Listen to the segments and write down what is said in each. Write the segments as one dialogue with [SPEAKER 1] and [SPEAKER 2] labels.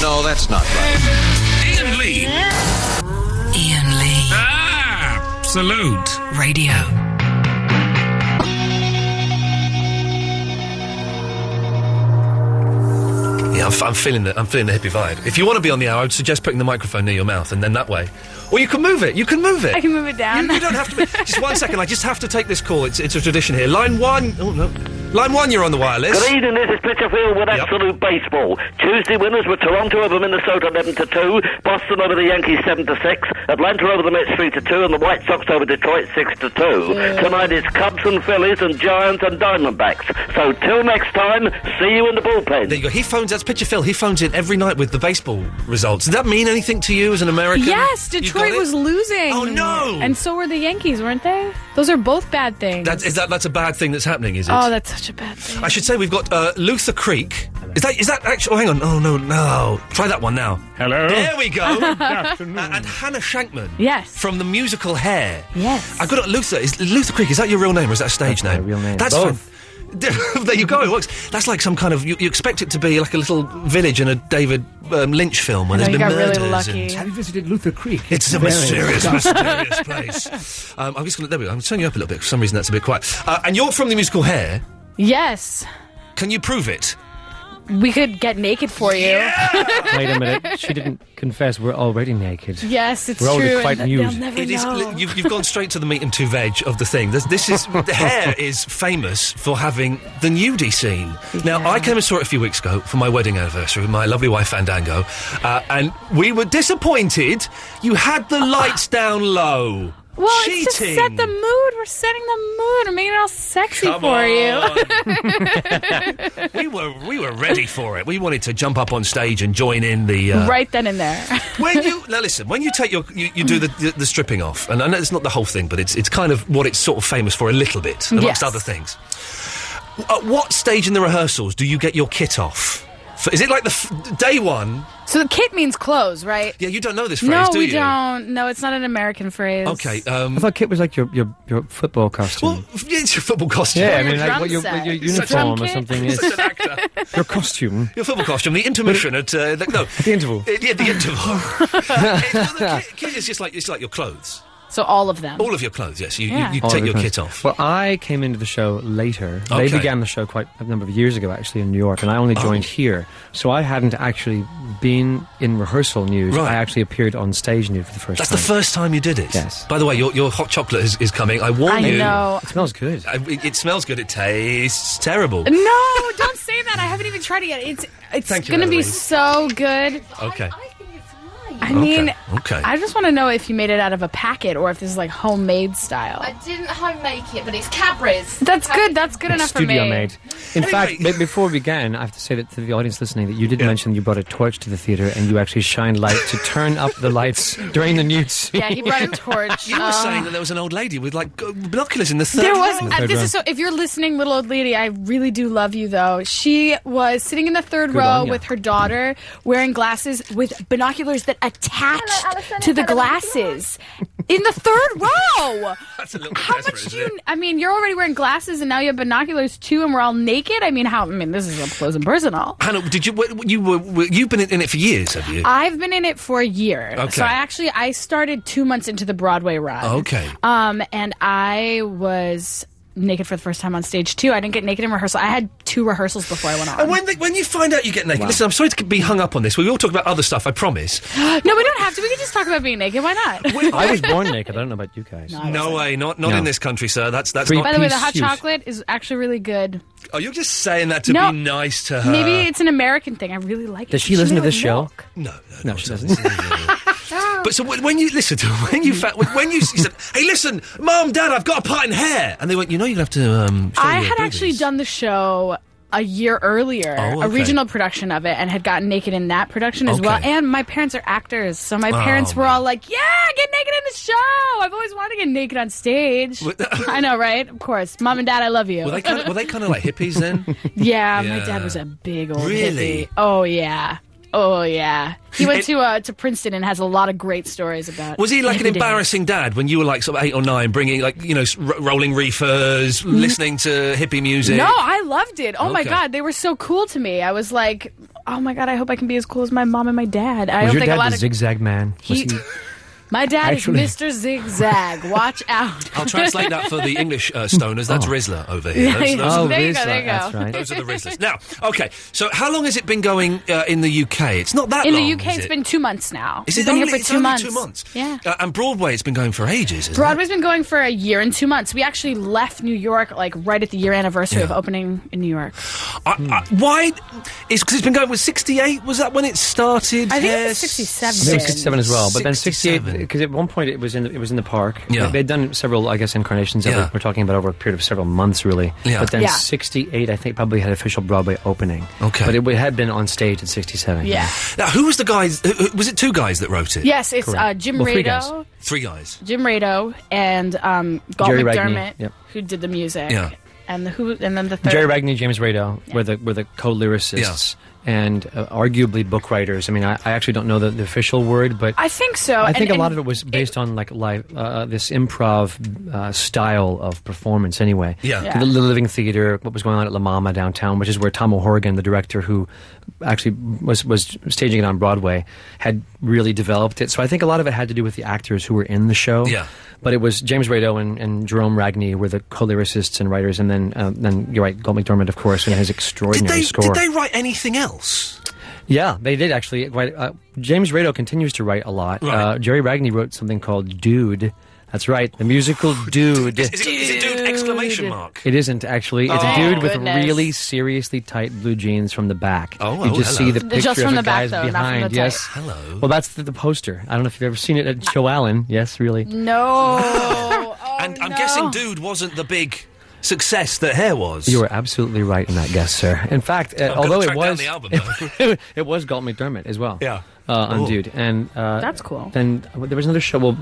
[SPEAKER 1] No, that's not right.
[SPEAKER 2] Ian Lee.
[SPEAKER 3] Ian Lee.
[SPEAKER 2] Ah, salute.
[SPEAKER 3] Radio.
[SPEAKER 4] Yeah, I'm, f- I'm feeling the I'm feeling the hippie vibe. If you want to be on the hour, I would suggest putting the microphone near your mouth, and then that way, or you can move it. You can move it.
[SPEAKER 5] I can move it down.
[SPEAKER 4] You, you don't have to. Be, just one second. I just have to take this call. It's it's a tradition here. Line one. Oh no. Line one. You're on the wireless.
[SPEAKER 6] Good evening, this is Peter Field with Absolute Baseball. Tuesday winners were Toronto over Minnesota 11 to 2, Boston over the Yankees 7 to 6, Atlanta over the Mets 3 to 2, and the White Sox over Detroit 6 to 2. Tonight it's Cubs and Phillies and Giants and Diamondbacks. So till next time, see you in the bullpen.
[SPEAKER 4] There you go. He phones. That's picture Phil. He phones in every night with the baseball results. Does that mean anything to you as an American?
[SPEAKER 5] Yes,
[SPEAKER 4] You got
[SPEAKER 5] Detroit
[SPEAKER 4] it?
[SPEAKER 5] was losing.
[SPEAKER 4] Oh, no.
[SPEAKER 5] And so were the Yankees, weren't they? Those are both bad things.
[SPEAKER 4] That is that. That's a bad thing that's happening. Is it?
[SPEAKER 5] oh, that's such a bad thing.
[SPEAKER 4] I should say we've got uh, Luther Creek. Is that is that actually? Oh, hang on. Oh no, no. Try that one now. Hello. There we go.
[SPEAKER 5] Good
[SPEAKER 4] and, and Hannah Shankman.
[SPEAKER 5] Yes.
[SPEAKER 4] From the musical Hair.
[SPEAKER 5] Yes.
[SPEAKER 4] I got it. Luther. Is Luther Creek? Is that your real name or is that a stage name? real name. That's fun.
[SPEAKER 7] Both.
[SPEAKER 4] there you go. It works. That's like some kind of. You, you expect it to be like a little village in a David um, Lynch film when
[SPEAKER 7] No,
[SPEAKER 4] there's
[SPEAKER 7] you
[SPEAKER 4] been
[SPEAKER 7] got really
[SPEAKER 4] murders.
[SPEAKER 7] lucky.
[SPEAKER 4] and-
[SPEAKER 7] Have you visited Luther Creek?
[SPEAKER 4] It's a
[SPEAKER 7] Various
[SPEAKER 4] mysterious,
[SPEAKER 7] stuff.
[SPEAKER 4] mysterious place. Um, I'm just going to. There we go. I'm turning you up a little bit. For some reason, that's a bit quiet. Uh, and you're from the musical Hair.
[SPEAKER 5] Yes.
[SPEAKER 4] Can you prove it?
[SPEAKER 5] We could get naked for you.
[SPEAKER 8] Wait a minute. She didn't confess we're already naked.
[SPEAKER 5] Yes, it's
[SPEAKER 8] We're already
[SPEAKER 5] true.
[SPEAKER 8] quite
[SPEAKER 5] and
[SPEAKER 8] nude.
[SPEAKER 5] They'll never
[SPEAKER 4] It is,
[SPEAKER 5] know.
[SPEAKER 4] li- you've, you've gone straight to the meat and two veg of the thing. This, this is the hair is famous for having the nudie scene. Now I came and saw it a few weeks ago for my wedding anniversary with my lovely wife Fandango, uh, and we were disappointed. You had the lights down low.
[SPEAKER 5] well,
[SPEAKER 4] cheating.
[SPEAKER 5] it's just set the mood. We're setting the mood. We're making it all sexy
[SPEAKER 4] Come
[SPEAKER 5] for you.
[SPEAKER 4] we were we were ready for it. We wanted to jump up on stage and join in the uh,
[SPEAKER 5] Right then and there.
[SPEAKER 4] when you now listen when you take your you, you do the, the the stripping off and I know it's not the whole thing but it's it's kind of what it's sort of famous for a little bit amongst
[SPEAKER 5] Yes.
[SPEAKER 4] other things. At what stage in the rehearsals do you get your kit off? For, is it like the f- day one?
[SPEAKER 5] So the kit means clothes, right?
[SPEAKER 4] Yeah, you don't know this phrase,
[SPEAKER 5] No,
[SPEAKER 4] do
[SPEAKER 5] we
[SPEAKER 4] you?
[SPEAKER 5] don't. No, it's not an American phrase.
[SPEAKER 4] Okay, um,
[SPEAKER 8] I thought Kit was like your your, your football costume.
[SPEAKER 4] it's your football costume.
[SPEAKER 8] Yeah,
[SPEAKER 5] Or
[SPEAKER 8] I
[SPEAKER 5] your
[SPEAKER 8] mean, like
[SPEAKER 5] drum
[SPEAKER 8] what your,
[SPEAKER 5] set.
[SPEAKER 8] what your
[SPEAKER 5] It's such a-
[SPEAKER 8] uniform
[SPEAKER 5] Drum
[SPEAKER 8] or
[SPEAKER 5] kit.
[SPEAKER 8] something is.
[SPEAKER 4] Such an actor.
[SPEAKER 8] Your costume.
[SPEAKER 4] Your football costume, the intermission at uh, the, no,
[SPEAKER 8] At the interval.
[SPEAKER 4] It- yeah, the interval. It's- well, the kit, kit is just like it's like your clothes,
[SPEAKER 5] So all of them.
[SPEAKER 4] all of your clothes. Yes, you,
[SPEAKER 5] Yeah.
[SPEAKER 4] you, you
[SPEAKER 8] All
[SPEAKER 4] take your
[SPEAKER 8] different.
[SPEAKER 4] kit off.
[SPEAKER 8] Well, I came into the show later.
[SPEAKER 4] Okay. Oh.
[SPEAKER 8] They began the show quite a number of years ago, actually, in New York, and I only joined here. So I hadn't actually been in rehearsal nude.
[SPEAKER 4] Right.
[SPEAKER 8] I actually appeared on stage nude for the first
[SPEAKER 4] That's the
[SPEAKER 8] time.
[SPEAKER 4] first time you did it.
[SPEAKER 8] Yes.
[SPEAKER 4] By the way, your, your hot chocolate is, is coming. I warn
[SPEAKER 5] I
[SPEAKER 4] you.
[SPEAKER 5] know.
[SPEAKER 8] it smells good.
[SPEAKER 4] I- it, it smells good. It tastes terrible.
[SPEAKER 5] No, don't say that. I haven't even tried it yet. It's it's
[SPEAKER 4] Thank you,
[SPEAKER 5] going to be
[SPEAKER 4] Annalise.
[SPEAKER 5] so good.
[SPEAKER 4] Okay.
[SPEAKER 5] I mean,
[SPEAKER 4] okay.
[SPEAKER 5] I just want to know if you made it out of a packet or if this is like homemade style.
[SPEAKER 9] I didn't home make it, but it's Cadbury's.
[SPEAKER 5] That's good. That's good enough for me.
[SPEAKER 8] Studio made. In
[SPEAKER 4] Anyway.
[SPEAKER 8] fact, be- before we began, I have to say that to the audience listening that you did mention you brought a torch to the theater and you actually shined light to turn up the lights during the nude scene.
[SPEAKER 5] Yeah, he brought a torch.
[SPEAKER 4] You were
[SPEAKER 5] Uh,
[SPEAKER 4] saying that there was an old lady with like g- binoculars in the third
[SPEAKER 5] there was.
[SPEAKER 4] row.
[SPEAKER 5] uh, this is so. If you're listening, little old lady, I really do love you though. She was sitting in the third
[SPEAKER 8] Good
[SPEAKER 5] row
[SPEAKER 8] on ya.
[SPEAKER 5] with her daughter, wearing glasses with binoculars that attached to the glasses in the third row.
[SPEAKER 4] That's a little
[SPEAKER 5] How
[SPEAKER 4] desperate,
[SPEAKER 5] much do
[SPEAKER 4] isn't
[SPEAKER 5] you?
[SPEAKER 4] it?
[SPEAKER 5] I mean, you're already wearing glasses, and now you have binoculars too, and we're all naked. I mean, how? I mean, this is up close and personal.
[SPEAKER 4] Hannah, did you? wh- You were, were you've been in it for years, have you?
[SPEAKER 5] I've been in it for a year.
[SPEAKER 4] Okay.
[SPEAKER 5] So I actually I started two months into the Broadway run.
[SPEAKER 4] Oh,
[SPEAKER 8] Oh.
[SPEAKER 4] Okay.
[SPEAKER 5] Um, and I was naked for the first time on stage too. I didn't get naked in rehearsal. I had two rehearsals before I went on.
[SPEAKER 4] and when, they, when you find out you get naked, listen, I'm sorry to be hung up on this. We will talk about other stuff, I promise.
[SPEAKER 5] no, we don't have to. We can just talk about being naked. Why not?
[SPEAKER 8] I was born naked. I don't know about you guys.
[SPEAKER 4] No way, not not
[SPEAKER 8] No.
[SPEAKER 4] in this country, sir. That's that's
[SPEAKER 8] Free-
[SPEAKER 4] not.
[SPEAKER 5] By the way, the hot
[SPEAKER 8] Peace,
[SPEAKER 5] chocolate is actually really good.
[SPEAKER 4] Oh, you're just saying that to
[SPEAKER 5] No.
[SPEAKER 4] be nice to
[SPEAKER 8] Uh-huh.
[SPEAKER 4] her.
[SPEAKER 5] Maybe it's an American thing. I really like it.
[SPEAKER 8] Does she listen to
[SPEAKER 5] made
[SPEAKER 8] this
[SPEAKER 5] with
[SPEAKER 8] show?
[SPEAKER 5] milk.
[SPEAKER 4] No, no,
[SPEAKER 8] No, she
[SPEAKER 4] doesn't.
[SPEAKER 5] Oh.
[SPEAKER 4] but so when when you listen to when you fa- when you, s- you said, "Hey, listen, mom, dad, I've got a part in hair," and they went, "You know, you'll have to." Um, show
[SPEAKER 5] I
[SPEAKER 4] your
[SPEAKER 5] had actually
[SPEAKER 4] boobies."
[SPEAKER 5] done the show a year earlier,
[SPEAKER 4] Oh,
[SPEAKER 5] a
[SPEAKER 4] okay.
[SPEAKER 5] regional production of it, and had gotten naked in that production as well.
[SPEAKER 4] Okay.
[SPEAKER 5] And my parents are actors, so my
[SPEAKER 4] Oh,
[SPEAKER 5] parents were
[SPEAKER 4] man.
[SPEAKER 5] all like, "Yeah, get naked in the show." I've always wanted to get naked on stage.
[SPEAKER 4] What-
[SPEAKER 5] I know, right? Of course, mom and dad, I love you.
[SPEAKER 4] Were they kind of, were they kind of like hippies then?
[SPEAKER 5] yeah, my
[SPEAKER 4] Yeah.
[SPEAKER 5] dad was a big old
[SPEAKER 4] Really?
[SPEAKER 5] hippie. Oh yeah. Oh yeah, he went
[SPEAKER 4] It-
[SPEAKER 5] to uh, to Princeton and has a lot of great stories about.
[SPEAKER 4] Was he like an
[SPEAKER 5] every day.
[SPEAKER 4] embarrassing dad when you were like sort of eight or nine, bringing like you know s- r- rolling reefers, listening to hippie music?
[SPEAKER 5] Mm-hmm. No, I loved it. Oh my
[SPEAKER 4] Okay.
[SPEAKER 5] god, they were so cool to me. I was like, oh my god, I hope I can be as cool as my mom and my dad. I
[SPEAKER 8] Was
[SPEAKER 5] don't
[SPEAKER 8] your
[SPEAKER 5] think a
[SPEAKER 8] dad
[SPEAKER 5] lot
[SPEAKER 8] the
[SPEAKER 5] of
[SPEAKER 8] zigzag man? Was
[SPEAKER 5] He-
[SPEAKER 8] he-
[SPEAKER 5] my dad
[SPEAKER 8] Actually-
[SPEAKER 5] is Mr. Zigzag. Watch out.
[SPEAKER 4] I'll translate that for the English uh, stoners. That's Rizzler over here.
[SPEAKER 5] Oh. Yeah,
[SPEAKER 4] Those,
[SPEAKER 5] yeah.
[SPEAKER 4] those,
[SPEAKER 5] Oh,
[SPEAKER 4] are,
[SPEAKER 5] There you
[SPEAKER 8] Riz,
[SPEAKER 5] go, there
[SPEAKER 8] right,
[SPEAKER 5] you
[SPEAKER 8] that's
[SPEAKER 5] go.
[SPEAKER 8] right.
[SPEAKER 4] those are the Rizzlers. Now, okay. So, how long has it been going uh, in the UK? It's not that
[SPEAKER 5] In
[SPEAKER 4] long.
[SPEAKER 5] the UK,
[SPEAKER 4] is
[SPEAKER 5] it's
[SPEAKER 4] it?
[SPEAKER 5] been two months now.
[SPEAKER 4] Is
[SPEAKER 5] We've
[SPEAKER 4] it
[SPEAKER 5] been
[SPEAKER 4] only,
[SPEAKER 5] here for
[SPEAKER 4] it's
[SPEAKER 5] two
[SPEAKER 4] only
[SPEAKER 5] months.
[SPEAKER 4] two months?
[SPEAKER 5] Yeah.
[SPEAKER 4] Uh, and Broadway, it's been going for ages. Isn't It?
[SPEAKER 5] Broadway's been going for a year and two months. We actually left New York like right at the year anniversary of
[SPEAKER 4] Yeah.
[SPEAKER 5] opening in New York.
[SPEAKER 4] I, I, why? It's because it's been going with 68. Was that when it started?
[SPEAKER 5] I think it was
[SPEAKER 4] Yes.
[SPEAKER 5] 67.
[SPEAKER 8] I think 67 as well, but then 68
[SPEAKER 4] 67.
[SPEAKER 8] because at one point it was in the, it was in the park.
[SPEAKER 4] Yeah.
[SPEAKER 8] They- They'd done several, I guess, incarnations of
[SPEAKER 4] Yeah.
[SPEAKER 8] it. We're talking about over a period of several months, really.
[SPEAKER 4] Yeah.
[SPEAKER 8] But then
[SPEAKER 5] Yeah.
[SPEAKER 8] 68, I think, probably had official Broadway opening.
[SPEAKER 4] Okay.
[SPEAKER 8] But it would- had been on stage at 67.
[SPEAKER 5] Yeah.
[SPEAKER 4] Now, who was the guys? Who, who- was it two guys that wrote it?
[SPEAKER 5] Yes, it's
[SPEAKER 8] Correct.
[SPEAKER 5] uh, Jim
[SPEAKER 8] Well, three
[SPEAKER 5] Rado,
[SPEAKER 8] guys.
[SPEAKER 4] Three guys.
[SPEAKER 5] Jim Rado, and um, Galt
[SPEAKER 8] Jerry Ragney,
[SPEAKER 5] McDermott,
[SPEAKER 8] yep.
[SPEAKER 5] who did the music.
[SPEAKER 4] Yeah.
[SPEAKER 5] And the who and then the third
[SPEAKER 8] Jerry Ragney, James Rado were the were the co-lyricists and uh, arguably book writers. I mean, I, I actually don't know the, the official word, but
[SPEAKER 5] I think so.
[SPEAKER 8] I
[SPEAKER 5] and-
[SPEAKER 8] think a
[SPEAKER 5] and
[SPEAKER 8] lot of it was based on like live, uh, this improv uh, style of performance. Anyway,
[SPEAKER 4] Yeah. Yeah.
[SPEAKER 8] the Little Living Theater, what was going on at La Mama downtown, which is where Tom O'Horgan, the director who actually was was staging it on Broadway, had really developed it. So I think a lot of it had to do with the actors who were in the show.
[SPEAKER 4] Yeah.
[SPEAKER 8] but it was James Rado and, and Jerome Ragney were the co-lyricists and writers, and then uh, then you're right, Gold McDormand, of course, and his
[SPEAKER 4] Did
[SPEAKER 8] extraordinary
[SPEAKER 4] they?
[SPEAKER 8] score.
[SPEAKER 4] Did they write anything else?
[SPEAKER 8] Yeah, they did actually. Quite, uh, James Rado continues to write a lot.
[SPEAKER 4] Right.
[SPEAKER 8] Uh, Jerry Ragney wrote something called Dude. That's right, the musical Dude.
[SPEAKER 4] Is it, is it dude exclamation mark?
[SPEAKER 8] It isn't actually. It's
[SPEAKER 4] Oh.
[SPEAKER 8] a dude with
[SPEAKER 5] Goodness.
[SPEAKER 8] really seriously tight blue jeans from the back.
[SPEAKER 4] Oh,
[SPEAKER 8] you
[SPEAKER 4] oh,
[SPEAKER 8] just
[SPEAKER 4] hello.
[SPEAKER 8] see the
[SPEAKER 5] Just
[SPEAKER 8] picture
[SPEAKER 5] from
[SPEAKER 8] of
[SPEAKER 5] the back,
[SPEAKER 8] guys
[SPEAKER 5] though, not from
[SPEAKER 8] behind.
[SPEAKER 5] the
[SPEAKER 8] yes,
[SPEAKER 5] tight.
[SPEAKER 4] Hello.
[SPEAKER 8] Well, that's the, the poster. I don't know if you've ever seen it at Joe Allen. Yes, really.
[SPEAKER 5] No. Oh,
[SPEAKER 4] and I'm
[SPEAKER 5] no.
[SPEAKER 4] guessing dude wasn't the big success that Hair was.
[SPEAKER 8] You were absolutely right in that guess, sir. In fact, uh,
[SPEAKER 4] I've
[SPEAKER 8] although
[SPEAKER 4] got
[SPEAKER 8] it
[SPEAKER 4] to track down
[SPEAKER 8] was
[SPEAKER 4] the album,
[SPEAKER 8] it, was Galt McDermott as well.
[SPEAKER 4] Yeah.
[SPEAKER 8] uh, on
[SPEAKER 4] Ooh.
[SPEAKER 8] Dude, and uh,
[SPEAKER 5] That's cool.
[SPEAKER 8] Then well, there was another show. Well,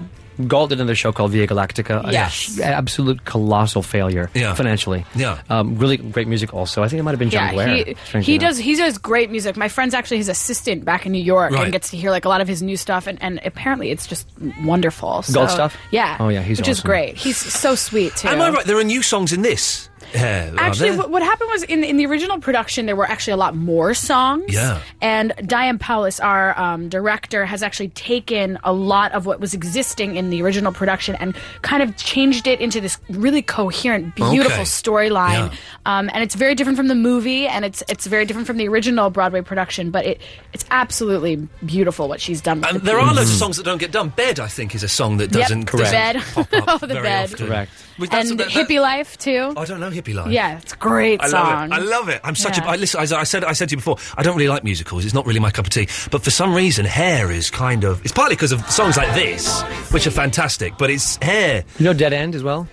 [SPEAKER 8] Galt did another show called Via Galactica. a
[SPEAKER 5] Yes.
[SPEAKER 8] absolute colossal failure.
[SPEAKER 4] Yeah.
[SPEAKER 8] financially.
[SPEAKER 4] Yeah.
[SPEAKER 8] um, really great music. Also, I think it might have been John Blair.
[SPEAKER 5] he,
[SPEAKER 8] strangely
[SPEAKER 5] he
[SPEAKER 8] enough.
[SPEAKER 5] does. He does great music. My friend's actually his assistant back in New York
[SPEAKER 4] Right.
[SPEAKER 5] and gets to hear like a lot of his new stuff. And, and apparently, it's just wonderful. So,
[SPEAKER 8] Gold stuff?
[SPEAKER 5] Yeah.
[SPEAKER 8] Oh, yeah, he's
[SPEAKER 5] which is
[SPEAKER 8] awesome.
[SPEAKER 5] great. He's so sweet too.
[SPEAKER 4] Am I right? There are new songs in this. Hair, are
[SPEAKER 5] Actually,
[SPEAKER 4] there?
[SPEAKER 5] what, what happened was in in the original production there were actually a lot more songs.
[SPEAKER 4] Yeah.
[SPEAKER 5] And Diane Paulus, our um, director, has actually taken a lot of what was existing in the original production and kind of changed it into this really coherent, beautiful
[SPEAKER 4] Okay.
[SPEAKER 5] storyline.
[SPEAKER 4] Yeah.
[SPEAKER 5] Um, and it's very different from the movie, and it's it's very different from the original Broadway production. But it it's absolutely beautiful what she's done. With
[SPEAKER 4] and
[SPEAKER 5] the
[SPEAKER 4] there
[SPEAKER 5] piece.
[SPEAKER 4] are loads
[SPEAKER 8] Mm.
[SPEAKER 4] of songs that don't get done. Bed, I think, is a song that
[SPEAKER 5] Yep,
[SPEAKER 4] doesn't,
[SPEAKER 5] the
[SPEAKER 4] doesn't
[SPEAKER 5] bed.
[SPEAKER 4] pop up
[SPEAKER 5] Oh, the
[SPEAKER 4] very
[SPEAKER 5] bed.
[SPEAKER 4] often.
[SPEAKER 8] Correct.
[SPEAKER 4] But that's-
[SPEAKER 5] and
[SPEAKER 4] that- that-
[SPEAKER 5] hippie life too.
[SPEAKER 4] I don't know hippie life.
[SPEAKER 5] yeah, it's a great
[SPEAKER 4] I
[SPEAKER 5] song.
[SPEAKER 4] love it. I love it. I'm such
[SPEAKER 5] Yeah.
[SPEAKER 4] a. I, listen, as I said, I said to you before, I don't really like musicals. It's not really my cup of tea. But for some reason, Hair is kind of. It's partly because of songs like this, which are fantastic. But it's Hair,
[SPEAKER 8] You know Dead End as well.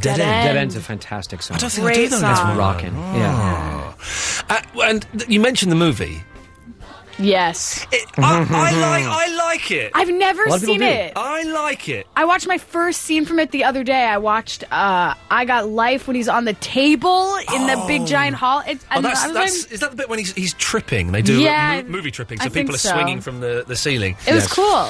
[SPEAKER 4] Dead,
[SPEAKER 5] Dead
[SPEAKER 4] End.
[SPEAKER 5] End.
[SPEAKER 8] Dead End's a fantastic song.
[SPEAKER 4] I don't think I
[SPEAKER 5] Great
[SPEAKER 4] do know that's
[SPEAKER 5] song.
[SPEAKER 4] one.
[SPEAKER 8] Rockin'. Yeah.
[SPEAKER 4] Uh, and th- you mentioned the movie.
[SPEAKER 5] yes.
[SPEAKER 4] It, I, I like. I like it.
[SPEAKER 5] I've never
[SPEAKER 8] lot of people
[SPEAKER 5] seen
[SPEAKER 8] do.
[SPEAKER 5] it.
[SPEAKER 4] I like it.
[SPEAKER 5] I watched my first scene from it the other day. I watched uh, I Got Life when he's on the table in the big giant hall. It,
[SPEAKER 4] Oh,
[SPEAKER 5] and
[SPEAKER 4] that's,
[SPEAKER 5] I was
[SPEAKER 4] that's,
[SPEAKER 5] like,
[SPEAKER 4] is that the bit when he's, he's tripping? They do
[SPEAKER 5] Yeah,
[SPEAKER 4] uh, mo- movie tripping, so
[SPEAKER 5] I think
[SPEAKER 4] people are
[SPEAKER 5] so.
[SPEAKER 4] swinging from the, the ceiling.
[SPEAKER 5] it was cool.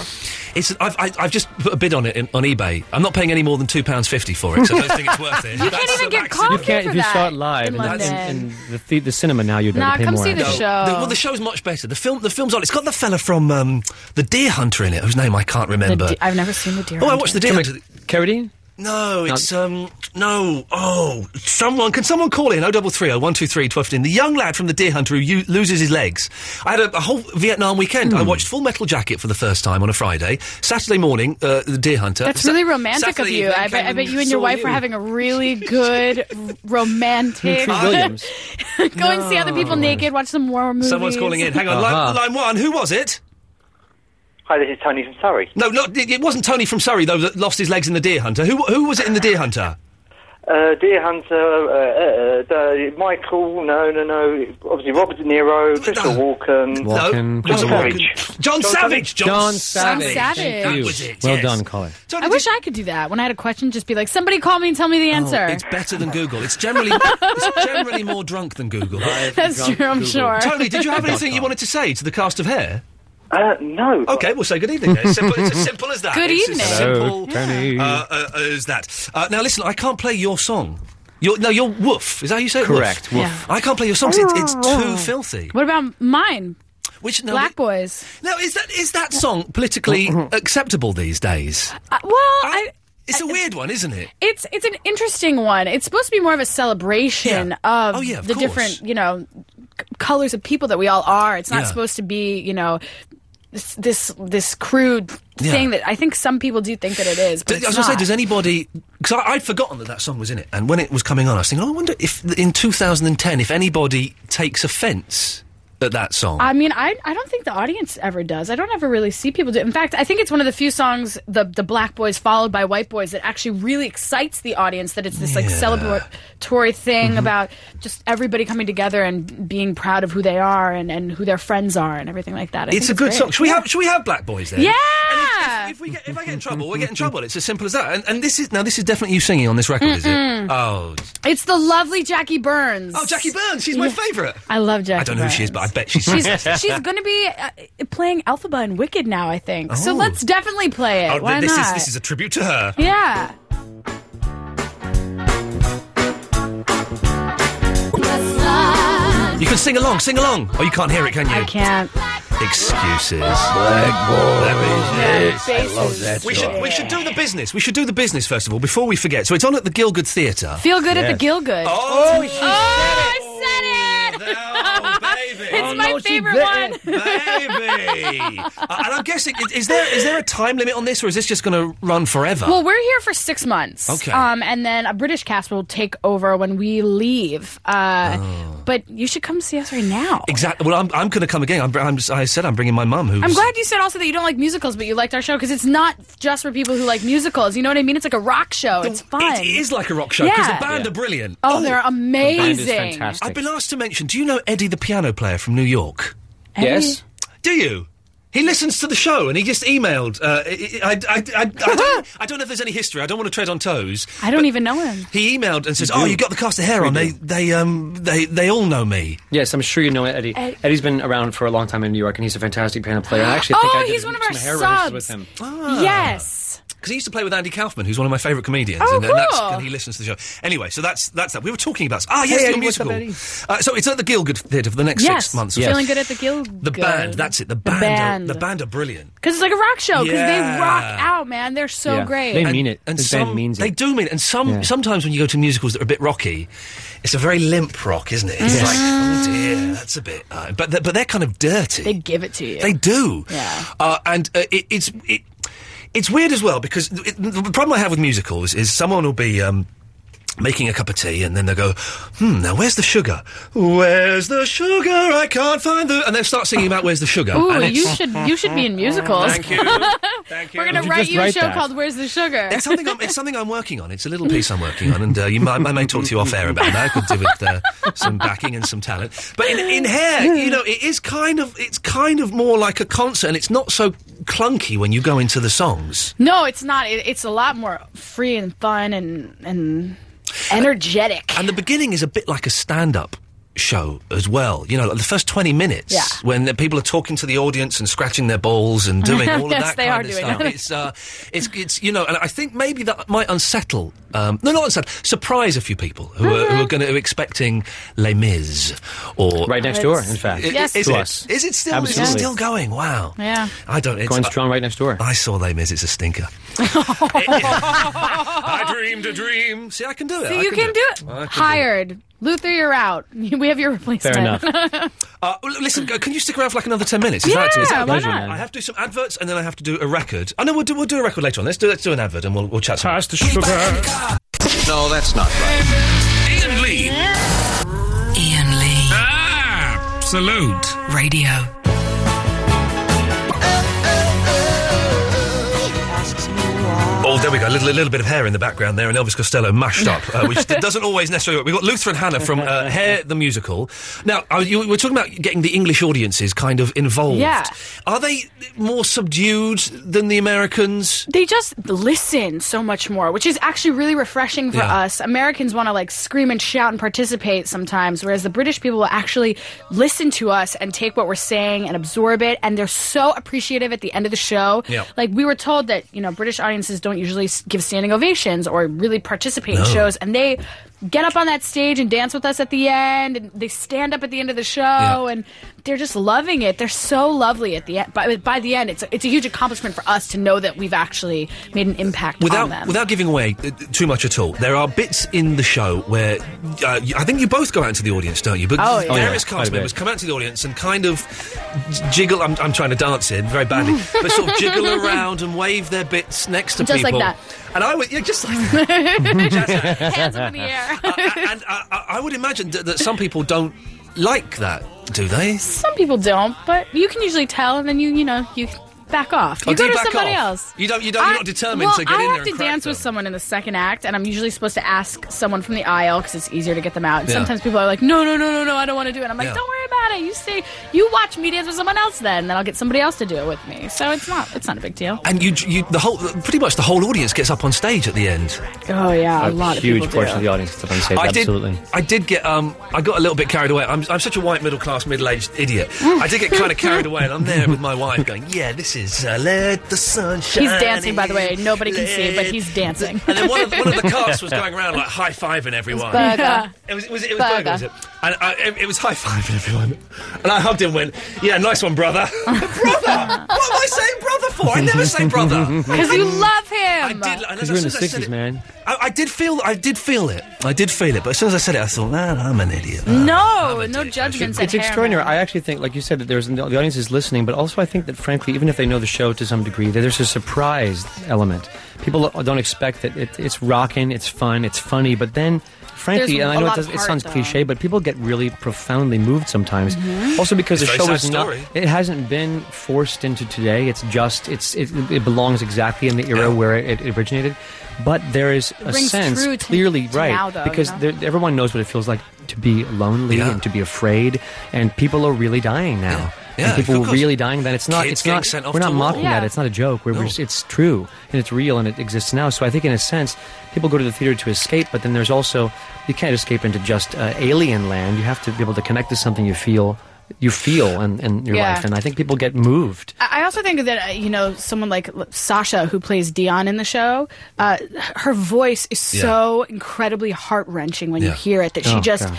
[SPEAKER 4] It's, I've, I, I've just put a bid on it in, on eBay. I'm not paying any more than two pounds fifty for it, so I don't think it's worth it.
[SPEAKER 5] You
[SPEAKER 4] That's
[SPEAKER 5] can't even
[SPEAKER 4] the
[SPEAKER 5] get
[SPEAKER 4] maximum.
[SPEAKER 5] coffee
[SPEAKER 8] Can't-
[SPEAKER 5] for
[SPEAKER 8] if you
[SPEAKER 5] that
[SPEAKER 8] saw it live
[SPEAKER 5] in
[SPEAKER 8] in, in,
[SPEAKER 5] London.
[SPEAKER 8] in the, the, the cinema now, you'd
[SPEAKER 5] Nah,
[SPEAKER 8] better pay
[SPEAKER 5] come
[SPEAKER 8] more.
[SPEAKER 5] see the
[SPEAKER 8] actually.
[SPEAKER 5] show.
[SPEAKER 4] The, well, the show's much better. The film, the film's on. It's got the fella from um, the Deer Hunter in it, whose name I can't
[SPEAKER 5] The
[SPEAKER 4] remember.
[SPEAKER 5] de- I've never seen the deer.
[SPEAKER 4] oh, I
[SPEAKER 5] Hunter.
[SPEAKER 4] watched the Deer Hunter.
[SPEAKER 8] Carradine?
[SPEAKER 4] No, it's um, no. Oh, someone can someone call in? Oh, double three, oh, one, two, three, twelve, fifteen. The young lad from the Deer Hunter who u- loses his legs. I had a, a whole Vietnam weekend. I watched Full Metal Jacket for the first time on a Friday. Saturday morning, uh, the Deer Hunter.
[SPEAKER 5] That's
[SPEAKER 4] Sa-
[SPEAKER 5] really romantic
[SPEAKER 4] Saturday
[SPEAKER 5] of you.
[SPEAKER 4] evening,
[SPEAKER 5] I bet,
[SPEAKER 4] came
[SPEAKER 5] I bet you and your
[SPEAKER 4] saw
[SPEAKER 5] wife
[SPEAKER 4] you.
[SPEAKER 5] were having a really good r- romantic.
[SPEAKER 8] Tree Williams.
[SPEAKER 5] Go and see other people naked, watch some war movies.
[SPEAKER 4] Someone's calling in. Hang on,
[SPEAKER 8] Uh-huh.
[SPEAKER 4] line, line one. Who was it?
[SPEAKER 1] Hi, this is Tony from Surrey.
[SPEAKER 4] No, not, it, it wasn't Tony from Surrey though that lost his legs in the Deer Hunter. Who who was it in the Deer Hunter?
[SPEAKER 1] Uh, Deer Hunter, uh, uh, uh, the- Michael, no, no, no. Obviously, Robert De Niro, Crystal Walken.
[SPEAKER 8] Walken,
[SPEAKER 4] John
[SPEAKER 8] Crystal
[SPEAKER 4] Savage.
[SPEAKER 1] Walken.
[SPEAKER 4] John
[SPEAKER 1] John
[SPEAKER 4] Savage.
[SPEAKER 8] John
[SPEAKER 5] Savage. Savage.
[SPEAKER 4] That
[SPEAKER 8] You.
[SPEAKER 4] was it.
[SPEAKER 8] Well
[SPEAKER 4] yes.
[SPEAKER 8] done, Colin.
[SPEAKER 4] Tony,
[SPEAKER 5] I
[SPEAKER 4] did
[SPEAKER 5] wish
[SPEAKER 4] you-
[SPEAKER 5] I could do that. When I had a question, just be like, somebody call me and tell me the
[SPEAKER 4] Oh,
[SPEAKER 5] answer.
[SPEAKER 4] it's better than Google. It's generally it's generally more drunk than Google.
[SPEAKER 5] That's true, I'm sure.
[SPEAKER 4] Tony, did you have anything you wanted to say to the cast of Hair?
[SPEAKER 1] Uh, no.
[SPEAKER 4] Okay, we'll say good evening. It's, simple, it's as simple as that.
[SPEAKER 5] Good
[SPEAKER 4] It's as
[SPEAKER 5] evening.
[SPEAKER 8] Hello,
[SPEAKER 4] simple,
[SPEAKER 8] Tony.
[SPEAKER 4] Uh, uh, as that. Uh, now, listen, I can't play your song. Your, no, your woof. Is that how you say it?
[SPEAKER 8] Correct,
[SPEAKER 4] Woof.
[SPEAKER 5] woof.
[SPEAKER 4] I can't play your song. 'cause It's, it's too filthy.
[SPEAKER 5] What about mine?
[SPEAKER 4] Which no,
[SPEAKER 5] Black
[SPEAKER 4] it-
[SPEAKER 5] Boys.
[SPEAKER 4] Now, is that is that song politically acceptable these days?
[SPEAKER 5] Uh, well, I,
[SPEAKER 4] it's a weird one, isn't it?
[SPEAKER 5] it's it's an interesting one. It's supposed to be more of a celebration
[SPEAKER 4] Yeah.
[SPEAKER 5] of,
[SPEAKER 4] Oh, yeah, of
[SPEAKER 5] the
[SPEAKER 4] course.
[SPEAKER 5] different, you know, c- colors of people that we all are. It's not
[SPEAKER 4] Yeah.
[SPEAKER 5] supposed to be, you know, this this, this crude
[SPEAKER 4] Yeah.
[SPEAKER 5] thing that I think some people do think that it is. But
[SPEAKER 4] I was
[SPEAKER 5] it's
[SPEAKER 4] going to say,
[SPEAKER 5] not.
[SPEAKER 4] does anybody? Because I'd forgotten that that song was in it, and when it was coming on, I was thinking, oh, I wonder if in 2010, if anybody takes offence at that song.
[SPEAKER 5] I mean, I, I don't think the audience ever does. I don't ever really see people do. it. In fact, I think it's one of the few songs, the the black boys followed by white boys, that actually really excites the audience. That it's this like
[SPEAKER 4] Yeah. Mm-hmm.
[SPEAKER 5] celebratory thing about just everybody coming together and being proud of who they are and, and who their friends are and everything like that. I
[SPEAKER 4] it's
[SPEAKER 5] think
[SPEAKER 4] a good
[SPEAKER 5] great.
[SPEAKER 4] song. Should we have? Should we have Black Boys then?
[SPEAKER 5] Yeah.
[SPEAKER 4] And if, if- if we get, if I get in trouble, we get in trouble. It's as simple as that. And, and this is now. This is definitely you singing on this record, is it? Oh,
[SPEAKER 5] It's the lovely Jackie Burns.
[SPEAKER 4] oh, Jackie Burns. She's my favourite.
[SPEAKER 5] I love Jackie.
[SPEAKER 4] I don't know who she is, but I
[SPEAKER 5] Burns.
[SPEAKER 4] bet she's.
[SPEAKER 5] She's, she's going to be uh, playing Alphaba and Wicked now, I think. So
[SPEAKER 4] Oh.
[SPEAKER 5] let's definitely play it.
[SPEAKER 4] Oh,
[SPEAKER 5] Why
[SPEAKER 4] this
[SPEAKER 5] not?
[SPEAKER 4] is this is a tribute to her.
[SPEAKER 5] yeah.
[SPEAKER 4] You can sing along, sing along. Oh, you can't hear it, can you?
[SPEAKER 5] I can't.
[SPEAKER 4] Excuses. Black Boys.
[SPEAKER 5] love that.
[SPEAKER 4] We should, we should do the business. We should do the business first of all before we forget. So it's on at the Gilgood Theatre.
[SPEAKER 5] Feel good at the Gilgood.
[SPEAKER 4] Oh, she
[SPEAKER 5] Oh, I said it!
[SPEAKER 4] baby. Oh,
[SPEAKER 5] it's my favorite one.
[SPEAKER 4] baby. Uh, and I'm guessing is- is there is there a time limit on this, or is this just going to run forever?
[SPEAKER 5] Well, we're here for six months.
[SPEAKER 4] Okay.
[SPEAKER 5] Um, and then a British cast will take over when we leave. Uh,
[SPEAKER 4] Oh.
[SPEAKER 5] But you should come see us right now.
[SPEAKER 4] exactly. Well, I'm, I'm going to come again. I'm, br- I'm, I said I'm bringing my mum. Who's
[SPEAKER 5] I'm glad you said also that you don't like musicals, but you liked our show because it's not just for people who like musicals. You know what I mean? It's like a rock show. it's fun.
[SPEAKER 4] It is like a rock show because
[SPEAKER 5] Yeah.
[SPEAKER 4] the band are brilliant.
[SPEAKER 5] Oh, they're
[SPEAKER 8] band is
[SPEAKER 5] amazing.
[SPEAKER 8] fantastic.
[SPEAKER 4] I've been asked to mention. Do you know Eddie, the piano player from New York?
[SPEAKER 8] Yes.
[SPEAKER 4] Do you? He listens to the show and he just emailed. Uh, I, I, I, I, I, don't, I don't know if there's any history. I don't want to tread on toes.
[SPEAKER 5] I don't even know him.
[SPEAKER 4] He emailed and says, "Oh, you got the cast of hair on. They, they, um, they, they all know me.
[SPEAKER 8] Yes, I'm sure you know Eddie.
[SPEAKER 5] Ed-
[SPEAKER 8] Eddie's been around for a long time in New York, and he's a fantastic piano player. And I actually think
[SPEAKER 5] Oh,
[SPEAKER 8] I did
[SPEAKER 5] he's one of our
[SPEAKER 8] some hair rehearsals
[SPEAKER 5] subs.
[SPEAKER 8] with him.
[SPEAKER 5] Yes.
[SPEAKER 4] Ah. Because he used to play with Andy Kaufman, who's one of my favourite comedians,
[SPEAKER 5] Oh,
[SPEAKER 4] and, and that's,
[SPEAKER 5] cool.
[SPEAKER 4] and he listens to the show. Anyway, so that's that's that. We were talking about ah yes,
[SPEAKER 8] Hey,
[SPEAKER 4] your
[SPEAKER 8] Eddie, what's up,
[SPEAKER 4] musical. uh, so it's at the Gilgood Theatre for the next
[SPEAKER 5] Yes.
[SPEAKER 4] six months. or so.
[SPEAKER 5] Feeling good at the Gilgood.
[SPEAKER 4] The band, that's it. The band,
[SPEAKER 5] band.
[SPEAKER 4] Are, the band are brilliant.
[SPEAKER 5] Because it's like a rock show. Because
[SPEAKER 4] Yeah.
[SPEAKER 5] they rock out, man. They're so
[SPEAKER 8] Yeah.
[SPEAKER 5] great.
[SPEAKER 8] They mean it.
[SPEAKER 4] And
[SPEAKER 8] This
[SPEAKER 4] some,
[SPEAKER 8] band means
[SPEAKER 4] they
[SPEAKER 8] it.
[SPEAKER 4] do mean it. And some
[SPEAKER 8] Yeah.
[SPEAKER 4] sometimes when you go to musicals that are a bit rocky, it's a very limp rock, isn't it? It's like oh dear, that's a bit. Uh, but they're, but they're kind of dirty.
[SPEAKER 5] they give it to you.
[SPEAKER 4] They do.
[SPEAKER 5] Yeah.
[SPEAKER 4] Uh, and uh, it, it's it, it's weird as well because it, the problem I have with musicals is someone will be. Um, Making a cup of tea, and then they'll go, hmm, now where's the sugar? Where's the sugar? I can't find the. And they'll start singing about where's the sugar.
[SPEAKER 5] Ooh,
[SPEAKER 4] and it's-
[SPEAKER 5] you should you should be in musicals.
[SPEAKER 4] Thank you. Thank you.
[SPEAKER 5] We're gonna
[SPEAKER 8] You
[SPEAKER 5] write
[SPEAKER 8] just
[SPEAKER 5] you a
[SPEAKER 8] write
[SPEAKER 5] show
[SPEAKER 8] that.
[SPEAKER 5] called "Where's the Sugar."
[SPEAKER 4] It's something, I'm, it's something I'm working on. It's a little piece I'm working on, and uh, you, might- I, may talk to you off air about that. I could do with uh, some backing and some talent. But in, in hair, you know, it is kind of it's kind of more like a concert, and it's not so clunky when you go into the songs.
[SPEAKER 5] No, it's not. It, it's a lot more free and fun and and energetic.
[SPEAKER 4] And the beginning is a bit like a stand-up show as well. You know, like the first twenty minutes
[SPEAKER 5] Yeah.
[SPEAKER 4] when the people are talking to the audience and scratching their balls and doing all
[SPEAKER 5] Yes,
[SPEAKER 4] of that
[SPEAKER 5] they
[SPEAKER 4] kind
[SPEAKER 5] are
[SPEAKER 4] of
[SPEAKER 5] doing
[SPEAKER 4] stuff.
[SPEAKER 5] that.
[SPEAKER 4] It's uh, it's it's you know, and I think maybe that might unsettle. Um, no, not unsettle. Surprise a few people who are
[SPEAKER 5] Mm-hmm.
[SPEAKER 4] who are going to expecting Les Mis or
[SPEAKER 8] Right next
[SPEAKER 5] It's-
[SPEAKER 8] door, in fact.
[SPEAKER 4] I-
[SPEAKER 5] Yes.
[SPEAKER 4] is,
[SPEAKER 8] To
[SPEAKER 4] it-
[SPEAKER 8] us.
[SPEAKER 4] is it still is it
[SPEAKER 8] Absolutely.
[SPEAKER 4] still going? Wow.
[SPEAKER 5] Yeah.
[SPEAKER 4] I don't. It's,
[SPEAKER 8] Going
[SPEAKER 4] I-
[SPEAKER 8] strong right next door.
[SPEAKER 4] I saw Les Mis. It's a stinker. I dreamed a dream. See, I can do it.
[SPEAKER 5] So
[SPEAKER 4] I
[SPEAKER 5] you can do it.
[SPEAKER 4] I can do
[SPEAKER 5] Hired Luther, you're out. We have your replacement.
[SPEAKER 8] Fair enough.
[SPEAKER 4] Uh, well, listen, g- can you stick around for like another ten minutes? Is
[SPEAKER 5] Yeah,
[SPEAKER 4] that, is that
[SPEAKER 5] why
[SPEAKER 4] okay?
[SPEAKER 5] not?
[SPEAKER 4] I have to do some adverts and then I have to do a record. Oh no, we'll do we'll do a record later on. Let's do let's do an advert and we'll we'll chat. Some.
[SPEAKER 2] Pass the sugar.
[SPEAKER 7] No, that's not right.
[SPEAKER 2] Ian Lee.
[SPEAKER 3] Ian Lee.
[SPEAKER 2] Absolute.
[SPEAKER 3] Radio.
[SPEAKER 4] Oh, there we go. a little, a little bit of hair in the background there, and Elvis Costello mashed up, uh, which doesn't always necessarily work. We've got Luther and Hannah from uh, Hair the Musical. Now, uh, you, we're talking about getting the English audiences kind of involved.
[SPEAKER 5] Yeah.
[SPEAKER 4] Are they more subdued than the Americans?
[SPEAKER 5] They just listen so much more, which is actually really refreshing for
[SPEAKER 4] Yeah.
[SPEAKER 5] us. Americans want to like scream and shout and participate sometimes, whereas the British people will actually listen to us and take what we're saying and absorb it. And they're so appreciative at the end of the show.
[SPEAKER 4] Yeah.
[SPEAKER 5] Like we were told that you know British audiences don't usually s- give standing ovations or really participate
[SPEAKER 4] No.
[SPEAKER 5] in shows, and they get up on that stage and dance with us at the end, and they stand up at the end of the show, and they're just loving it. They're so lovely at the end. By, by the end, it's a, it's a huge accomplishment for us to know that we've actually made an impact on
[SPEAKER 4] Without
[SPEAKER 5] them.
[SPEAKER 4] without giving away uh, too much at all, there are bits in the show where uh, you- I think you both go out into the audience, don't you? But
[SPEAKER 5] Oh, yeah. Oh,
[SPEAKER 4] various
[SPEAKER 8] yeah, quite
[SPEAKER 4] cast
[SPEAKER 8] a
[SPEAKER 4] members
[SPEAKER 8] bit.
[SPEAKER 4] come out to the audience and kind of j- jiggle. I'm, I'm trying to dance in very badly, but sort of jiggle around and wave their bits next to
[SPEAKER 5] Just like
[SPEAKER 4] people.
[SPEAKER 5] that.
[SPEAKER 4] And I would yeah, just like that. Just like that.
[SPEAKER 5] Hands up in the air.
[SPEAKER 4] Uh, and I, I- I would imagine that, that some people don't like that, do they?
[SPEAKER 5] Some people don't, but you can usually tell, and then you you know you back off. You
[SPEAKER 4] Oh, do
[SPEAKER 5] go to
[SPEAKER 4] back
[SPEAKER 5] somebody
[SPEAKER 4] off?
[SPEAKER 5] else.
[SPEAKER 4] You don't- you don't- you're not determined
[SPEAKER 5] well,
[SPEAKER 4] to get
[SPEAKER 5] I
[SPEAKER 4] in there
[SPEAKER 5] have
[SPEAKER 4] and
[SPEAKER 5] to
[SPEAKER 4] crack
[SPEAKER 5] dance with
[SPEAKER 4] them.
[SPEAKER 5] someone in the second act, and I'm usually supposed to ask someone from the aisle because it's easier to get them out. And
[SPEAKER 4] Yeah.
[SPEAKER 5] sometimes people are like, "No, no, no, no, no, I don't want to do it." I'm like,
[SPEAKER 4] Yeah.
[SPEAKER 5] "Don't worry about it. You stay. You watch me dance with someone else, then, and I'll get somebody else to do it with me." So it's not it's not a big deal.
[SPEAKER 4] And you, you, the whole, pretty much the whole audience gets up on stage at the end.
[SPEAKER 5] Oh yeah, a, lot
[SPEAKER 8] huge
[SPEAKER 5] of people
[SPEAKER 8] portion
[SPEAKER 5] do.
[SPEAKER 8] of the audience gets up on stage.
[SPEAKER 4] I
[SPEAKER 8] absolutely.
[SPEAKER 4] Did, I did get. Um, I got a little bit carried away. I'm, I'm such a white middle class middle aged idiot. I did get kind of carried away, and I'm there with my wife, going, "Yeah, this is uh, let the sun shine."
[SPEAKER 5] He's dancing, by the way.
[SPEAKER 4] in,
[SPEAKER 5] Nobody can see it, but
[SPEAKER 4] let
[SPEAKER 5] he's
[SPEAKER 4] the-"
[SPEAKER 5] dancing.
[SPEAKER 4] And then one of, one of the cast was going around like high fiving everyone.
[SPEAKER 5] Yeah.
[SPEAKER 4] It was, it was, it was
[SPEAKER 9] Burger.
[SPEAKER 4] Burger, was it? And I, it, it was high fiving everyone. And I hugged him and went, Yeah, nice one, brother. brother! What am I saying brother for? I never say brother.
[SPEAKER 5] Because you love him.
[SPEAKER 4] I did. and as
[SPEAKER 8] we're in
[SPEAKER 4] soon
[SPEAKER 8] the
[SPEAKER 4] as I said
[SPEAKER 8] 60s,
[SPEAKER 4] it-
[SPEAKER 8] man.
[SPEAKER 4] I, I did feel. I did feel it. I did feel it. But as soon as I said it, I thought, man, I'm an idiot. man. I'm
[SPEAKER 5] no,
[SPEAKER 4] an
[SPEAKER 5] no
[SPEAKER 4] idiot.
[SPEAKER 5] judgments.
[SPEAKER 8] It's
[SPEAKER 5] at
[SPEAKER 8] extraordinary.
[SPEAKER 5] Harriman.
[SPEAKER 8] I actually think, like you said, that there's the audience is listening, but also I think that, frankly, even if they know the show to some degree, that there's a surprise element. People don't expect that it, it's rocking, it's fun, it's funny, but then, frankly,
[SPEAKER 5] There's
[SPEAKER 8] and
[SPEAKER 5] a
[SPEAKER 8] I know it,
[SPEAKER 5] lot
[SPEAKER 8] does,
[SPEAKER 5] of
[SPEAKER 8] it
[SPEAKER 5] heart,
[SPEAKER 8] sounds
[SPEAKER 5] though. Mm-hmm.
[SPEAKER 8] cliche, but people get really profoundly moved sometimes. Also because
[SPEAKER 4] It's a
[SPEAKER 8] the show
[SPEAKER 4] very sad
[SPEAKER 8] is not,
[SPEAKER 4] story.
[SPEAKER 8] it hasn't been forced into today. It's just it's it, it belongs exactly in the era
[SPEAKER 4] Yeah.
[SPEAKER 8] where it, originated. But there is a
[SPEAKER 5] rings
[SPEAKER 8] sense
[SPEAKER 5] true to-
[SPEAKER 8] clearly
[SPEAKER 5] to
[SPEAKER 8] right
[SPEAKER 5] now, though, you
[SPEAKER 8] because
[SPEAKER 5] know?
[SPEAKER 8] there, everyone knows what it feels like to be lonely
[SPEAKER 4] Yeah.
[SPEAKER 8] and to be afraid, and people are really dying now.
[SPEAKER 4] Yeah. Yeah,
[SPEAKER 8] and people
[SPEAKER 4] of
[SPEAKER 8] are
[SPEAKER 4] course.
[SPEAKER 8] really dying. Then it's not.
[SPEAKER 4] Kids
[SPEAKER 8] it's
[SPEAKER 4] getting
[SPEAKER 8] not.
[SPEAKER 4] sent off
[SPEAKER 8] we're
[SPEAKER 4] to
[SPEAKER 8] not
[SPEAKER 4] war.
[SPEAKER 8] mocking
[SPEAKER 5] Yeah.
[SPEAKER 8] that. It's not a joke. We're, we're
[SPEAKER 4] No.
[SPEAKER 8] just- it's true and it's real and it exists now. So I think, in a sense, people go to the theater to escape. But then there's also you can't escape into just uh, alien land. You have to be able to connect to something you feel. You feel in, in your
[SPEAKER 5] Yeah.
[SPEAKER 8] life, and I think people get moved.
[SPEAKER 5] I I also think that uh, you know someone like L- Sasha, who plays Dion in the show, uh, her voice is
[SPEAKER 4] Yeah.
[SPEAKER 5] so incredibly heart wrenching when you
[SPEAKER 4] Yeah.
[SPEAKER 5] hear it that she
[SPEAKER 8] Oh,
[SPEAKER 5] just.
[SPEAKER 8] God.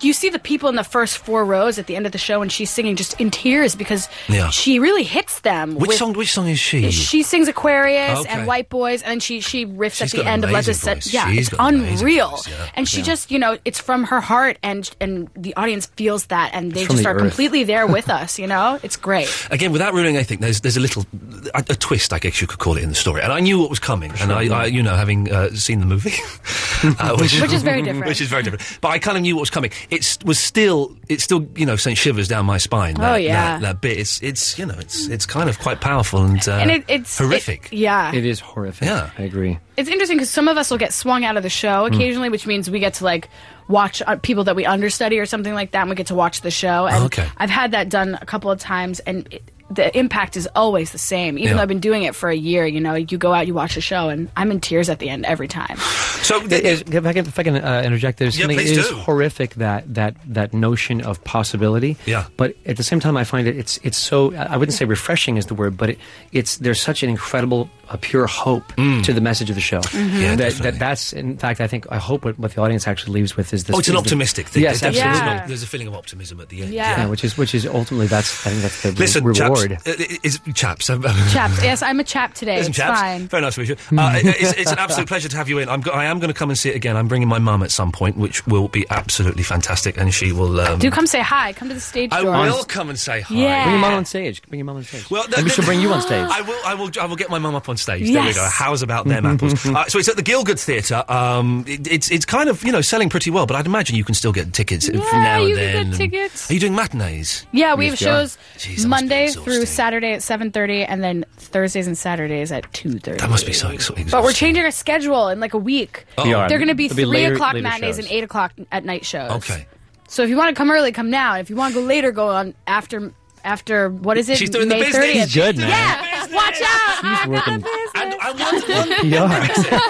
[SPEAKER 5] You see the people in the first four rows at the end of the show, and she's singing just in tears because
[SPEAKER 4] Yeah.
[SPEAKER 5] she really hits them.
[SPEAKER 4] Which
[SPEAKER 5] with-
[SPEAKER 4] song? Which song is she?
[SPEAKER 5] She sings Aquarius
[SPEAKER 4] Okay.
[SPEAKER 5] and White Boys, and she she riffs
[SPEAKER 4] She's
[SPEAKER 5] at the
[SPEAKER 4] got an
[SPEAKER 5] end of Let
[SPEAKER 4] amazing
[SPEAKER 5] This Set.
[SPEAKER 4] voice.
[SPEAKER 5] Yeah,
[SPEAKER 4] She's
[SPEAKER 5] it's
[SPEAKER 4] got an amazing
[SPEAKER 5] unreal,
[SPEAKER 4] voice, yeah.
[SPEAKER 5] and she just you know it's from her heart, and and the audience feels that, and they
[SPEAKER 8] from
[SPEAKER 5] just
[SPEAKER 8] the
[SPEAKER 5] are
[SPEAKER 8] earth.
[SPEAKER 5] completely there with us. You know, it's great.
[SPEAKER 4] Again, without ruining anything, there's there's a little a, a twist, I guess you could call it, in the story. And I knew what was coming, and I, I, you know, having uh, seen the movie, uh,
[SPEAKER 5] Which is very different.
[SPEAKER 4] Which is very different. But I kind of knew what was coming. It was still, it's still, you know, sent shivers down my spine. That,
[SPEAKER 5] Oh, yeah.
[SPEAKER 4] that, that bit. It's, it's, you know, it's, it's kind of quite powerful and, uh,
[SPEAKER 5] and it, it's it-
[SPEAKER 4] horrific.
[SPEAKER 5] yeah,
[SPEAKER 8] It is horrific.
[SPEAKER 4] Yeah.
[SPEAKER 8] I agree.
[SPEAKER 5] it's interesting because some of us will get swung out of the show
[SPEAKER 4] Mm.
[SPEAKER 5] occasionally, which means we get to like watch uh, people that we understudy or something like that, and we get to watch the show. And
[SPEAKER 4] Oh, okay.
[SPEAKER 5] I've had that done a couple of times, and it, the impact is always the same. Even
[SPEAKER 4] Yeah.
[SPEAKER 5] though I've been doing it for a year, you know, you go out, you watch a show, and I'm in tears at the end every time.
[SPEAKER 4] so
[SPEAKER 8] It is- if I can, if I can uh, interject, there's
[SPEAKER 4] Yeah,
[SPEAKER 8] something it
[SPEAKER 4] please
[SPEAKER 8] is
[SPEAKER 4] do.
[SPEAKER 8] horrific that that that notion of possibility.
[SPEAKER 4] Yeah.
[SPEAKER 8] But at the same time, I find it it's it's so I wouldn't say refreshing is the word, but it, it's there's such an incredible uh, pure hope to the message of the show.
[SPEAKER 4] Mm. Yeah,
[SPEAKER 8] that,
[SPEAKER 4] definitely.
[SPEAKER 8] that that's in fact I think I hope what, what the audience actually leaves with is this.
[SPEAKER 4] Oh, it's an
[SPEAKER 8] is the-
[SPEAKER 4] optimistic thing.
[SPEAKER 8] Yes,
[SPEAKER 4] There's
[SPEAKER 8] absolutely.
[SPEAKER 4] definitely-
[SPEAKER 5] Yeah.
[SPEAKER 4] There's a feeling of optimism at the end.
[SPEAKER 5] Yeah.
[SPEAKER 8] Yeah, which is which is ultimately that's I think that's the re-
[SPEAKER 4] Listen,
[SPEAKER 8] reward.
[SPEAKER 4] chaps, uh, i- is, chaps, um,
[SPEAKER 5] Chaps, yes, I'm a chap today.
[SPEAKER 4] Listen,
[SPEAKER 5] it's
[SPEAKER 4] chaps,
[SPEAKER 5] fine.
[SPEAKER 4] very nice to meet you. Uh, i- it's, it's an absolute pleasure to have you in. I'm go- I am going to come and see it again. I'm bringing my mum at some point, which will be absolutely fantastic, and she will. Um,
[SPEAKER 5] Do come say hi. Come to the stage
[SPEAKER 4] I
[SPEAKER 5] door.
[SPEAKER 4] will come and say hi.
[SPEAKER 5] Yeah.
[SPEAKER 8] Bring your mom on stage. Bring your mom on stage.
[SPEAKER 4] Well,
[SPEAKER 8] Maybe she'll bring you on stage.
[SPEAKER 4] I will. I will. I will get my mum up on on stage. There we
[SPEAKER 5] Yes.
[SPEAKER 4] go. How's about them apples? Uh, so it's at the Gilgood Theatre. Um, it, it's it's kind of you know selling pretty well, but I'd imagine you can still get tickets from now and
[SPEAKER 5] you can
[SPEAKER 4] then.
[SPEAKER 5] get
[SPEAKER 4] and-
[SPEAKER 5] tickets.
[SPEAKER 4] Are you doing matinees?
[SPEAKER 5] Yeah, we have
[SPEAKER 8] you are.
[SPEAKER 5] shows
[SPEAKER 4] Jeez, that must be
[SPEAKER 5] Monday
[SPEAKER 4] exhausting.
[SPEAKER 5] through Saturday at 7:30 and then Thursdays and Saturdays at 2:30.
[SPEAKER 4] That must be so ex- exhausting.
[SPEAKER 5] But we're changing our schedule in like a week.
[SPEAKER 4] Uh-oh. Oh. We are.
[SPEAKER 5] They're going to be
[SPEAKER 8] It'll
[SPEAKER 5] three
[SPEAKER 8] later-
[SPEAKER 5] o'clock
[SPEAKER 8] later
[SPEAKER 5] matinees
[SPEAKER 8] shows.
[SPEAKER 5] and eight o'clock at night shows.
[SPEAKER 4] Okay.
[SPEAKER 5] So if you want to come early, come now. If you want to go later, go on after after what is it?
[SPEAKER 4] She's doing the
[SPEAKER 5] May
[SPEAKER 4] business.
[SPEAKER 5] 30th.
[SPEAKER 4] She's
[SPEAKER 8] good, man.
[SPEAKER 5] Yeah, watch out. I'm not
[SPEAKER 8] working.
[SPEAKER 5] a business.
[SPEAKER 4] And, and one, one,
[SPEAKER 8] Yeah.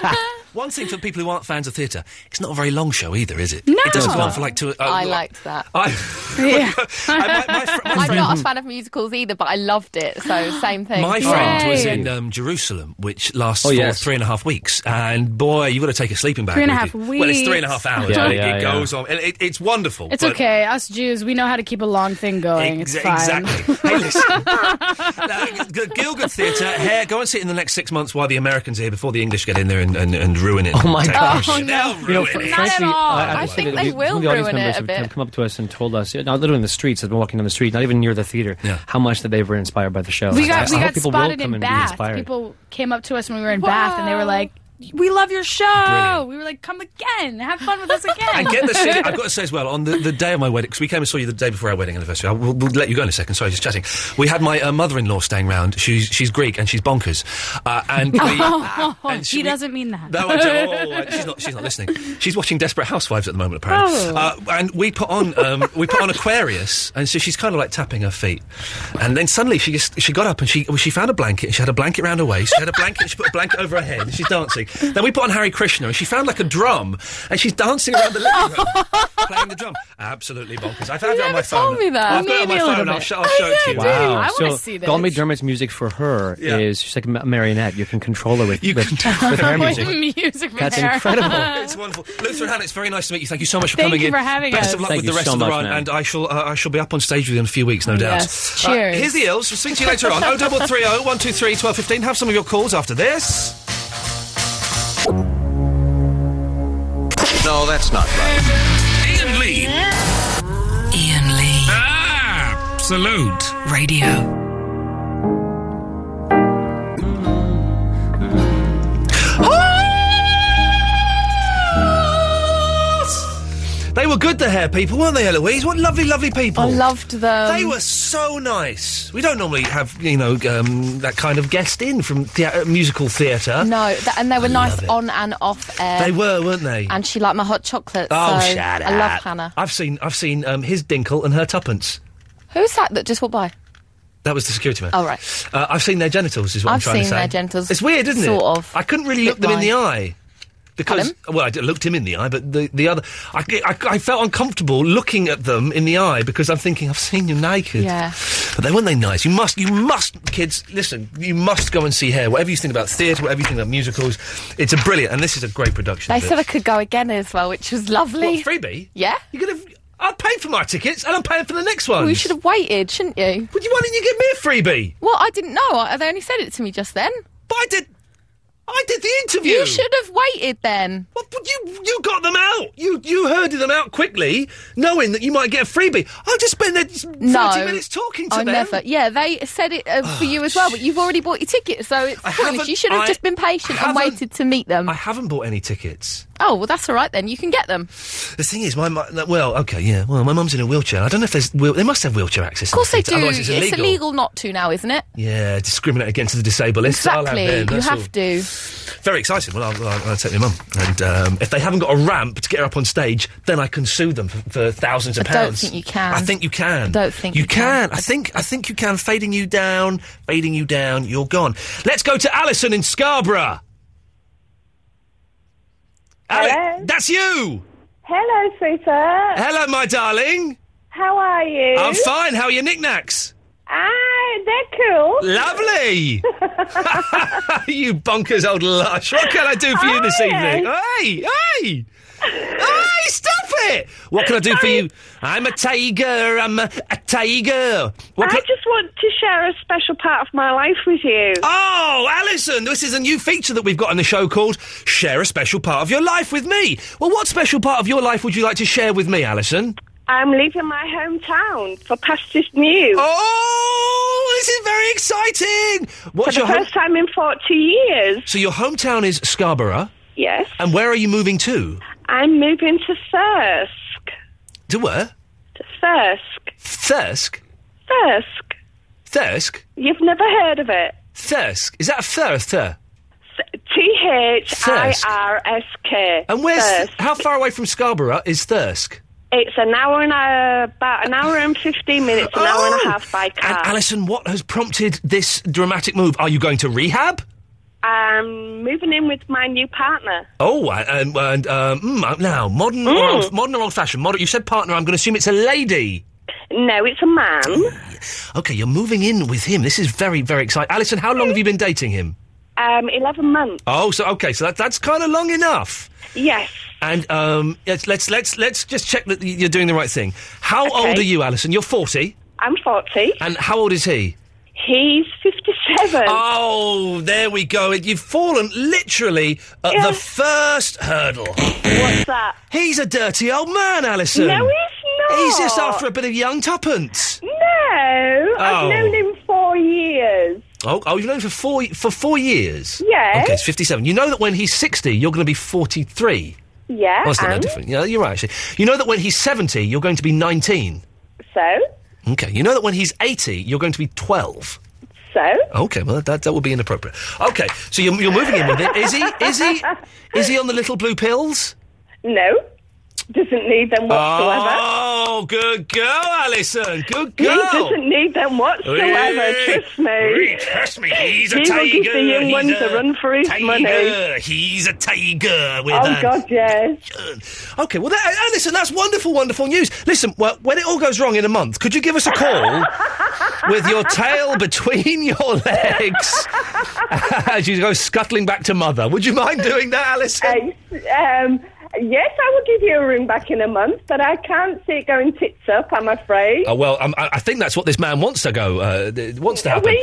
[SPEAKER 4] one thing for people who aren't fans of theatre, it's not a very long show either, is it?
[SPEAKER 5] No.
[SPEAKER 4] It doesn't go on for like two. Uh,
[SPEAKER 9] I liked that.
[SPEAKER 4] I,
[SPEAKER 5] Yeah.
[SPEAKER 4] I- my, my, fr- my
[SPEAKER 9] I'm
[SPEAKER 4] friend-
[SPEAKER 9] not a fan of musicals either, but I loved it. So same thing.
[SPEAKER 4] My friend was
[SPEAKER 5] Yay.
[SPEAKER 4] in um, Jerusalem, which lasts
[SPEAKER 8] Oh,
[SPEAKER 4] for
[SPEAKER 8] yes.
[SPEAKER 4] three and a half weeks. And boy, you've got to take a sleeping bag.
[SPEAKER 5] Three and a
[SPEAKER 4] with
[SPEAKER 5] half
[SPEAKER 4] you. Well, it's three and a half
[SPEAKER 5] weeks.
[SPEAKER 4] hours.
[SPEAKER 8] Yeah,
[SPEAKER 4] but it-
[SPEAKER 8] yeah,
[SPEAKER 4] it
[SPEAKER 8] yeah.
[SPEAKER 4] goes on. and it- it's wonderful.
[SPEAKER 5] It's
[SPEAKER 4] but-
[SPEAKER 5] okay. Us Jews, we know how to keep a long thing going.
[SPEAKER 4] Ex-
[SPEAKER 5] it's fine.
[SPEAKER 4] Exactly. Hey, listen. Now, the Gilgood Theatre, hair, go and sit in the next six months while the Americans are here before the English get in there and, and, and ruin it.
[SPEAKER 8] Oh, my gosh.
[SPEAKER 4] They'll
[SPEAKER 9] Oh, no.
[SPEAKER 4] ruin
[SPEAKER 8] You know,
[SPEAKER 4] it.
[SPEAKER 8] fr-
[SPEAKER 5] Not at
[SPEAKER 8] frankly,
[SPEAKER 5] all.
[SPEAKER 8] I,
[SPEAKER 9] I
[SPEAKER 8] said
[SPEAKER 9] think
[SPEAKER 8] that
[SPEAKER 9] they
[SPEAKER 8] the-
[SPEAKER 9] will
[SPEAKER 8] some of the audience
[SPEAKER 9] ruin it
[SPEAKER 8] members
[SPEAKER 9] a
[SPEAKER 8] have
[SPEAKER 9] bit.
[SPEAKER 8] come- come up to us and told us, not literally in the streets, as we're walking down the street, not even near the theater,
[SPEAKER 4] Yeah.
[SPEAKER 8] how much that they were inspired by the show.
[SPEAKER 5] We
[SPEAKER 8] I- I
[SPEAKER 5] got we
[SPEAKER 8] hope
[SPEAKER 5] got
[SPEAKER 8] people will
[SPEAKER 5] spotted
[SPEAKER 8] come
[SPEAKER 5] in
[SPEAKER 8] and be
[SPEAKER 5] Bath.
[SPEAKER 8] inspired.
[SPEAKER 5] People came up to us when we were in Bath, and they were like, "We love your show." We were like, "Come again, have fun with us again."
[SPEAKER 4] And get the city. I've got to say as well, on the, the day of my wedding, because we came and saw you the day before our wedding anniversary. I will, we'll let you go in a second. Sorry, just chatting. We had my uh, mother-in-law staying round. She's she's Greek and she's bonkers. Uh, and we,
[SPEAKER 5] Oh,
[SPEAKER 4] and
[SPEAKER 5] he doesn't mean that.
[SPEAKER 4] No, I don't. Oh, oh, oh, she's not. She's not listening. She's watching Desperate Housewives at the moment, apparently.
[SPEAKER 5] Oh.
[SPEAKER 4] Uh, and we put on um, we put on Aquarius, and so she's kind of like tapping her feet. And then suddenly she just, she got up and she well, she found a blanket. and She had a blanket round her waist. She had a blanket. she put a blanket over her head. And she's dancing. Then we put on Harry Krishna, and she found like a drum, and she's dancing around the living room playing the drum. Absolutely bonkers. I found it on my
[SPEAKER 9] never told
[SPEAKER 4] phone.
[SPEAKER 9] me that.
[SPEAKER 4] I've got it on
[SPEAKER 5] Maybe
[SPEAKER 4] my
[SPEAKER 5] a little
[SPEAKER 4] phone. I'll,
[SPEAKER 5] bit.
[SPEAKER 4] sh- I'll show it to you.
[SPEAKER 5] dude.
[SPEAKER 8] Wow.
[SPEAKER 5] I wanna
[SPEAKER 8] so
[SPEAKER 5] see this.
[SPEAKER 8] Don McDermott's music for her
[SPEAKER 4] Yeah.
[SPEAKER 8] is she's like a ma- marionette. You can control her with,
[SPEAKER 4] You
[SPEAKER 8] with,
[SPEAKER 4] can tell.
[SPEAKER 8] with her music.
[SPEAKER 5] music from
[SPEAKER 8] That's
[SPEAKER 5] there.
[SPEAKER 8] incredible.
[SPEAKER 4] It's wonderful. Luther and Hannah, it's very nice to meet you. Thank you so much for
[SPEAKER 5] Thank
[SPEAKER 4] coming
[SPEAKER 5] you
[SPEAKER 4] in.
[SPEAKER 5] for having
[SPEAKER 4] Best
[SPEAKER 5] us.
[SPEAKER 4] of luck
[SPEAKER 8] Thank
[SPEAKER 4] with
[SPEAKER 8] you
[SPEAKER 4] the rest
[SPEAKER 8] so
[SPEAKER 4] of the
[SPEAKER 8] much,
[SPEAKER 4] run,
[SPEAKER 8] man.
[SPEAKER 4] and I shall uh, I shall be up on stage with you in a few weeks, no doubt.
[SPEAKER 5] Yes.
[SPEAKER 4] Uh,
[SPEAKER 5] Cheers.
[SPEAKER 4] here's the ills. We'll speak to you later on. 0330 123 1215. Have some of your calls after this.
[SPEAKER 7] No, that's not right.
[SPEAKER 2] Ian Lee.
[SPEAKER 3] Ian Lee.
[SPEAKER 2] Absolute.
[SPEAKER 3] Radio.
[SPEAKER 4] They were good, the hair people, weren't they, Eloise? What lovely, lovely people.
[SPEAKER 9] I loved them.
[SPEAKER 4] They were so nice. We don't normally have, you know, um, that kind of guest in from the- uh, musical theatre.
[SPEAKER 9] No, th- and they were nice
[SPEAKER 4] it.
[SPEAKER 9] on and off air.
[SPEAKER 4] They were, weren't they?
[SPEAKER 9] And she liked my hot chocolate.
[SPEAKER 4] oh,
[SPEAKER 9] Uh, so
[SPEAKER 4] shut up.
[SPEAKER 9] I love Hannah.
[SPEAKER 4] I've seen, I've seen um, his dinkle and her tuppence.
[SPEAKER 9] Who's that that just walked by?
[SPEAKER 4] That was the security man.
[SPEAKER 9] Oh, right.
[SPEAKER 4] Uh, I've seen their genitals, is what am
[SPEAKER 9] I've
[SPEAKER 4] trying to
[SPEAKER 9] seen
[SPEAKER 4] say.
[SPEAKER 9] their genitals,
[SPEAKER 4] It's weird, isn't it?
[SPEAKER 9] sort of.
[SPEAKER 4] I couldn't really look
[SPEAKER 9] Bit
[SPEAKER 4] them in the
[SPEAKER 9] wide.
[SPEAKER 4] eye. Because, well, I d- looked him in the eye, but the, the other. I, I, I felt uncomfortable looking at them in the eye because I'm thinking, I've seen you naked.
[SPEAKER 9] Yeah.
[SPEAKER 4] But they weren't they nice? You must, you must, kids, listen, you must go and see hair. Whatever you think about theatre, whatever you think about musicals, it's a brilliant, and this is a great production.
[SPEAKER 9] They
[SPEAKER 4] of it.
[SPEAKER 9] said I could go again as well, which was lovely.
[SPEAKER 4] What, freebie?
[SPEAKER 9] Yeah.
[SPEAKER 4] You're going to. I paid for my tickets and I'm paying for the next one.
[SPEAKER 9] Well, you should have waited, shouldn't you?
[SPEAKER 4] Why didn't you give me a freebie?
[SPEAKER 9] Well, I didn't know. I- They only said it to me just then.
[SPEAKER 4] But I did. I did the interview.
[SPEAKER 9] You should have waited then.
[SPEAKER 4] What, but you you got them out. You you herded them out quickly, knowing that you might get a freebie. I just spent the thirty
[SPEAKER 9] No,
[SPEAKER 4] minutes talking to
[SPEAKER 9] I
[SPEAKER 4] them.
[SPEAKER 9] never. Yeah, they said it uh, for you as well, but you've already bought your ticket, so it's
[SPEAKER 4] I haven't-
[SPEAKER 9] pointless. You should have
[SPEAKER 4] I
[SPEAKER 9] just been patient and
[SPEAKER 4] haven't-
[SPEAKER 9] waited to meet them.
[SPEAKER 4] I haven't bought any tickets.
[SPEAKER 9] Oh well, that's all right then. You can get them. Of
[SPEAKER 4] The thing is, my, mu- no, well, okay, yeah, well, my mum's in a wheelchair. I don't know if there's wheel, they must have wheelchair access. Of
[SPEAKER 9] course they do.
[SPEAKER 4] Otherwise, it's illegal.
[SPEAKER 9] not to now, isn't it?
[SPEAKER 4] Yeah, discriminate against the disabled. I'll have
[SPEAKER 9] Exactly.
[SPEAKER 4] them,
[SPEAKER 9] you
[SPEAKER 4] that's
[SPEAKER 9] have
[SPEAKER 4] all.
[SPEAKER 9] to.
[SPEAKER 4] Very excited. Well, I'll, I'll, I'll take my mum. And um, if they haven't got a ramp to get her up on stage, then I can sue them for, for thousands of
[SPEAKER 9] I don't
[SPEAKER 4] pounds.
[SPEAKER 9] think you can.
[SPEAKER 4] I think you can. I
[SPEAKER 9] don't think you
[SPEAKER 4] can.
[SPEAKER 9] can.
[SPEAKER 4] I think I think you can. Fading you down, fading you down. You're gone. Let's go to Alison in Scarborough. Ali-
[SPEAKER 10] Hello?
[SPEAKER 4] that's you.
[SPEAKER 10] Hello, sweetheart.
[SPEAKER 4] Hello, my darling.
[SPEAKER 10] How are you?
[SPEAKER 4] I'm fine. How are your knickknacks?
[SPEAKER 10] ah, they're cool.
[SPEAKER 4] Lovely. you bonkers old lush. What can I do for you this
[SPEAKER 10] Hi.
[SPEAKER 4] evening? Hey, hey. Hey, stop it! What can I do for you? I'm a tiger. I'm a, a tiger. What
[SPEAKER 10] I
[SPEAKER 4] can
[SPEAKER 10] just want to share a special part of my life with you.
[SPEAKER 4] Oh, Alison, this is a new feature that we've got on the show called Share a Special Part of Your Life with Me. Well, what special part of your life would you like to share with me, Alison?
[SPEAKER 10] I'm leaving my hometown for Pastures New.
[SPEAKER 4] Oh, this is very exciting.
[SPEAKER 10] for
[SPEAKER 4] What's
[SPEAKER 10] the
[SPEAKER 4] your home?
[SPEAKER 10] first time in 40 years.
[SPEAKER 4] So your hometown is Scarborough,
[SPEAKER 10] Yes.
[SPEAKER 4] and where are you moving to?
[SPEAKER 10] I'm moving to Thirsk.
[SPEAKER 4] To where?
[SPEAKER 10] To Thirsk.
[SPEAKER 4] Thirsk.
[SPEAKER 10] Thirsk.
[SPEAKER 4] Thirsk.
[SPEAKER 10] You've never heard of it.
[SPEAKER 4] Thirsk. Is that a Thirsk? Thir?
[SPEAKER 10] T H I R S K.
[SPEAKER 4] And where's
[SPEAKER 10] Thirsk.
[SPEAKER 4] how far away from Scarborough is Thirsk?
[SPEAKER 10] It's an hour and a, about an hour and 15 minutes, an hour
[SPEAKER 4] Oh!
[SPEAKER 10] and a half by car.
[SPEAKER 4] And Alison, what has prompted this dramatic move? Are you going to rehab?
[SPEAKER 10] I'm moving in with my new partner.
[SPEAKER 4] Oh, and, and um, mm, uh, now modern, or
[SPEAKER 10] Mm.
[SPEAKER 4] old, modern or old-fashioned. Modern, you said partner. I'm going to assume it's a lady.
[SPEAKER 10] No, it's a man.
[SPEAKER 4] Okay, you're moving in with him. This is very, very exciting. Alison, how long have you been dating him?
[SPEAKER 10] Um, 11 months.
[SPEAKER 4] Oh, so okay, so that, that's kind of long enough.
[SPEAKER 10] Yes.
[SPEAKER 4] And um, let's, let's let's let's just check that y- you're doing the right thing. How old
[SPEAKER 10] Okay.
[SPEAKER 4] are you, Alison? You're 40.
[SPEAKER 10] I'm 40.
[SPEAKER 4] And how old is he?
[SPEAKER 10] He's 57.
[SPEAKER 4] Oh, there we go. You've fallen literally at the first hurdle. What's
[SPEAKER 10] that?
[SPEAKER 4] He's a dirty old man, Alison.
[SPEAKER 10] No, he's not.
[SPEAKER 4] He's just after a bit of young tuppence.
[SPEAKER 10] No,
[SPEAKER 4] Oh.
[SPEAKER 10] I've known him four years.
[SPEAKER 4] Oh, oh, you've known him for four for four years.
[SPEAKER 10] Yes.
[SPEAKER 4] Okay, it's fifty-seven. You know that when he's sixty, you're going to be forty-three.
[SPEAKER 10] Yeah,
[SPEAKER 4] Oh, it's not that
[SPEAKER 10] and
[SPEAKER 4] different. Yeah, you're right. Actually, you know that when he's seventy, you're going to be nineteen.
[SPEAKER 10] so,
[SPEAKER 4] Okay. You know that when he's eighty, you're going to be twelve.
[SPEAKER 10] so.
[SPEAKER 4] Okay, well that that would be inappropriate. Okay, so you're, you're moving in with it. Is he is he is he on the little blue pills?
[SPEAKER 10] No, doesn't need them whatsoever.
[SPEAKER 4] Oh, good girl, Alison. Good
[SPEAKER 10] he
[SPEAKER 4] girl.
[SPEAKER 10] doesn't need them whatsoever.
[SPEAKER 4] Eh,
[SPEAKER 10] Trust me.
[SPEAKER 4] Trust me, he's a
[SPEAKER 10] he
[SPEAKER 4] tiger.
[SPEAKER 10] will give the young
[SPEAKER 4] he's
[SPEAKER 10] ones
[SPEAKER 4] a,
[SPEAKER 10] a run for his
[SPEAKER 4] tiger.
[SPEAKER 10] money.
[SPEAKER 4] He's a tiger with um,
[SPEAKER 10] Oh
[SPEAKER 4] a
[SPEAKER 10] God, yes.
[SPEAKER 4] Okay, well, that, uh, listen, that's wonderful, wonderful news. Listen, well, when it all goes wrong in a month, could you give us a call with your tail between your legs as you go scuttling back to mother? Would you mind doing that, Alison?
[SPEAKER 10] Um, yes, I will give you a ring back in a month, but I can't see it going tits up. I'm afraid.
[SPEAKER 4] Uh, well, um, I, I think that's what this man wants to go, uh, th- wants to happen.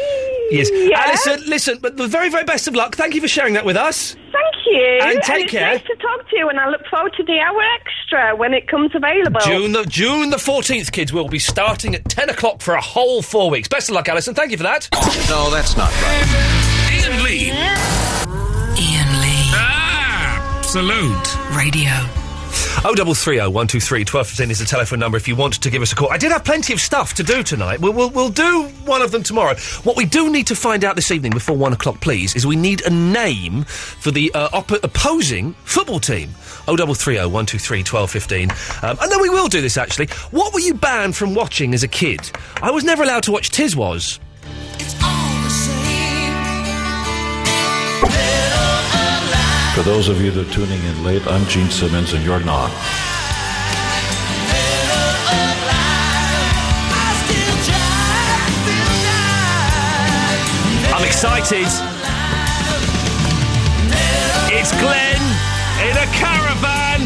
[SPEAKER 4] Yes.
[SPEAKER 10] yeah.
[SPEAKER 4] Alison, listen, but the very, very best of luck. Thank you for sharing that with us.
[SPEAKER 10] Thank you.
[SPEAKER 4] And take
[SPEAKER 10] it's
[SPEAKER 4] care.
[SPEAKER 10] Nice to talk to you, and I look forward to the hour extra when it comes available.
[SPEAKER 4] June the June the fourteenth, kids. We'll be starting at ten o'clock for a whole four weeks. Best of luck, Alison. Thank you for that.
[SPEAKER 7] No, that's not right.
[SPEAKER 2] Ian Lee.
[SPEAKER 3] Ian Lee.
[SPEAKER 2] Absolute.
[SPEAKER 3] Radio.
[SPEAKER 4] Oh double three oh one two three twelve fifteen is the telephone number if you want to give us a call. I did have plenty of stuff to do tonight. We'll, we'll, we'll do one of them tomorrow. What we do need to find out this evening before one o'clock, please, is we need a name for the uh, oppo- opposing football team. Oh double three oh one two three twelve fifteen. Um, and then we will do this actually. What were you banned from watching as a kid? I was never allowed to watch Tiz was.
[SPEAKER 11] For those of you that are tuning in late, I'm Gene Simmons and you're not.
[SPEAKER 4] I'm excited. It's Glenn in a caravan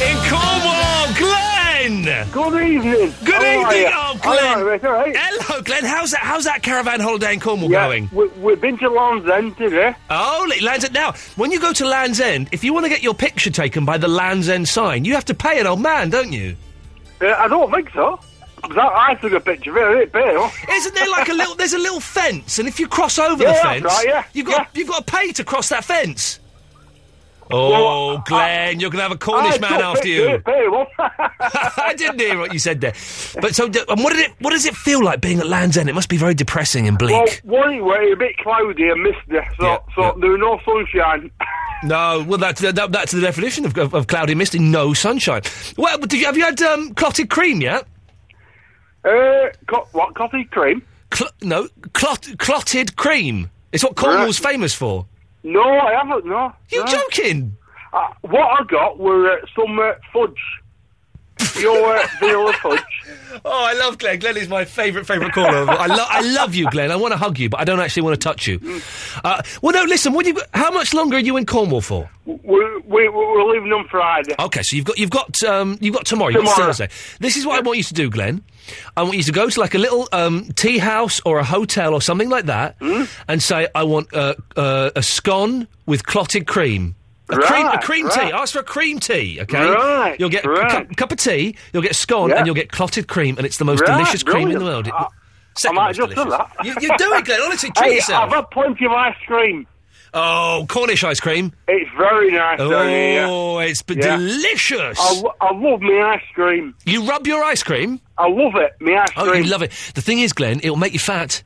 [SPEAKER 4] in Cornwall. Glenn.
[SPEAKER 12] Good evening.
[SPEAKER 4] Good
[SPEAKER 12] How are
[SPEAKER 4] evening,
[SPEAKER 12] you?
[SPEAKER 4] oh Glenn.
[SPEAKER 12] All right, mate, all right.
[SPEAKER 4] Hello, Glenn. How's that? How's that caravan holiday in Cornwall
[SPEAKER 12] Yeah,
[SPEAKER 4] going?
[SPEAKER 12] We, we've been to Land's End today.
[SPEAKER 4] Oh, li- Land's End. Now, when you go to Land's End, if you want to get your picture taken by the Land's End sign, you have to pay an old man, don't you?
[SPEAKER 12] Uh, I don't think so. 'Cause I, I took a picture of it, it bail.
[SPEAKER 4] Isn't there like a little? There's a little fence, and if you cross over
[SPEAKER 12] Yeah,
[SPEAKER 4] the
[SPEAKER 12] that's
[SPEAKER 4] fence,
[SPEAKER 12] right, yeah,
[SPEAKER 4] you've got you've got to pay to cross that fence.
[SPEAKER 12] Uh,
[SPEAKER 4] Oh, Glenn, you're going to have a Cornish man after you. I didn't hear what you said there. But so, d- and what did it? What does it feel like being at Land's End? It must be very depressing and bleak.
[SPEAKER 12] Well, one it was a bit cloudy and misty, so,
[SPEAKER 4] Yeah,
[SPEAKER 12] so
[SPEAKER 4] yeah.
[SPEAKER 12] there was no sunshine.
[SPEAKER 4] No, well, that's that, that's the definition of, of, of cloudy, misty, no sunshine. Well, did you, have you had um, clotted cream yet?
[SPEAKER 12] Uh, co- what, coffee cream?
[SPEAKER 4] Cl- no, clot, clotted cream. It's what Cornwall's famous for.
[SPEAKER 12] No, I haven't, no.
[SPEAKER 4] You
[SPEAKER 12] no.
[SPEAKER 4] joking?
[SPEAKER 12] Uh, what I got were uh, some uh, fudge. Your uh, vanilla fudge.
[SPEAKER 4] Oh, I love Glenn. Glenn is my favourite, favourite caller. of all. I, lo- I love you, Glenn. I want to hug you, but I don't actually want to touch you. Uh, well, no, listen. What do you, how much longer are you in Cornwall for?
[SPEAKER 12] We, we, we're leaving on Friday.
[SPEAKER 4] Okay, so you've got you've got um, you've got tomorrow, you've got
[SPEAKER 12] Tomorrow.
[SPEAKER 4] Thursday. This is what I want you to do, Glenn. I want you to go to like a little um, tea house or a hotel or
[SPEAKER 12] Hmm?
[SPEAKER 4] something like that, and say, "I want uh, uh, a scone with clotted cream." A cream, a
[SPEAKER 12] Right,
[SPEAKER 4] cream tea.
[SPEAKER 12] right.
[SPEAKER 4] Ask for a cream tea, okay?
[SPEAKER 12] Right,
[SPEAKER 4] You'll get a
[SPEAKER 12] right.
[SPEAKER 4] cup, cup of tea, you'll get scone,
[SPEAKER 12] Yeah.
[SPEAKER 4] and you'll get clotted cream, and it's the most
[SPEAKER 12] Right,
[SPEAKER 4] delicious cream in the world.
[SPEAKER 12] brilliant.
[SPEAKER 4] It-
[SPEAKER 12] I-
[SPEAKER 4] second
[SPEAKER 12] I might
[SPEAKER 4] most
[SPEAKER 12] have just done
[SPEAKER 4] delicious.
[SPEAKER 12] that.
[SPEAKER 4] You, you do it, Glenn. Honestly, treat
[SPEAKER 12] Hey,
[SPEAKER 4] yourself.
[SPEAKER 12] I've had plenty of ice cream.
[SPEAKER 4] Oh, Cornish ice cream.
[SPEAKER 12] It's very nice. down here.
[SPEAKER 4] Oh, it's b-
[SPEAKER 12] Yeah.
[SPEAKER 4] delicious.
[SPEAKER 12] I, lo- I love my ice cream.
[SPEAKER 4] You rub your ice cream?
[SPEAKER 12] I love it, my ice
[SPEAKER 4] oh,
[SPEAKER 12] cream.
[SPEAKER 4] you love it. The thing is, Glenn, it'll make you fat.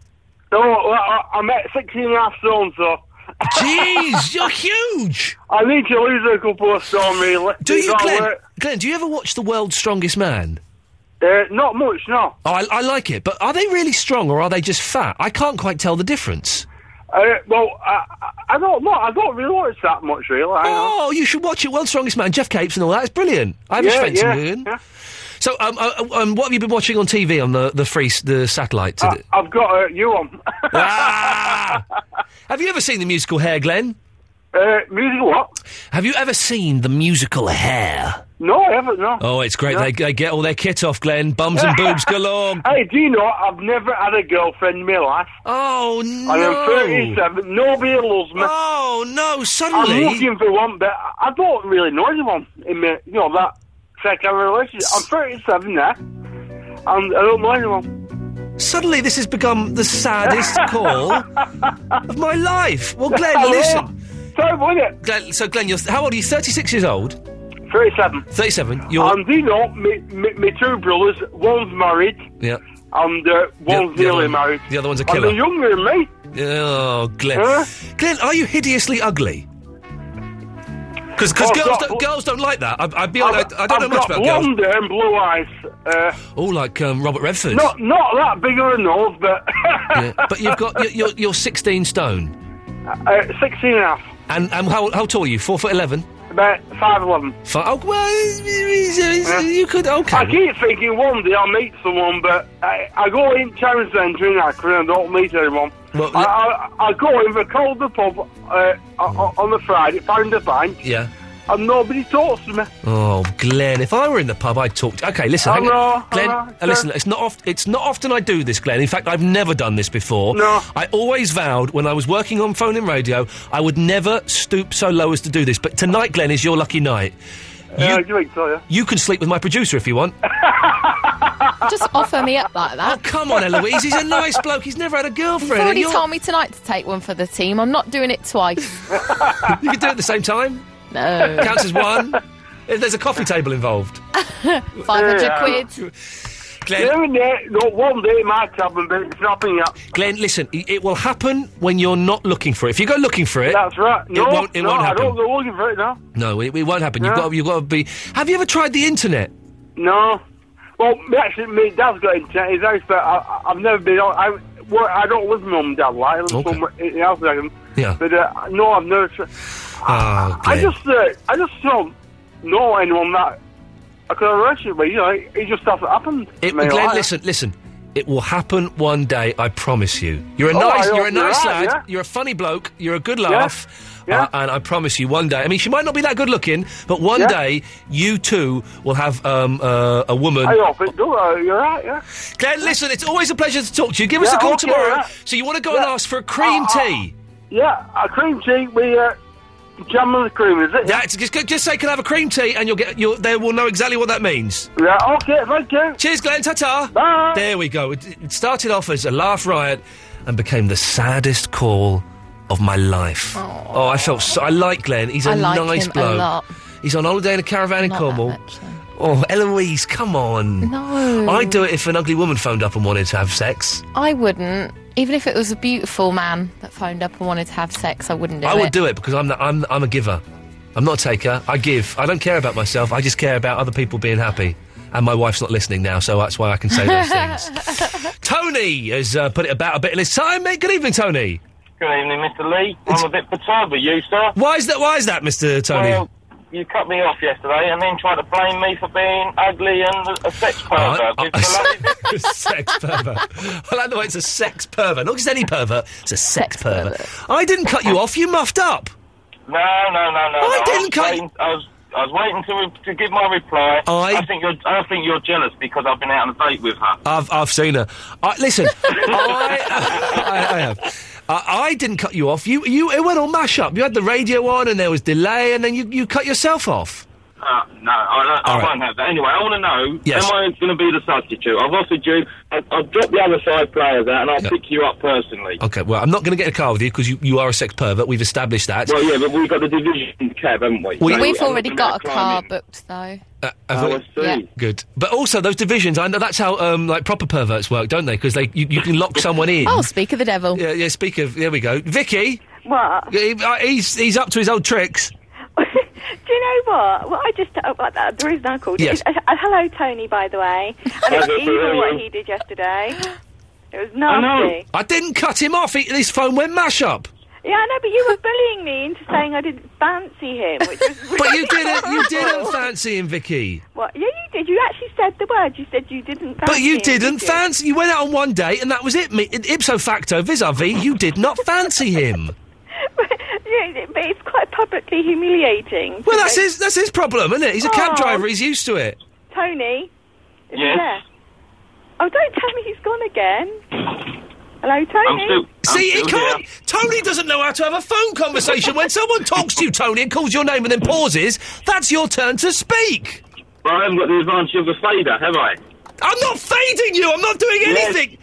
[SPEAKER 12] No, I, I- I'm at 16 and a half stone, so.
[SPEAKER 4] Jeez, you're huge!
[SPEAKER 12] I need to lose a couple of stone, really.
[SPEAKER 4] Do
[SPEAKER 12] It's
[SPEAKER 4] you,
[SPEAKER 12] all
[SPEAKER 4] Glenn?
[SPEAKER 12] work.
[SPEAKER 4] Glenn, do you ever watch The World's Strongest Man?
[SPEAKER 12] Uh, not much, no.
[SPEAKER 4] Oh, I, I like it, but are they really strong or are they just fat? I can't quite tell the difference.
[SPEAKER 12] Uh, well, I, I- I don't know. I don't really watch that much, really. I know.
[SPEAKER 4] Oh, you should watch it. World's Strongest Man, Jeff Capes, and all that. It's brilliant. I have
[SPEAKER 12] Yeah,
[SPEAKER 4] spent some
[SPEAKER 12] yeah,
[SPEAKER 4] in. So, um, uh, uh, um, what have you been watching on TV on the the free s- the satellite? Today?
[SPEAKER 12] I've got uh, you on.
[SPEAKER 4] Ah. have you ever seen the musical Hair, Glenn?
[SPEAKER 12] Uh, musical what?
[SPEAKER 4] Have you ever seen the musical Hair?
[SPEAKER 12] No, I haven't, no.
[SPEAKER 4] Oh, it's great. They, they get all their kit off, Glenn. Bums and boobs galore.
[SPEAKER 12] Hey, do you know, I've never had a girlfriend in my life.
[SPEAKER 4] Oh, no.
[SPEAKER 12] I am 37. Nobody loves me.
[SPEAKER 4] Oh, no,
[SPEAKER 12] I'm
[SPEAKER 4] suddenly-
[SPEAKER 12] looking for one, but I don't really know anyone in my, you know, that second relationship. I'm 37 now, and I don't know anyone.
[SPEAKER 4] Suddenly, this has become the saddest call of my life. Well,
[SPEAKER 12] I
[SPEAKER 4] Glenn,
[SPEAKER 12] know.
[SPEAKER 4] listen.
[SPEAKER 12] Sorry, wasn't
[SPEAKER 4] so, Glenn, you're how old are you? Thirty-six years old.
[SPEAKER 12] Thirty-seven.
[SPEAKER 4] Thirty-seven. You're
[SPEAKER 12] And you know, me, me, me two brothers, one's married,
[SPEAKER 4] yeah.
[SPEAKER 12] and uh, one's
[SPEAKER 4] the other
[SPEAKER 12] nearly
[SPEAKER 4] one-
[SPEAKER 12] married.
[SPEAKER 4] the other one's a
[SPEAKER 12] And
[SPEAKER 4] killer.
[SPEAKER 12] they're younger than me.
[SPEAKER 4] Oh, Glenn.
[SPEAKER 12] Huh?
[SPEAKER 4] Glenn, are you hideously ugly? Because
[SPEAKER 12] Oh,
[SPEAKER 4] girls,
[SPEAKER 12] God,
[SPEAKER 4] don't,
[SPEAKER 12] well-
[SPEAKER 4] girls don't like that. I, I'd be honest, I, I don't
[SPEAKER 12] I've
[SPEAKER 4] know much
[SPEAKER 12] got
[SPEAKER 4] about girls.
[SPEAKER 12] blonde hair and blue eyes. Uh,
[SPEAKER 4] Oh, like um, Robert Redford.
[SPEAKER 12] not not that big of a nose, but
[SPEAKER 4] Yeah, But you've got you're, you're, you're 16 stone.
[SPEAKER 12] uh, 16 and a half,
[SPEAKER 4] And, and how, how tall are you? Four foot eleven.
[SPEAKER 12] about 5'11".
[SPEAKER 4] Fi- oh, well, you could, okay.
[SPEAKER 12] I keep thinking one day I'll meet someone, but I, I go in town centre in Akron and don't meet anyone.
[SPEAKER 4] Well,
[SPEAKER 12] I, I, I go in for cold the pub uh,
[SPEAKER 4] Mm-hmm.
[SPEAKER 12] o- on the Friday, pound a pint,
[SPEAKER 4] Yeah.
[SPEAKER 12] and nobody talks to me.
[SPEAKER 4] Oh, Glenn, if I were in the pub, I'd talk. To, okay, listen, hang on.
[SPEAKER 12] Hello,
[SPEAKER 4] Glenn.
[SPEAKER 12] hello,
[SPEAKER 4] uh, listen, it's not oft, it's not often I do this, Glenn. In fact, I've never done this before. No, I always vowed when I was working on phone and radio, I would never stoop so low as to do this. But tonight, Glenn, is your lucky night. You,
[SPEAKER 12] Uh, you ain't sorry.
[SPEAKER 4] you can sleep with my producer if you want.
[SPEAKER 9] Just offer me up like that.
[SPEAKER 4] Oh, Come on, Eloise, he's a nice bloke. He's never had a
[SPEAKER 9] You've
[SPEAKER 4] girlfriend. and
[SPEAKER 9] already
[SPEAKER 4] you're-
[SPEAKER 9] told me tonight to take one for the team. I'm not doing it twice.
[SPEAKER 4] you can do it at the same time.
[SPEAKER 9] No.
[SPEAKER 4] counts as one. If There's a coffee table involved.
[SPEAKER 9] 500
[SPEAKER 12] Yeah.
[SPEAKER 9] quid.
[SPEAKER 4] Glenn.
[SPEAKER 12] Every day, no, one day my cabin, but it's nothing yet.
[SPEAKER 4] Glenn, listen, i- it will happen when you're not looking for it. If you go looking for it,
[SPEAKER 12] That's right. No,
[SPEAKER 4] it won't. It
[SPEAKER 12] no,
[SPEAKER 4] won't
[SPEAKER 12] I
[SPEAKER 4] happen.
[SPEAKER 12] don't go looking for it now.
[SPEAKER 4] No, it, it won't happen. You've
[SPEAKER 12] No.
[SPEAKER 4] got you've got to be. Have you ever tried the internet?
[SPEAKER 12] No. Well, actually, my dad's got internet in his house, but I, I- I've never been on. I, well, I don't live with my mum and dad, like, I live
[SPEAKER 4] Okay.
[SPEAKER 12] somewhere in the house, I can.
[SPEAKER 4] Yeah.
[SPEAKER 12] But uh, no, I've never. Tr-
[SPEAKER 4] Oh,
[SPEAKER 12] I
[SPEAKER 4] Glenn.
[SPEAKER 12] just, uh, I just don't know anyone that I could arrest it with. You know, it, it just hasn't happened.
[SPEAKER 4] It,
[SPEAKER 12] to me,
[SPEAKER 4] Glenn,
[SPEAKER 12] like.
[SPEAKER 4] listen, listen. It will happen one day. I promise you. You're a
[SPEAKER 12] Oh,
[SPEAKER 4] nice.
[SPEAKER 12] I
[SPEAKER 4] You're a
[SPEAKER 12] hope
[SPEAKER 4] nice
[SPEAKER 12] you're right,
[SPEAKER 4] lad.
[SPEAKER 12] yeah.
[SPEAKER 4] You're a funny bloke. You're a good
[SPEAKER 12] Yeah.
[SPEAKER 4] laugh.
[SPEAKER 12] Yeah.
[SPEAKER 4] Uh, and I promise you, one day. I mean, she might not be that good looking, but one
[SPEAKER 12] Yeah.
[SPEAKER 4] day you too will have um, uh, a woman.
[SPEAKER 12] I hope it do. Uh, you're right. Yeah.
[SPEAKER 4] Glenn, listen. It's always a pleasure to talk to you. Give us
[SPEAKER 12] Yeah,
[SPEAKER 4] a call
[SPEAKER 12] okay,
[SPEAKER 4] tomorrow.
[SPEAKER 12] yeah.
[SPEAKER 4] So you want to go and
[SPEAKER 12] Yeah.
[SPEAKER 4] ask for a cream
[SPEAKER 12] Uh, uh,
[SPEAKER 4] tea?
[SPEAKER 12] Yeah, a cream tea with uh, jam and cream, is it?
[SPEAKER 4] Yeah, it's- just, just say can I have a cream tea, and you'll get. You'll, they will know exactly what that means.
[SPEAKER 12] Yeah. Okay. Thank you.
[SPEAKER 4] Cheers, Glenn. Ta-ta.
[SPEAKER 12] Bye.
[SPEAKER 4] There we go. It, it started off as a laugh riot and became the saddest call of my life. Oh, I felt so. I like Glenn. He's a
[SPEAKER 9] I like
[SPEAKER 4] nice
[SPEAKER 9] him a
[SPEAKER 4] bloke.
[SPEAKER 9] lot.
[SPEAKER 4] He's on holiday in a caravan in
[SPEAKER 9] Not that
[SPEAKER 4] Cornwall. Oh, Eloise, come on.
[SPEAKER 9] No.
[SPEAKER 4] I'd do it if an ugly woman phoned up and wanted to have sex.
[SPEAKER 9] I wouldn't. Even if it was a beautiful man that phoned up and wanted to have sex, I wouldn't do
[SPEAKER 4] I
[SPEAKER 9] it.
[SPEAKER 4] would do it because I'm, the, I'm, I'm a giver. I'm not a taker. I give. I don't care about myself. I just care about other people being happy. And my wife's not listening now, so that's why I can say those things. Tony has uh, put it about a bit in his time. Mate, good evening, Tony.
[SPEAKER 13] Good evening, Mr. Lee. I'm a bit perturbed with you, sir.
[SPEAKER 4] Why is that? Why is that, Mister Tony?
[SPEAKER 13] Well, you cut me off yesterday and then tried to blame me for being ugly and a sex pervert. It's the lovely
[SPEAKER 4] sex pervert. I like the way it's a sex pervert. Not just any pervert. It's a sex, pervert. I didn't cut you off. You muffed up.
[SPEAKER 13] No, no, no, no.
[SPEAKER 4] I
[SPEAKER 13] no.
[SPEAKER 4] didn't
[SPEAKER 13] was
[SPEAKER 4] cut-
[SPEAKER 13] waiting- I was, I was waiting to, re- to give my reply.
[SPEAKER 4] I-
[SPEAKER 13] think you're. I think you're jealous because I've been out on a date with her.
[SPEAKER 4] I've I've seen her. I, listen, I, I I have. Uh, I didn't cut you off. You you it went all mash up. You had the radio on and there was delay, and then you, you cut yourself off.
[SPEAKER 13] Uh, no, I, don't, I
[SPEAKER 4] All right.
[SPEAKER 13] won't have that. Anyway, I want to know,
[SPEAKER 4] Yes.
[SPEAKER 13] am I going to be the substitute? I've offered you, I'll, I'll drop the other side players out and I'll pick you up personally.
[SPEAKER 4] Okay, well I'm not going to get in a car with you because you, you are a sex pervert. We've established that.
[SPEAKER 13] Well, yeah, but we've got the division cab, haven't we? uh,
[SPEAKER 4] Well, you-
[SPEAKER 9] We've
[SPEAKER 13] I'm
[SPEAKER 9] already
[SPEAKER 13] looking
[SPEAKER 9] got
[SPEAKER 13] at
[SPEAKER 9] a car
[SPEAKER 13] climbing.
[SPEAKER 9] booked though.
[SPEAKER 4] Uh, have
[SPEAKER 13] Oh,
[SPEAKER 4] we-
[SPEAKER 9] I see. Yeah.
[SPEAKER 4] Good, but also those divisions. I know that's how um, like proper perverts work, don't they? Because they you, you can lock someone in.
[SPEAKER 9] Oh, speak of the devil.
[SPEAKER 4] Yeah, yeah. Speak of there we go, Vicky.
[SPEAKER 14] What?
[SPEAKER 4] He, uh, he's he's up to his old tricks.
[SPEAKER 14] Do you know what? Well, I just uh, uh, uh, the reason I called
[SPEAKER 4] Yes.
[SPEAKER 14] is uh, uh, hello Tony, by the way. And it was
[SPEAKER 4] Hello,
[SPEAKER 14] evil what
[SPEAKER 4] hello.
[SPEAKER 14] he did yesterday. It was nasty.
[SPEAKER 4] I didn't cut him off. He, his phone went mash up.
[SPEAKER 14] Yeah, I know, but you were bullying me into saying I didn't fancy him, which was really
[SPEAKER 4] But you didn't. You didn't
[SPEAKER 14] awful.
[SPEAKER 4] fancy him, Vicky.
[SPEAKER 14] What? Yeah, you did. You actually said the word. You said you didn't fancy.
[SPEAKER 4] But you
[SPEAKER 14] him,
[SPEAKER 4] didn't
[SPEAKER 14] did you?
[SPEAKER 4] fancy. You went out on one date, and that was it. Me, ipso facto, vis a vis, you did not fancy him.
[SPEAKER 14] yeah, but it's quite publicly humiliating.
[SPEAKER 4] Well, that's his. That's his problem, isn't it? He's a
[SPEAKER 14] Oh.
[SPEAKER 4] cab driver. He's used to it.
[SPEAKER 14] Tony. Is he
[SPEAKER 4] Yes?
[SPEAKER 14] there? Oh, don't tell me he's gone again. Hello, Tony.
[SPEAKER 4] See, he can't. Tony doesn't know how to have a phone conversation. when someone talks to you, Tony, and calls your name and then pauses, that's your turn to speak.
[SPEAKER 13] Well, I haven't got the advantage of a fader, have I?
[SPEAKER 4] I'm not fading you. I'm not doing anything.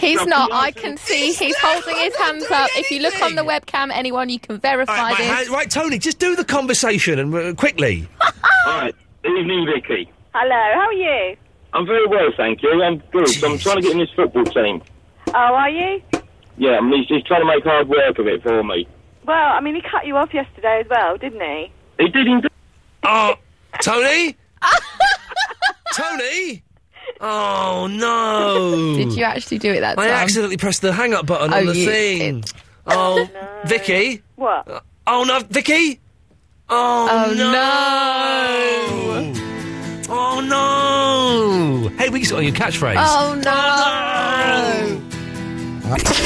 [SPEAKER 9] He's not. I can see he's holding his hands up. If you look on the webcam, anyone, you can verify
[SPEAKER 4] Right,
[SPEAKER 9] this.
[SPEAKER 4] right, right, Tony, just do the conversation and uh, quickly.
[SPEAKER 13] All right. Evening, Vicky.
[SPEAKER 14] Hello, how are you?
[SPEAKER 13] I'm very well, thank you. I'm good. I'm trying to get in this football team.
[SPEAKER 14] Oh, are you?
[SPEAKER 13] Yeah, I mean, he's, he's trying to make hard work of it for me.
[SPEAKER 14] Well, I mean, he cut you off yesterday as well, didn't he?
[SPEAKER 13] He did indeed.
[SPEAKER 4] Oh, Tony? Tony? Oh, no.
[SPEAKER 9] Did you actually do it that
[SPEAKER 4] Oh. I
[SPEAKER 9] time?
[SPEAKER 4] accidentally pressed the hang up button
[SPEAKER 9] Oh,
[SPEAKER 4] on the
[SPEAKER 9] you
[SPEAKER 4] thing. Oh, Vicky?
[SPEAKER 14] What?
[SPEAKER 4] Oh, no, Vicky? Oh,
[SPEAKER 9] Oh,
[SPEAKER 4] no. Oh, no. Hey, we got your catchphrase.
[SPEAKER 9] Oh no!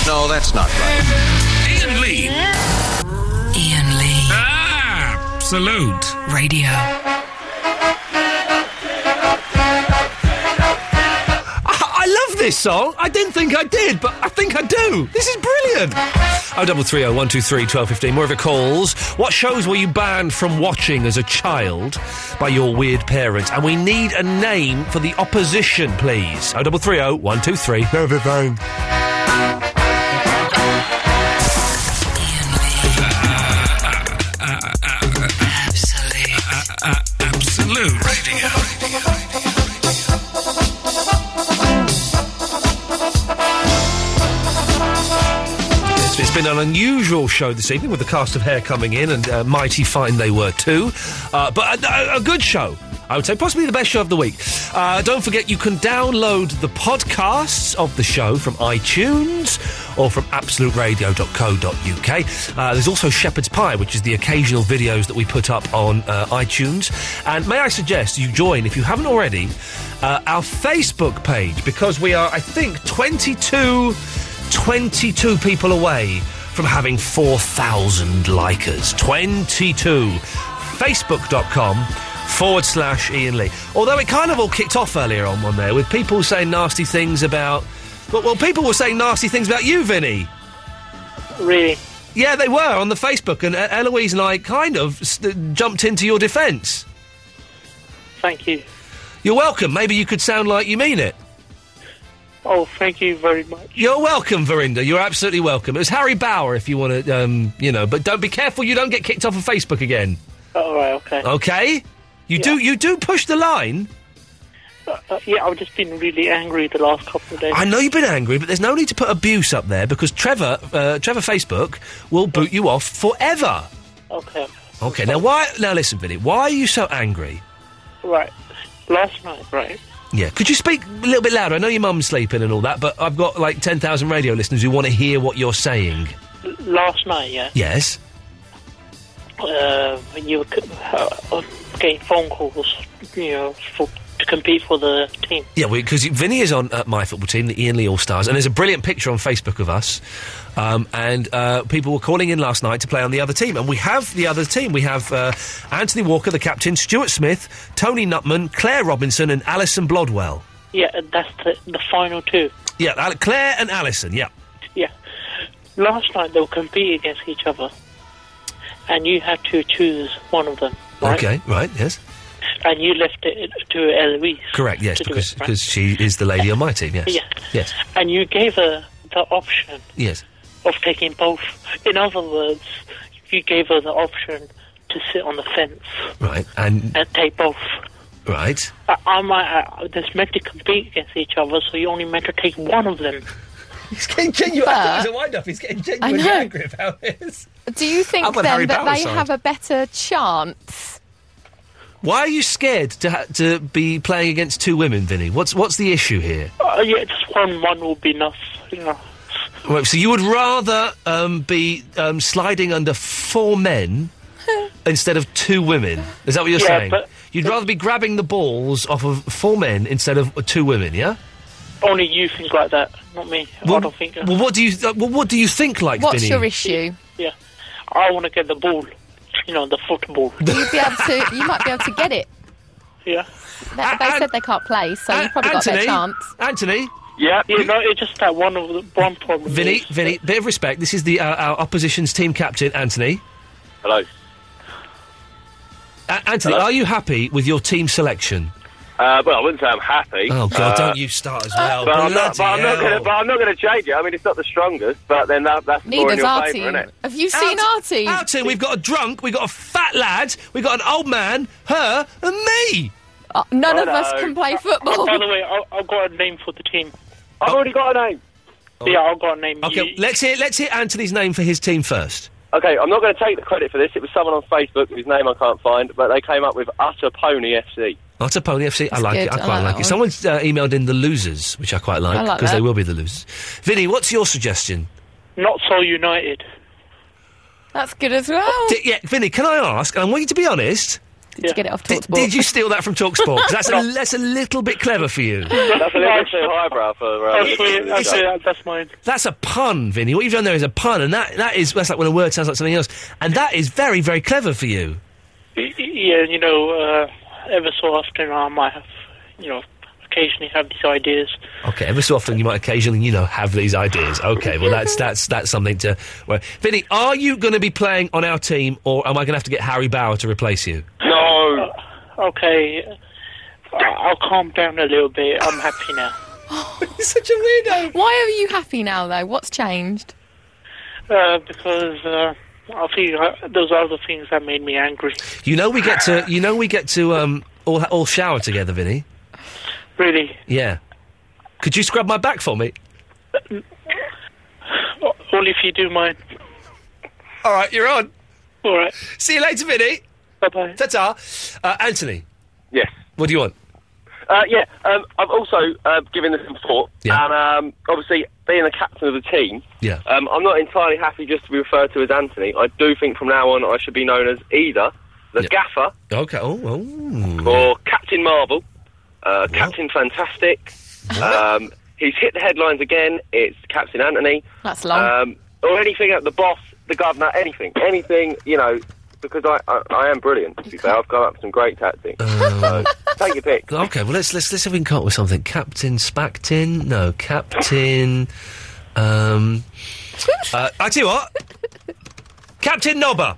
[SPEAKER 7] No, that's not right.
[SPEAKER 2] Ian Lee.
[SPEAKER 3] Ian Lee.
[SPEAKER 2] Absolute
[SPEAKER 3] Radio.
[SPEAKER 4] I, I love this song. Oh, I didn't think I did, but I think I do. This is brilliant. Oh, double three oh one two three twelve fifteen. More of your calls. What shows were you banned from watching as a child by your weird parents? And we need a name for the opposition, please. Oh, double three oh one two three.
[SPEAKER 2] Absolute Radio.
[SPEAKER 4] It's- it's been an unusual show this evening with the cast of Hair coming in, and uh, mighty fine they were too. Uh, but a, a- a good show, I would say, possibly the best show of the week. Uh, don't forget, you can download the podcasts of the show from iTunes or from absoluteradio.co.uk. Uh, there's also Shepherd's Pie, which is the occasional videos that we put up on uh, iTunes. And may I suggest you join, if you haven't already, uh, our Facebook page because we are, I think, 22. 22 people away from having 4,000 likers. 22. Facebook.com forward slash Ian Lee. Although it kind of all kicked off earlier on one there with people saying nasty things about. Well, well people were saying nasty things about you, Vinny.
[SPEAKER 13] Really?
[SPEAKER 4] Yeah, they were on the Facebook, and uh, Eloise and I kind of st- jumped into your defence.
[SPEAKER 13] Thank you.
[SPEAKER 4] You're welcome. Maybe you could sound like you mean it.
[SPEAKER 13] Oh, thank you very much.
[SPEAKER 4] You're welcome, Verinda. You're absolutely welcome. It was Harry Bauer, if you want to, um, you know. But don't be careful; you don't get kicked off of Facebook again.
[SPEAKER 13] All Oh, right, okay.
[SPEAKER 4] Okay? You do. You do push the line.
[SPEAKER 13] Uh, yeah, I've just been really angry the last couple of days.
[SPEAKER 4] I know you've been angry, but there's no need to put abuse up there because Trevor, uh, Trevor Facebook will boot you off forever.
[SPEAKER 13] Okay.
[SPEAKER 4] Okay. Now why? Now listen, Vinny. Why are you so angry?
[SPEAKER 13] Right. Last night, right?
[SPEAKER 4] Yeah. Could you speak a little bit louder? I know your mum's sleeping and all that, but I've got like ten thousand radio listeners who want to hear what you're saying.
[SPEAKER 13] L- last night, yeah.
[SPEAKER 4] Yes.
[SPEAKER 13] Uh, when you were c- uh, uh, getting phone calls, you know, for, to compete for the team.
[SPEAKER 4] Yeah, because Vinny is on uh, my football team, the Ian Lee All Stars, and there's a brilliant picture on Facebook of us. Um, and uh, people were calling in last night to play on the other team, and we have the other team. We have uh, Anthony Walker, the captain, Stuart Smith, Tony Nutman, Claire Robinson, and Alison Blodwell.
[SPEAKER 13] Yeah, and that's the, the final two.
[SPEAKER 4] Yeah, Al- Claire and Alison. Yeah.
[SPEAKER 13] Yeah. last night they were competing against each other, and you had to choose one of them,
[SPEAKER 4] Okay, right, yes.
[SPEAKER 13] and you left it to Eloise.
[SPEAKER 4] Correct, yes,
[SPEAKER 13] to do
[SPEAKER 4] because
[SPEAKER 13] it, right?
[SPEAKER 4] because she is the lady on my team, yes.
[SPEAKER 13] Yeah.
[SPEAKER 4] Yes,
[SPEAKER 13] and you gave her the option
[SPEAKER 4] yes.
[SPEAKER 13] of taking both. In other words, you gave her the option to sit on the fence
[SPEAKER 4] Right, and,
[SPEAKER 13] and take both.
[SPEAKER 4] right.
[SPEAKER 13] I, I might. I, they're meant to compete against each other, so you only meant to take one of them.
[SPEAKER 4] He's getting genuine.
[SPEAKER 9] I thought it was a
[SPEAKER 4] wind up. He's getting
[SPEAKER 9] I know.
[SPEAKER 4] angry about this.
[SPEAKER 9] Do you think
[SPEAKER 4] I'm on
[SPEAKER 9] then
[SPEAKER 4] Harry
[SPEAKER 9] that
[SPEAKER 4] Bowell's
[SPEAKER 9] they
[SPEAKER 4] side.
[SPEAKER 9] have a better chance?
[SPEAKER 4] Why are you scared to ha- to be playing against two women, Vinny? What's what's the issue here?
[SPEAKER 13] Uh, yeah, just one. One will be enough. You know.
[SPEAKER 4] Well, so you would rather um, be um, sliding under four men instead of two women? Is that what you're
[SPEAKER 13] Yeah,
[SPEAKER 4] saying?
[SPEAKER 13] but-
[SPEAKER 4] You'd rather be grabbing the balls off of four men instead of uh, two women, yeah?
[SPEAKER 13] Only you think like that, not me. I
[SPEAKER 4] Well,
[SPEAKER 13] don't think.
[SPEAKER 4] well, what do you uh, well, what do you think like Vinny?
[SPEAKER 9] issue?
[SPEAKER 13] Yeah, I want to get the ball. You know, the football.
[SPEAKER 9] You'd be able to. You might be able to get it.
[SPEAKER 13] Yeah.
[SPEAKER 9] They, they said they can't play, so you probably got a better
[SPEAKER 4] Anthony,
[SPEAKER 9] chance.
[SPEAKER 4] Anthony,
[SPEAKER 13] Yeah, you know, it's just that one of the one problem.
[SPEAKER 4] Vinny,
[SPEAKER 13] is-
[SPEAKER 4] Vinny, bit of respect. This is the uh, our opposition's team captain, Anthony.
[SPEAKER 15] Hello.
[SPEAKER 4] A- Anthony,
[SPEAKER 15] Hello?
[SPEAKER 4] are you happy with your team selection?
[SPEAKER 15] Uh, well, I wouldn't say I'm happy.
[SPEAKER 4] Oh, God,
[SPEAKER 15] Uh,
[SPEAKER 4] don't you start as well.
[SPEAKER 15] But I'm not, but I'm
[SPEAKER 4] Bloody
[SPEAKER 15] not
[SPEAKER 4] hell.
[SPEAKER 15] gonna- but I'm not going to change it. I mean, it's not the strongest, but then that, that's more in
[SPEAKER 9] Neither's
[SPEAKER 15] your
[SPEAKER 9] our
[SPEAKER 15] favour,
[SPEAKER 9] team.
[SPEAKER 15] isn't it?
[SPEAKER 9] Have you seen our team?
[SPEAKER 4] Our team, we've got a drunk, we've got a fat lad, we've got an old man, her, and me.
[SPEAKER 9] none
[SPEAKER 13] of us can
[SPEAKER 9] play
[SPEAKER 13] Oh, by the way, I, I've got a name for the team.
[SPEAKER 15] I've already got a name.
[SPEAKER 13] Yeah, I've got a name.
[SPEAKER 4] Oh. Okay, let's hear let's hear Anthony's name for his team first.
[SPEAKER 15] Okay, I'm not going to take the credit for this. It was someone on Facebook whose name I can't find, but they came up with Utter Pony FC.
[SPEAKER 4] Utter Pony FC, I like
[SPEAKER 15] good,
[SPEAKER 4] it. I
[SPEAKER 15] I
[SPEAKER 4] quite
[SPEAKER 15] like
[SPEAKER 4] like,
[SPEAKER 15] that
[SPEAKER 4] it.
[SPEAKER 15] one.
[SPEAKER 4] Someone's uh, emailed in the losers, which I quite like
[SPEAKER 13] I like
[SPEAKER 4] because they
[SPEAKER 13] that.
[SPEAKER 4] will be the losers. Vinny, what's your suggestion?
[SPEAKER 13] Not so united.
[SPEAKER 9] That's good as well.
[SPEAKER 4] D- yeah, Vinny, can I ask? and I want you to be honest.
[SPEAKER 9] Oh. Did you get it off
[SPEAKER 4] Did,
[SPEAKER 9] Talksport?
[SPEAKER 4] did you steal that from Talksport? 'Cause that's a,
[SPEAKER 9] No.
[SPEAKER 4] that's a little bit clever for you.
[SPEAKER 15] That's a little bit too highbrow for. Uh,
[SPEAKER 13] Actually,
[SPEAKER 15] this
[SPEAKER 13] actually,
[SPEAKER 15] show.
[SPEAKER 13] that- that's mine.
[SPEAKER 4] That's a pun, Vinny. What you've done there is a pun, and that, that is that's like when a word sounds like something else, and that is very very clever for you.
[SPEAKER 13] Y- y- Yeah, you know, uh, ever so often I might have, you know, occasionally have these ideas.
[SPEAKER 4] Okay, ever so often you might occasionally, you know, have these ideas. Okay, well that's that's that's something to. Well, Vinny, are you going to be playing on our team, or am I going to have to get Harry Bauer to replace you?
[SPEAKER 13] No. Uh, okay, I- I'll calm down a little bit. I'm happy now.
[SPEAKER 9] such a weirdo. Why are you happy now, though? What's changed?
[SPEAKER 13] Uh, because uh, I think uh, those are the things that made me angry.
[SPEAKER 4] You know we get to. You know we get to um all all shower together, Vinny.
[SPEAKER 13] Really.
[SPEAKER 4] Yeah. Could you scrub my back for me?
[SPEAKER 13] O- Only if you do mine.
[SPEAKER 4] All right, you're on.
[SPEAKER 13] All right.
[SPEAKER 4] See you later, Vinny.
[SPEAKER 13] Bye bye.
[SPEAKER 4] Ta-ta. Uh, Anthony.
[SPEAKER 15] Yes.
[SPEAKER 4] What do you want?
[SPEAKER 15] Uh, yeah, um, I've also uh, given this some thought, and um, obviously being the captain of the team,
[SPEAKER 4] Yeah.
[SPEAKER 15] um, I'm not entirely happy just to be referred to as Anthony. I do think from now on I should be known as either the Gaffer
[SPEAKER 4] Okay. Oh. oh.
[SPEAKER 15] or Captain Marvel, uh, Captain Fantastic. Um, he's hit the headlines again. It's Captain Anthony.
[SPEAKER 9] That's long.
[SPEAKER 15] Um, or anything at the boss, the governor, anything, anything, you know, because I, I, I am brilliant. To be fair, I've come up with some great tactics.
[SPEAKER 4] Uh,
[SPEAKER 15] Take your pick.
[SPEAKER 4] Okay, well let's let's let's see if we can come up with something. Captain Spactin? No, Captain. Um, uh, I tell you what, Captain Nobber.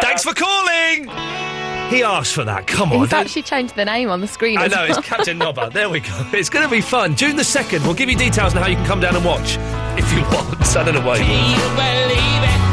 [SPEAKER 4] Thanks for calling. He asked for that. Come on.
[SPEAKER 9] He's actually changed the name on the screen.
[SPEAKER 4] I
[SPEAKER 9] as
[SPEAKER 4] know, it's
[SPEAKER 9] well.
[SPEAKER 4] Captain Nobber. There we go. It's going to be fun. June the 2nd, we'll give you details on how you can come down and watch if you want. I don't know why you would.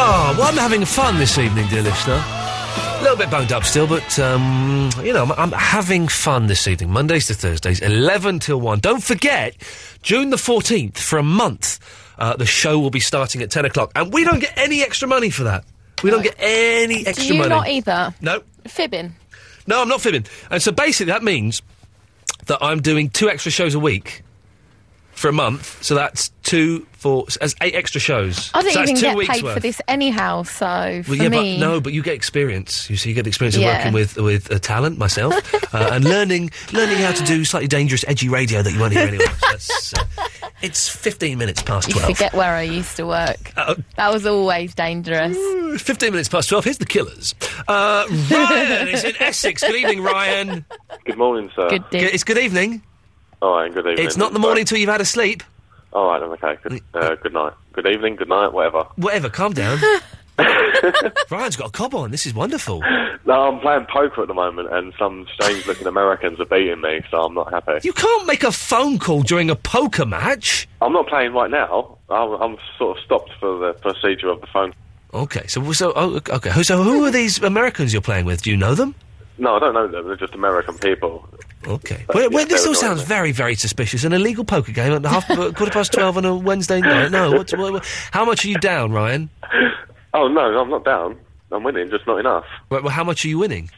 [SPEAKER 4] Oh, well, I'm having fun this evening, dear listener. A little bit boned up still, but, um, you know, I'm, I'm having fun this evening. Mondays to Thursdays, 11 till 1. Don't forget, June the 14th, for a month, uh, the show will be starting at 10 o'clock. And we don't get any extra money for that. We don't get any extra
[SPEAKER 9] Do you
[SPEAKER 4] money.
[SPEAKER 9] not e- either?
[SPEAKER 4] no.
[SPEAKER 9] Fibbing.
[SPEAKER 4] No, I'm not fibbing. And so basically, that means that I'm doing two extra shows a week for a month. So that's two, four, that's eight extra shows.
[SPEAKER 9] I don't
[SPEAKER 4] so
[SPEAKER 9] even
[SPEAKER 4] that's two
[SPEAKER 9] get
[SPEAKER 4] weeks
[SPEAKER 9] paid
[SPEAKER 4] worth.
[SPEAKER 9] for this anyhow, so for
[SPEAKER 4] Well, yeah,
[SPEAKER 9] me,
[SPEAKER 4] but no, but you get experience. You see, you get the experience of
[SPEAKER 9] Yeah.
[SPEAKER 4] working with with uh, talent, myself, uh, and learning learning how to do slightly dangerous, edgy radio that you won't hear anywhere else. That's, uh, it's fifteen minutes past
[SPEAKER 9] you
[SPEAKER 4] twelve.
[SPEAKER 9] forget where I used to work.
[SPEAKER 4] Uh,
[SPEAKER 9] That was always dangerous.
[SPEAKER 4] 15 minutes past 12. Here's the killers. Uh, Ryan is in Essex. Good evening, Ryan.
[SPEAKER 16] Good morning, sir.
[SPEAKER 4] It's good evening.
[SPEAKER 16] Oh, and good evening.
[SPEAKER 4] It's not the morning till you've had a sleep.
[SPEAKER 15] All right, then, okay. Good, uh, good night. Good evening, good night, whatever.
[SPEAKER 4] Whatever, calm down. Ryan's got a cob on. This is wonderful.
[SPEAKER 15] No, I'm playing poker at the moment, and some strange-looking Americans are beating me, so I'm not happy.
[SPEAKER 4] You can't make a phone call during a poker match.
[SPEAKER 15] I'm not playing right now. I'm, I'm sort of stopped for the procedure of the phone.
[SPEAKER 4] Okay, so so oh, okay, so who are these Americans you're playing with? Do you know them?
[SPEAKER 15] No, I don't know them. They're just American people.
[SPEAKER 4] Okay. Well, well, this all sounds very, very suspicious. An illegal poker game at half, quarter past twelve on a Wednesday night. No, what's, what, what- how much are you down, Ryan?
[SPEAKER 15] Oh no, I'm not down. I'm winning, just not enough.
[SPEAKER 4] Well, well, how much are you winning?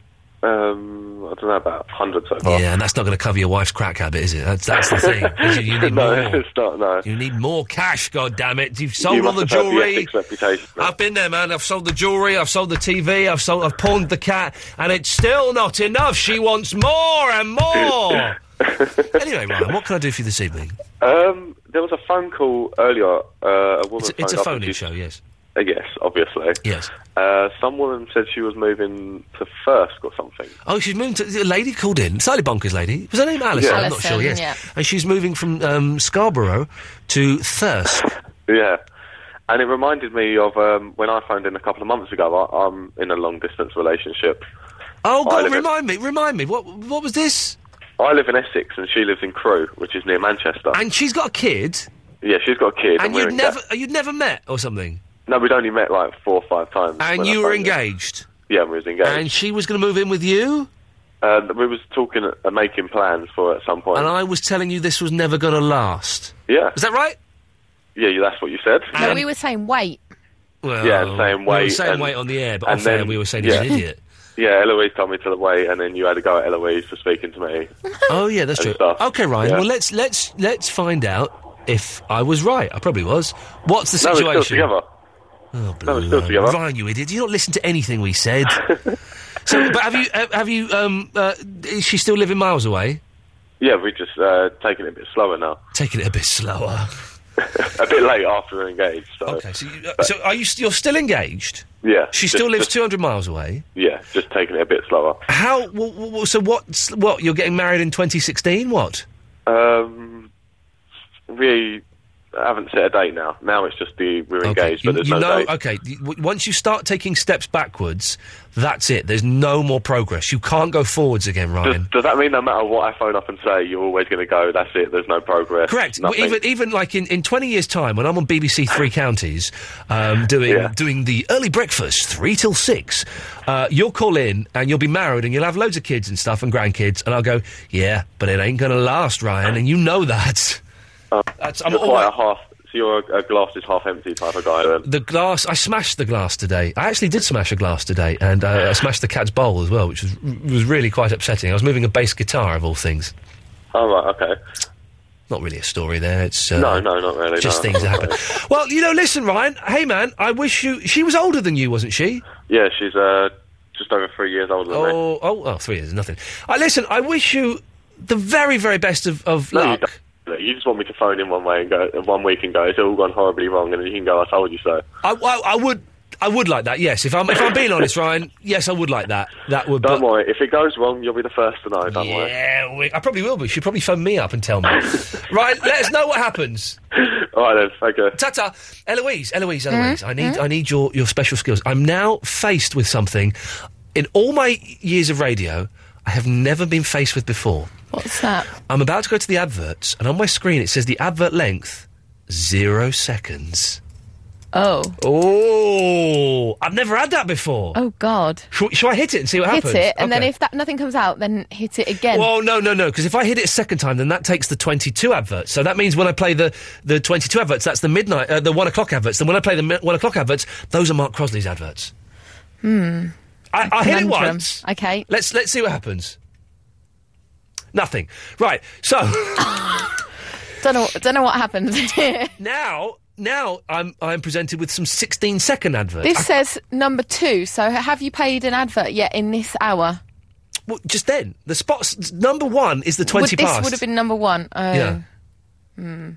[SPEAKER 15] Um, I don't know about hundred so far.
[SPEAKER 4] Yeah, and that's not going to cover your wife's crack habit, is it? That's, that's the thing. You, you need
[SPEAKER 15] no,
[SPEAKER 4] more.
[SPEAKER 15] it's not. No,
[SPEAKER 4] you need more cash. God damn it! You've sold
[SPEAKER 15] you
[SPEAKER 4] all the
[SPEAKER 15] must have had
[SPEAKER 4] jewelry.
[SPEAKER 15] Essex reputation.
[SPEAKER 4] I've been there, man. I've sold the jewelry, I've sold the TV, I've sold, I've pawned the cat, and it's still not enough. She wants more and more. anyway, Ryan, what can I do for you this evening?
[SPEAKER 15] Um, there was a phone call earlier. Uh, a woman.
[SPEAKER 4] It's, it's a
[SPEAKER 15] phoned up and
[SPEAKER 4] phone-in
[SPEAKER 15] she-
[SPEAKER 4] show, yes.
[SPEAKER 15] Uh, yes, obviously.
[SPEAKER 4] Yes.
[SPEAKER 15] Uh, some woman said she was moving to First or something.
[SPEAKER 4] Oh, she's moving to. A lady called in, slightly bonkers lady. Was her name Alison?
[SPEAKER 15] Yeah.
[SPEAKER 4] I'm not sure,
[SPEAKER 15] Alison,
[SPEAKER 4] yes.
[SPEAKER 15] yeah.
[SPEAKER 4] And she's moving from um, Scarborough to Thirst.
[SPEAKER 15] Yeah. And it reminded me of um, when I phoned in a couple of months ago. I, I'm in a long distance relationship.
[SPEAKER 4] Oh,
[SPEAKER 15] I
[SPEAKER 4] God,
[SPEAKER 15] live in-
[SPEAKER 4] remind me, remind me. What what was this?
[SPEAKER 15] I live in Essex and she lives in Crewe, which is near Manchester.
[SPEAKER 4] And she's got a kid,
[SPEAKER 15] yeah, she's got a kid.
[SPEAKER 4] and
[SPEAKER 15] we're
[SPEAKER 4] you'd
[SPEAKER 15] engaged.
[SPEAKER 4] never, you'd never met or something.
[SPEAKER 15] No, we'd only met like four or five times.
[SPEAKER 4] And
[SPEAKER 15] when I
[SPEAKER 4] you were
[SPEAKER 15] phoned in.
[SPEAKER 4] engaged.
[SPEAKER 15] Yeah, we was engaged.
[SPEAKER 4] And she was going to move in with you?
[SPEAKER 15] Uh, we was talking, uh, making plans for it at some point.
[SPEAKER 4] And I was telling you this was never going to last.
[SPEAKER 15] yeah.
[SPEAKER 4] Is that right?
[SPEAKER 15] Yeah, you- that's what you said.
[SPEAKER 9] No, we were saying wait.
[SPEAKER 4] Well,
[SPEAKER 15] yeah, and saying wait.
[SPEAKER 4] We were saying
[SPEAKER 15] and-
[SPEAKER 4] wait on the air, but
[SPEAKER 15] and
[SPEAKER 4] off air
[SPEAKER 15] then-
[SPEAKER 4] we were saying
[SPEAKER 15] yeah.
[SPEAKER 4] he's an idiot.
[SPEAKER 15] Yeah, Eloise told me to wait, and then you had a go at Eloise for speaking to me.
[SPEAKER 4] oh yeah, that's
[SPEAKER 15] and
[SPEAKER 4] true.
[SPEAKER 15] stuff.
[SPEAKER 4] Okay, Ryan.
[SPEAKER 15] Yeah.
[SPEAKER 4] Well, let's let's let's find out if I was right. I probably was. What's the
[SPEAKER 15] No,
[SPEAKER 4] situation?
[SPEAKER 15] we're still together.
[SPEAKER 4] Oh,
[SPEAKER 15] no, we're still
[SPEAKER 4] Blimey.
[SPEAKER 15] together.
[SPEAKER 4] Ryan, you idiot! You don't listen to anything we said. so, but have you uh, have you um uh, is she still living miles away?
[SPEAKER 15] Yeah, we're just uh, taking it a bit slower now.
[SPEAKER 4] Taking it a bit slower.
[SPEAKER 15] a bit late after we're engaged. So.
[SPEAKER 4] Okay, so, you, Uh, so are you st- you're still engaged?
[SPEAKER 15] yeah,
[SPEAKER 4] She
[SPEAKER 15] just-
[SPEAKER 4] still lives
[SPEAKER 15] just-
[SPEAKER 4] 200 miles away.
[SPEAKER 15] Yeah, just taking it a bit slower.
[SPEAKER 4] How? W- w- so what's what? You're getting married in 2016? What?
[SPEAKER 15] Um, we haven't set a date now. Now it's just the we're engaged, but there's
[SPEAKER 4] you
[SPEAKER 15] no
[SPEAKER 4] know,
[SPEAKER 15] date.
[SPEAKER 4] okay. y- w- once you start taking steps backwards, that's it. There's no more progress. You can't go forwards again,
[SPEAKER 15] Does,
[SPEAKER 4] Ryan.
[SPEAKER 15] does that mean no matter what I phone up and say, you're always going to go? That's it. There's no progress.
[SPEAKER 4] Correct. Well,
[SPEAKER 15] nothing?
[SPEAKER 4] Even even like in, in 20 years' time, when I'm on BBC Three Counties um, doing doing the early breakfast three till six, uh, you'll call in and you'll be married and you'll have loads of kids and stuff and grandkids, and I'll go, yeah, but it ain't gonna last, Ryan, and you know that. That's, I'm
[SPEAKER 15] you're
[SPEAKER 4] all
[SPEAKER 15] quite a half. So you're a, a glass is half empty type of guy. Then.
[SPEAKER 4] The glass, I smashed the glass today. I actually did smash a glass today, and uh, I smashed the cat's bowl as well, which was, was really quite upsetting. I was moving a bass guitar, of all things.
[SPEAKER 15] All right. Okay.
[SPEAKER 4] Not really a story there. It's uh,
[SPEAKER 15] no, no, not really.
[SPEAKER 4] just
[SPEAKER 15] no.
[SPEAKER 4] things that happen. well, you know, listen, Ryan. Hey, man, I wish you. She was older than you, wasn't she?
[SPEAKER 15] Yeah, she's uh, just over three years older than me.
[SPEAKER 4] Oh, oh, oh, three years, nothing. I listen. I wish you the very, very best of, of
[SPEAKER 15] No, you,
[SPEAKER 4] luck.
[SPEAKER 15] don't. you just want me to phone in one way and go one week and go. It's all gone horribly wrong, and then you can go. I told you so.
[SPEAKER 4] I, I, I would, I would like that. Yes, if I'm, if I'm being honest, Ryan. Yes, I would like that. That would.
[SPEAKER 15] Don't worry. If it goes wrong, you'll be the first to know. Don't worry.
[SPEAKER 4] Yeah, we, I probably will be. She'll probably phone me up and tell me. right, let us know what happens.
[SPEAKER 15] All right then. Thank you.
[SPEAKER 4] Ta-ta. Eloise, Eloise, Eloise, I need I need your, your special skills. I'm now faced with something in all my years of radio I have never been faced with before.
[SPEAKER 9] What's that?
[SPEAKER 4] I'm about to go to the adverts and on my screen it says the advert length zero seconds.
[SPEAKER 9] Oh.
[SPEAKER 4] Oh I've never had that before.
[SPEAKER 9] Oh God.
[SPEAKER 4] Shall, shall I hit it and see what
[SPEAKER 9] Hit
[SPEAKER 4] happens?
[SPEAKER 9] it, and then
[SPEAKER 4] Okay.
[SPEAKER 9] if that nothing comes out, then hit it again.
[SPEAKER 4] Well, no, no, no, because if I hit it a second time, then that takes the 22 adverts. So that means when I play the, the 22 adverts, that's the midnight, uh, the one o'clock adverts. Then when I play the mi- one o'clock adverts, those are Mark Crosley's adverts.
[SPEAKER 9] Hmm.
[SPEAKER 4] I, I hit it
[SPEAKER 9] Conundrum.
[SPEAKER 4] once.
[SPEAKER 9] Okay.
[SPEAKER 4] Let's let's see what happens. Nothing. Right. So
[SPEAKER 9] Don't know. Don't know what happened. this
[SPEAKER 4] now now I'm I'm presented with some 16 second adverts. I-
[SPEAKER 9] says number two. So have you paid an advert yet in this hour?
[SPEAKER 4] well, just then the spots number one is the 20
[SPEAKER 9] would, this
[SPEAKER 4] past.
[SPEAKER 9] would have been number one. Oh.
[SPEAKER 4] Yeah.
[SPEAKER 9] Hmm.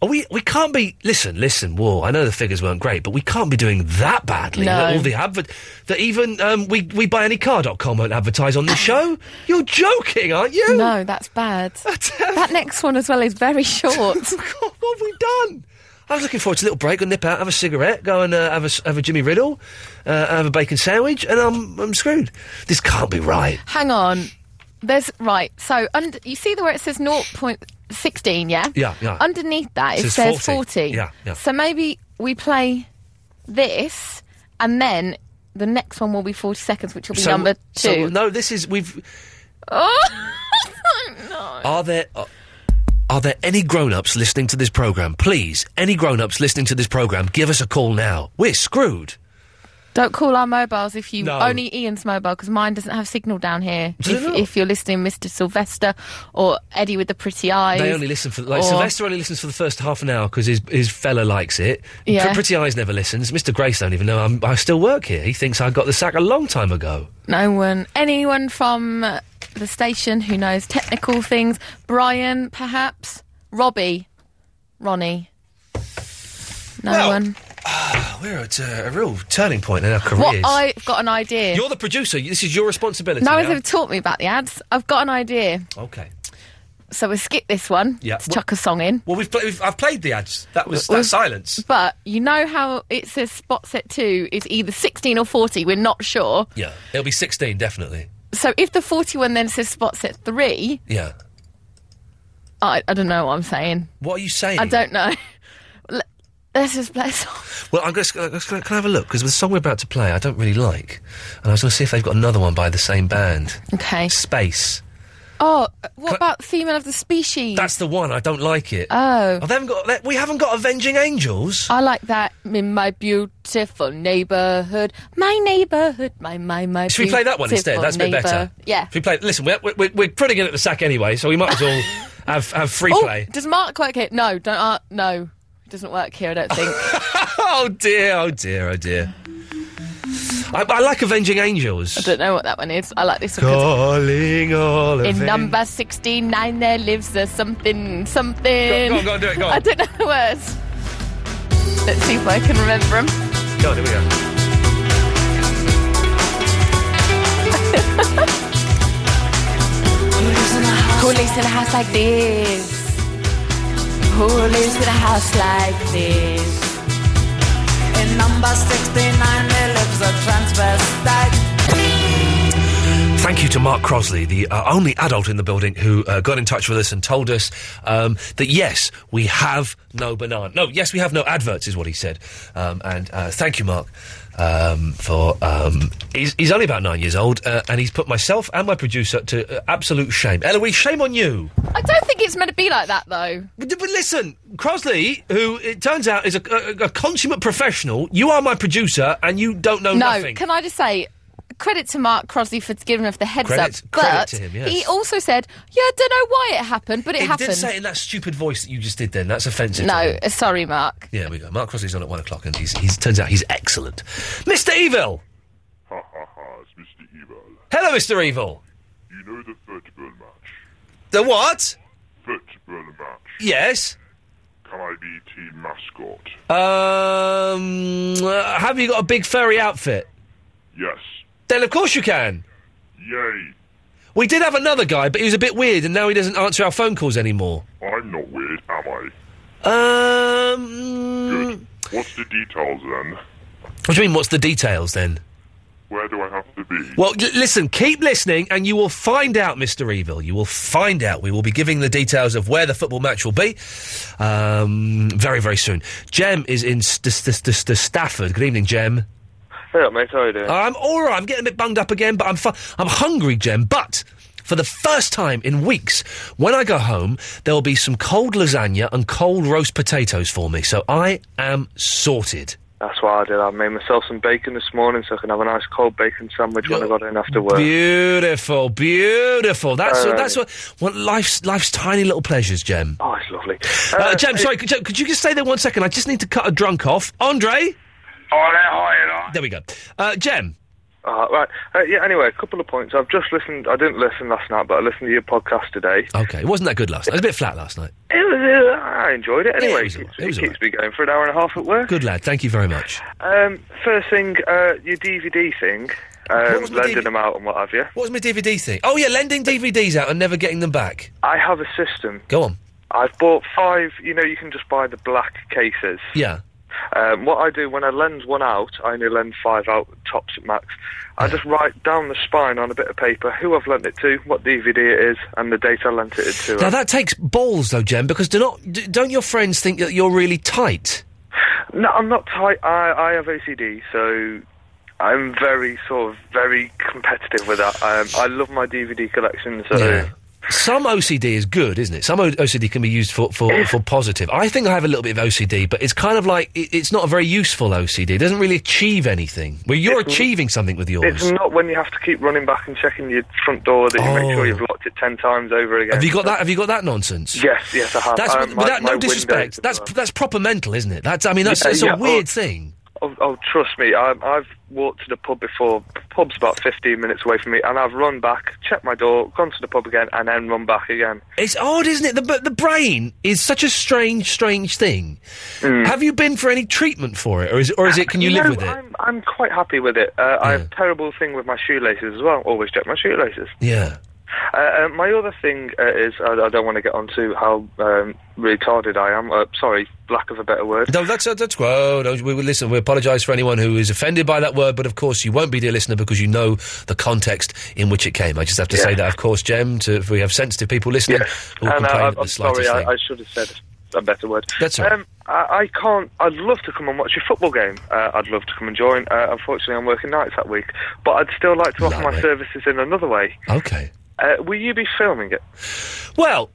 [SPEAKER 4] Are we we can't be listen listen. Whoa, I know the figures weren't great, but we can't be doing that badly.
[SPEAKER 5] No.
[SPEAKER 4] That all the advert that even um, we we buyanycar.com won't advertise on the show. You're joking, aren't you?
[SPEAKER 9] No, that's bad. that next one as well is very short.
[SPEAKER 4] what have we done? I was looking forward to a little break. I'll nip out, have a cigarette, go and uh, have a s- have a Jimmy Riddle, uh, have a bacon sandwich, and I'm I'm screwed. This can't be right.
[SPEAKER 9] Hang on. There's right. So under, you see the where it says 0.16, yeah?
[SPEAKER 4] Yeah, yeah.
[SPEAKER 9] Underneath that it
[SPEAKER 4] Says
[SPEAKER 9] says 40.
[SPEAKER 4] 40. Yeah, yeah.
[SPEAKER 9] So maybe we play this and then the next one will be 40 seconds which will be
[SPEAKER 4] So-
[SPEAKER 9] number 2.
[SPEAKER 4] so- no, this is we've
[SPEAKER 9] Oh, I don't know.
[SPEAKER 4] Are there are, are there any grown-ups listening to this program? Please, any grown-ups listening to this program, give us a call now. We're screwed.
[SPEAKER 9] Don't call our mobiles if you
[SPEAKER 4] No.
[SPEAKER 9] only Ian's mobile because mine doesn't have signal down here.
[SPEAKER 4] Does
[SPEAKER 9] If,
[SPEAKER 4] it not?
[SPEAKER 9] if you're listening, Mr. Sylvester or Eddie with the pretty eyes.
[SPEAKER 4] they only listen for like
[SPEAKER 9] or-
[SPEAKER 4] Sylvester only listens for the first half an hour because his his fella likes it. Pr-
[SPEAKER 9] Yeah.
[SPEAKER 4] Pretty Eyes never listens. Mr. Grace don't even know I'm, I still work here. He thinks I got the sack a long time ago.
[SPEAKER 9] No one, anyone from uh, the station who knows technical things. Brian, perhaps. Robbie, Ronnie. No
[SPEAKER 4] Well,
[SPEAKER 9] one.
[SPEAKER 4] Oh, We're at uh, a, a real turning point in our
[SPEAKER 9] What
[SPEAKER 4] careers.
[SPEAKER 9] I've got an idea.
[SPEAKER 4] You're the producer. This is your responsibility.
[SPEAKER 9] No one's
[SPEAKER 4] now.
[SPEAKER 9] ever taught me about the ads. I've got an idea.
[SPEAKER 4] Okay.
[SPEAKER 9] So we'll skip this one.
[SPEAKER 4] Yeah.
[SPEAKER 9] Let's chuck a song in.
[SPEAKER 4] Well, we've, pla- we've I've played the ads. That was
[SPEAKER 9] Well,
[SPEAKER 4] that silence.
[SPEAKER 9] But you know how it says spot set two is either 16 or 40. We're not sure.
[SPEAKER 4] Yeah, it'll be 16 definitely.
[SPEAKER 9] So if the 41 then says spot set three,
[SPEAKER 4] Yeah.
[SPEAKER 9] I, I don't know what I'm saying.
[SPEAKER 4] What are you saying?
[SPEAKER 9] I don't know. L- Let's just play a song.
[SPEAKER 4] Well, I'm going to can I have a look because the song we're about to play I don't really like, and I was going to see if they've got another one by the same band.
[SPEAKER 9] Okay.
[SPEAKER 4] Space.
[SPEAKER 9] Oh, what about female of the species?
[SPEAKER 4] That's the one I don't like it.
[SPEAKER 9] Oh.
[SPEAKER 4] Oh, they haven't got. they- we haven't got Avenging Angels.
[SPEAKER 9] I like that in my beautiful neighbourhood, my neighbourhood, my my my.
[SPEAKER 4] Should we play that one instead?
[SPEAKER 9] beautiful
[SPEAKER 4] That's a bit better.
[SPEAKER 9] neighbour. Yeah.
[SPEAKER 4] Should we play? Listen, we're we're, we're putting it at the sack anyway, so we might as well have have free
[SPEAKER 9] Oh,
[SPEAKER 4] play.
[SPEAKER 9] does Mark work here? No, don't. Uh, no, it doesn't work here. I don't think.
[SPEAKER 4] oh dear! Oh dear! Oh dear! I, I like Avenging Angels.
[SPEAKER 9] I don't know what that one is. I like this one. 'cause
[SPEAKER 4] Calling all
[SPEAKER 9] In
[SPEAKER 4] aven-
[SPEAKER 9] number sixty-nine, there lives a something, something.
[SPEAKER 4] Go on, go on, do it, go on.
[SPEAKER 9] I don't know the words. Let's see if I can remember them.
[SPEAKER 4] Go on, here we go.
[SPEAKER 9] Who lives in a house like this? Who lives in a house like this?
[SPEAKER 3] In number 69, there lives a transvestite.
[SPEAKER 4] Thank you to Mark Crosley, the uh, only adult in the building who uh, got in touch with us and told us um, that yes, we have no banana. No, yes, we have no adverts, is what he said. Um, and uh, thank you, Mark, um, for um, he's, he's only about nine years old, uh, and he's put myself and my producer to uh, absolute shame. Eloise, shame on you.
[SPEAKER 9] I don't think it's meant to be like that, though.
[SPEAKER 4] But, but listen, Crosley, who it turns out is a, a, a consummate professional, you are my producer, and you don't know
[SPEAKER 9] no,
[SPEAKER 4] nothing.
[SPEAKER 9] can I just say, credit to Mark Crosley for giving us the heads
[SPEAKER 4] Credit-
[SPEAKER 9] up.
[SPEAKER 4] credit
[SPEAKER 9] But
[SPEAKER 4] to him, yes.
[SPEAKER 9] he also said, "Yeah, I don't know why it happened, but it,
[SPEAKER 4] it
[SPEAKER 9] happened."
[SPEAKER 4] did say it in that stupid voice that you just did then. That's offensive. to
[SPEAKER 9] no,
[SPEAKER 4] him.
[SPEAKER 9] uh, sorry, Mark.
[SPEAKER 4] Yeah, we go. Mark Crosley's on at one o'clock, and he's, he's turns out he's excellent. Mr. Evil.
[SPEAKER 16] Ha ha ha, it's Mr. Evil.
[SPEAKER 4] Hello, Mr. Evil.
[SPEAKER 16] You know the football match.
[SPEAKER 4] The what?
[SPEAKER 16] Football match.
[SPEAKER 4] Yes.
[SPEAKER 16] Can I be team mascot?
[SPEAKER 4] Um, uh, have you got a big furry outfit?
[SPEAKER 16] Yes.
[SPEAKER 4] Then of course you can.
[SPEAKER 16] Yay.
[SPEAKER 4] We did have another guy, but he was a bit weird, and now he doesn't answer our phone calls anymore.
[SPEAKER 16] I'm not weird, am I?
[SPEAKER 4] Um,
[SPEAKER 16] What's the details then?
[SPEAKER 4] what do you mean? What's the details then?
[SPEAKER 16] Where do I have to be?
[SPEAKER 4] Well, l- listen, keep listening, and you will find out, Mr. Evil. You will find out. We will be giving the details of where the football match will be um, very, very soon. Jem is in St- St- St- St- Stafford. Good evening, Jem.
[SPEAKER 15] Hey up, mate, how you doing?
[SPEAKER 4] I'm all right. I'm getting a bit bunged up again, but I'm fu- I'm hungry, Jem. But for the first time in weeks, when I go home, there will be some cold lasagna and cold roast potatoes for me. So I am sorted.
[SPEAKER 17] That's what I did. I made myself some bacon this morning so I can have a nice cold bacon sandwich when I got in after work.
[SPEAKER 4] Beautiful, beautiful. That's
[SPEAKER 17] Uh,
[SPEAKER 4] that's what, what life's life's tiny little pleasures, Jem.
[SPEAKER 17] Oh, it's lovely.
[SPEAKER 4] Uh, Jem, sorry, could, Jem, could you just stay there one second? I just need to cut a drunk off. Andre?
[SPEAKER 16] Oh, there, hi,
[SPEAKER 4] There we go. Uh, Jem?
[SPEAKER 17] Uh, right. Uh, yeah. Anyway, a couple of points. I've just listened. I didn't listen last night, but I listened to your podcast today.
[SPEAKER 4] Okay, it wasn't that good last night. It was a bit flat last night.
[SPEAKER 17] It was, uh, I enjoyed it.
[SPEAKER 4] Yeah,
[SPEAKER 17] Anyway,
[SPEAKER 4] it was
[SPEAKER 17] it keeps,
[SPEAKER 4] alright. It was
[SPEAKER 17] it keeps me going for an hour and a half at work.
[SPEAKER 4] Good lad, thank you very much.
[SPEAKER 17] Um, first thing, uh, your DVD thing,
[SPEAKER 4] What
[SPEAKER 17] um,
[SPEAKER 4] was my
[SPEAKER 17] lending
[SPEAKER 4] DVD?
[SPEAKER 17] them out and what have you.
[SPEAKER 4] What was my DVD thing? Oh yeah, lending DVDs out and never getting them back.
[SPEAKER 17] I have a system.
[SPEAKER 4] Go on.
[SPEAKER 17] I've bought five. You know, you can just buy the black cases.
[SPEAKER 4] Yeah.
[SPEAKER 17] Um, what I do when I lend one out, I only lend five out tops at max. I just write down the spine on a bit of paper who I've lent it to, what DVD it is, and the date I lent it to.
[SPEAKER 4] Now that takes balls though, Jen, because do not d- don't your friends think that you're really tight?
[SPEAKER 17] No, I'm not tight. I, I have OCD, so I'm very sort of very competitive with that. Um, I love my DVD collection, so
[SPEAKER 4] Yeah. Some OCD is good, isn't it? Some o- OCD can be used for, for, for positive. I think I have a little bit of OCD, but it's kind of like it, it's not a very useful OCD. It doesn't really achieve anything. Well, you're achieving something with yours.
[SPEAKER 17] it's not when you have to keep running back and checking your front door that you make sure you've locked it ten times over again.
[SPEAKER 4] Oh. Have you got that? Have you got that nonsense?
[SPEAKER 17] Yes, yes, I have.
[SPEAKER 4] That's
[SPEAKER 17] Um, my-
[SPEAKER 4] without
[SPEAKER 17] my
[SPEAKER 4] no
[SPEAKER 17] windows
[SPEAKER 4] disrespect.
[SPEAKER 17] as
[SPEAKER 4] That's
[SPEAKER 17] well.
[SPEAKER 4] that's proper mental, isn't it? That's I mean that's,
[SPEAKER 17] Yeah,
[SPEAKER 4] that's
[SPEAKER 17] yeah,
[SPEAKER 4] a weird
[SPEAKER 17] oh,
[SPEAKER 4] thing.
[SPEAKER 17] Oh, oh, trust me, I, I've walked to the pub before. Pub's about 15 minutes away from me, and I've run back, checked my door, gone to the pub again, and then run back again.
[SPEAKER 4] It's odd, isn't it? The, but the brain is such a strange, strange thing. Have you been for any treatment for it, or is it, or is it? Can you
[SPEAKER 17] Mm. No,
[SPEAKER 4] live with it?
[SPEAKER 17] I'm, I'm quite happy with it. Uh, I have a terrible thing with my shoelaces as well. Always check my shoelaces.
[SPEAKER 4] Yeah.
[SPEAKER 17] Uh, uh, my other thing uh, is I, I don't want to get onto how um, retarded I am. Uh, sorry, lack of a better word.
[SPEAKER 4] No, that's that's well. no, we, we listen. We apologise for anyone who is offended by that word, but of course you won't be, dear listener, because you know the context in which it came. I just have to say that, of course, Jem. To, if we have sensitive people listening, who will
[SPEAKER 17] And
[SPEAKER 4] complain
[SPEAKER 17] I,
[SPEAKER 4] at the
[SPEAKER 17] I'm
[SPEAKER 4] slightest
[SPEAKER 17] sorry,
[SPEAKER 4] thing.
[SPEAKER 17] I, I should have said a better word.
[SPEAKER 4] That's all right.
[SPEAKER 17] Um, I, I can't. I'd love to come and watch your football game. Uh, I'd love to come and join. Uh, unfortunately, I'm working nights that week, but I'd still like to offer my services in another way.
[SPEAKER 4] Okay.
[SPEAKER 17] Uh, will you be filming it?
[SPEAKER 4] Well,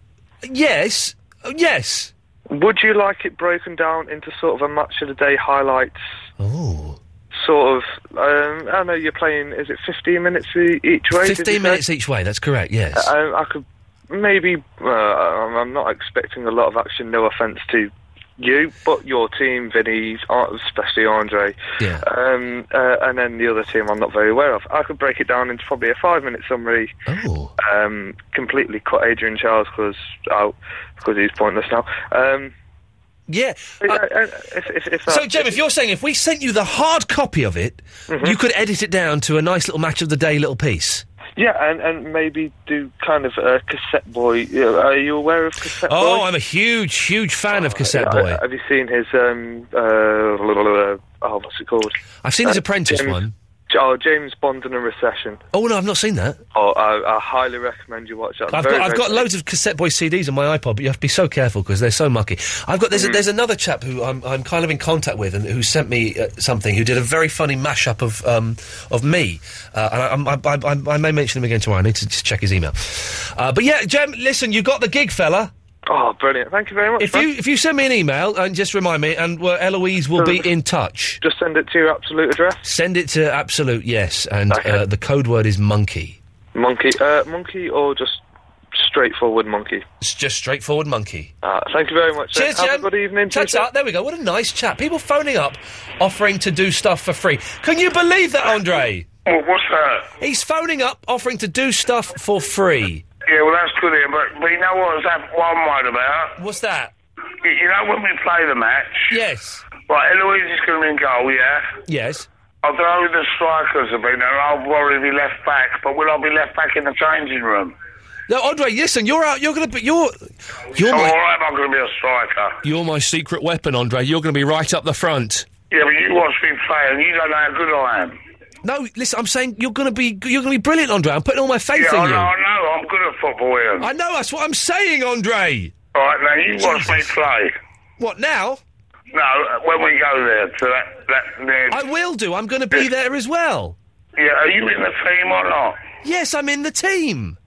[SPEAKER 4] yes, yes.
[SPEAKER 17] Would you like it broken down into sort of a match of the day highlights?
[SPEAKER 4] Oh.
[SPEAKER 17] Sort of. Um, I don't know you're playing. Is it 15 minutes e- each way? did you say?
[SPEAKER 4] Fifteen minutes each way. That's correct. Yes.
[SPEAKER 17] Um, I could maybe. Uh, I'm I'm not expecting a lot of action. No offense to you, but your team, Vinny, uh, especially Andre,
[SPEAKER 4] Yeah.
[SPEAKER 17] um, uh, and then the other team, I'm not very aware of. I could break it down into probably a five-minute summary.
[SPEAKER 4] Oh.
[SPEAKER 17] Um, completely cut Adrian Charles because out because he's pointless now. Um,
[SPEAKER 4] yeah. uh,
[SPEAKER 17] if, if, if Mm-hmm.
[SPEAKER 4] So,
[SPEAKER 17] that-
[SPEAKER 4] Jem, if you're saying if we sent you the hard copy of it, you could edit it down to a nice little match of the day little piece.
[SPEAKER 17] yeah, and, and maybe do kind of a cassette boy. yeah, Are you aware of cassette boy?
[SPEAKER 4] Oh, I'm a huge, huge fan of Cassette
[SPEAKER 17] Yeah,
[SPEAKER 4] Boy.
[SPEAKER 17] uh, have you seen his um uh oh what's it called?
[SPEAKER 4] I've seen his
[SPEAKER 17] Uh,
[SPEAKER 4] Apprentice
[SPEAKER 17] James-
[SPEAKER 4] one.
[SPEAKER 17] J- Oh, James Bond in a recession.
[SPEAKER 4] Oh no, I've not seen that.
[SPEAKER 17] Oh, I, I highly recommend you watch that.
[SPEAKER 4] I've
[SPEAKER 17] Very,
[SPEAKER 4] got, I've
[SPEAKER 17] very
[SPEAKER 4] got
[SPEAKER 17] good.
[SPEAKER 4] loads of cassette boy CDs on my iPod, but you have to be so careful because they're so mucky. I've got there's
[SPEAKER 17] Mm.
[SPEAKER 4] a, there's another chap who I'm, I'm kind of in contact with and who sent me uh, something who did a very funny mashup of um, of me, uh, and I, I'm- I, I, I, I may mention him again tomorrow. I need to just check his email. Uh, but yeah, Jem, listen, you got the gig, fella.
[SPEAKER 17] Oh, brilliant! Thank you very much.
[SPEAKER 4] If
[SPEAKER 17] man.
[SPEAKER 4] you if you send me an email and just remind me, and well, Eloise will be in touch.
[SPEAKER 17] Just send it to your absolute address.
[SPEAKER 4] Send it to absolute yes, and uh, the code word is monkey.
[SPEAKER 17] monkey, uh, monkey, or just straightforward monkey.
[SPEAKER 4] It's just straightforward monkey.
[SPEAKER 17] Uh, thank you very much. sir.
[SPEAKER 4] Cheers,
[SPEAKER 17] Have
[SPEAKER 4] Jem.
[SPEAKER 17] a good evening.
[SPEAKER 4] Ta-ta. There we go. What a nice chap. People phoning up, offering to do stuff for free. Can you believe that, Andre?
[SPEAKER 18] Well, Oh, what's that?
[SPEAKER 4] He's phoning up, offering to do stuff for free.
[SPEAKER 18] Yeah, well, that's good, Ian, but, but you know what that one worried about?
[SPEAKER 4] What's that?
[SPEAKER 18] You, you know when we play the match?
[SPEAKER 4] Yes.
[SPEAKER 18] Right, Eloise is going to be in goal, yeah?
[SPEAKER 4] Yes.
[SPEAKER 18] I don't know who the strikers have been, and I'll probably be left back, but will I be left back in the changing room?
[SPEAKER 4] No, Andre. Listen, you're out. You're gonna. be. You're. You're
[SPEAKER 18] I'm all
[SPEAKER 4] my.
[SPEAKER 18] right, I'm going to be a striker.
[SPEAKER 4] You're my secret weapon, Andre. You're gonna be right up the front.
[SPEAKER 18] Yeah, but you watch me play, and you don't know how good I am.
[SPEAKER 4] No, listen. I'm saying you're gonna be. You're gonna be brilliant, Andre. I'm putting all my faith
[SPEAKER 18] Yeah, I
[SPEAKER 4] in you.
[SPEAKER 18] know, I know, I'm good at football, Ian.
[SPEAKER 4] I know. That's what I'm saying, Andre.
[SPEAKER 18] All right, now you watch me play.
[SPEAKER 4] What now?
[SPEAKER 18] No, uh, when we go there to that that. The,
[SPEAKER 4] I will do. I'm gonna be there as well.
[SPEAKER 18] yeah, are you in the team or not?
[SPEAKER 4] Yes, I'm in the team.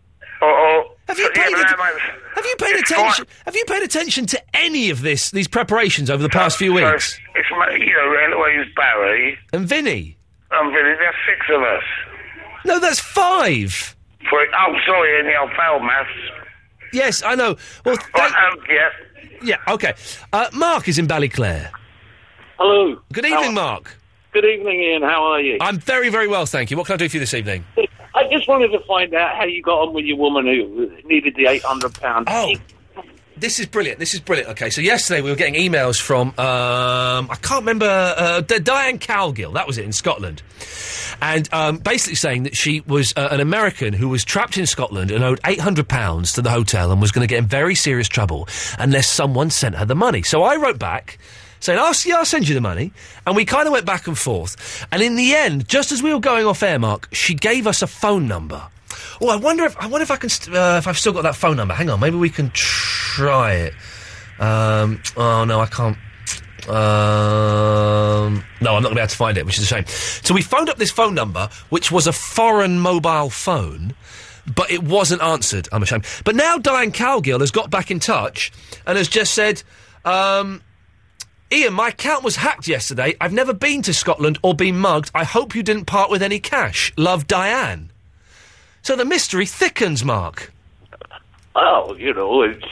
[SPEAKER 18] Or, or
[SPEAKER 4] Have you
[SPEAKER 18] yeah,
[SPEAKER 4] paid
[SPEAKER 18] but
[SPEAKER 4] att-
[SPEAKER 18] that makes-
[SPEAKER 4] Have you paid
[SPEAKER 18] It's
[SPEAKER 4] attention?
[SPEAKER 18] fine.
[SPEAKER 4] Have you paid attention to any of this? These preparations over the past few weeks.
[SPEAKER 18] It's ma- you know Eloise Barry
[SPEAKER 4] And Vinny.
[SPEAKER 18] and Vinny. There's six of us.
[SPEAKER 4] No, that's five.
[SPEAKER 18] For oh, sorry, Ian, I failed maths.
[SPEAKER 4] Yes, I know. Well,
[SPEAKER 18] Right, um, yeah.
[SPEAKER 4] yeah, okay. Uh, Mark is in Ballyclare.
[SPEAKER 19] Hello.
[SPEAKER 4] Good evening, Mark.
[SPEAKER 19] Good evening, Ian. How are you?
[SPEAKER 4] I'm very, very well, thank you. What can I do for you this evening?
[SPEAKER 19] I just wanted to find out how you got on with your woman who needed the eight hundred pounds.
[SPEAKER 4] Oh, this is brilliant. This is brilliant. Okay, so yesterday we were getting emails from um, I can't remember uh, D- Diane Calgill. That was it in Scotland, and um, basically saying that she was uh, an American who was trapped in Scotland and owed eight hundred pounds to the hotel and was going to get in very serious trouble unless someone sent her the money. So I wrote back. Saying, I'll, yeah, I'll send you the money. And we kind of went back and forth. And in the end, just as we were going off air, Mark, she gave us a phone number. Oh, I wonder if I wonder if I can st- uh, if I've still got that phone number. Hang on, maybe we can try it. Um, oh no, I can't. Um, no, I'm not going to be able to find it, which is a shame. So we phoned up this phone number, which was a foreign mobile phone, but it wasn't answered. I'm ashamed. But now Diane Cowgill has got back in touch and has just said, um, "Ian, my account was hacked yesterday. I've never been to Scotland or been mugged. I hope you didn't part with any cash. Love, Diane." So the mystery thickens, Mark.
[SPEAKER 19] Oh, you know, it's,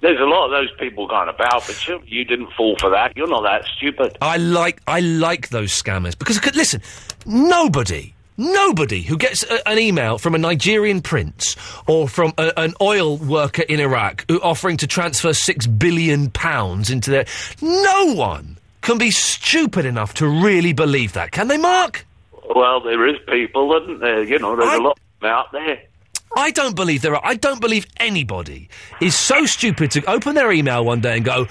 [SPEAKER 19] there's a lot of those people going about, but you, you didn't fall for that. You're not that stupid.
[SPEAKER 4] I like I like those scammers because c- listen, nobody. Nobody who gets a, an email from a Nigerian prince or from a, an oil worker in Iraq who offering to transfer six billion pounds into their. No one can be stupid enough to really believe that, can they, Mark?
[SPEAKER 19] Well, there is people, isn't there? You know, there's a lot of them out there.
[SPEAKER 4] I don't believe there are. I don't believe anybody is so stupid to open their email one day and go,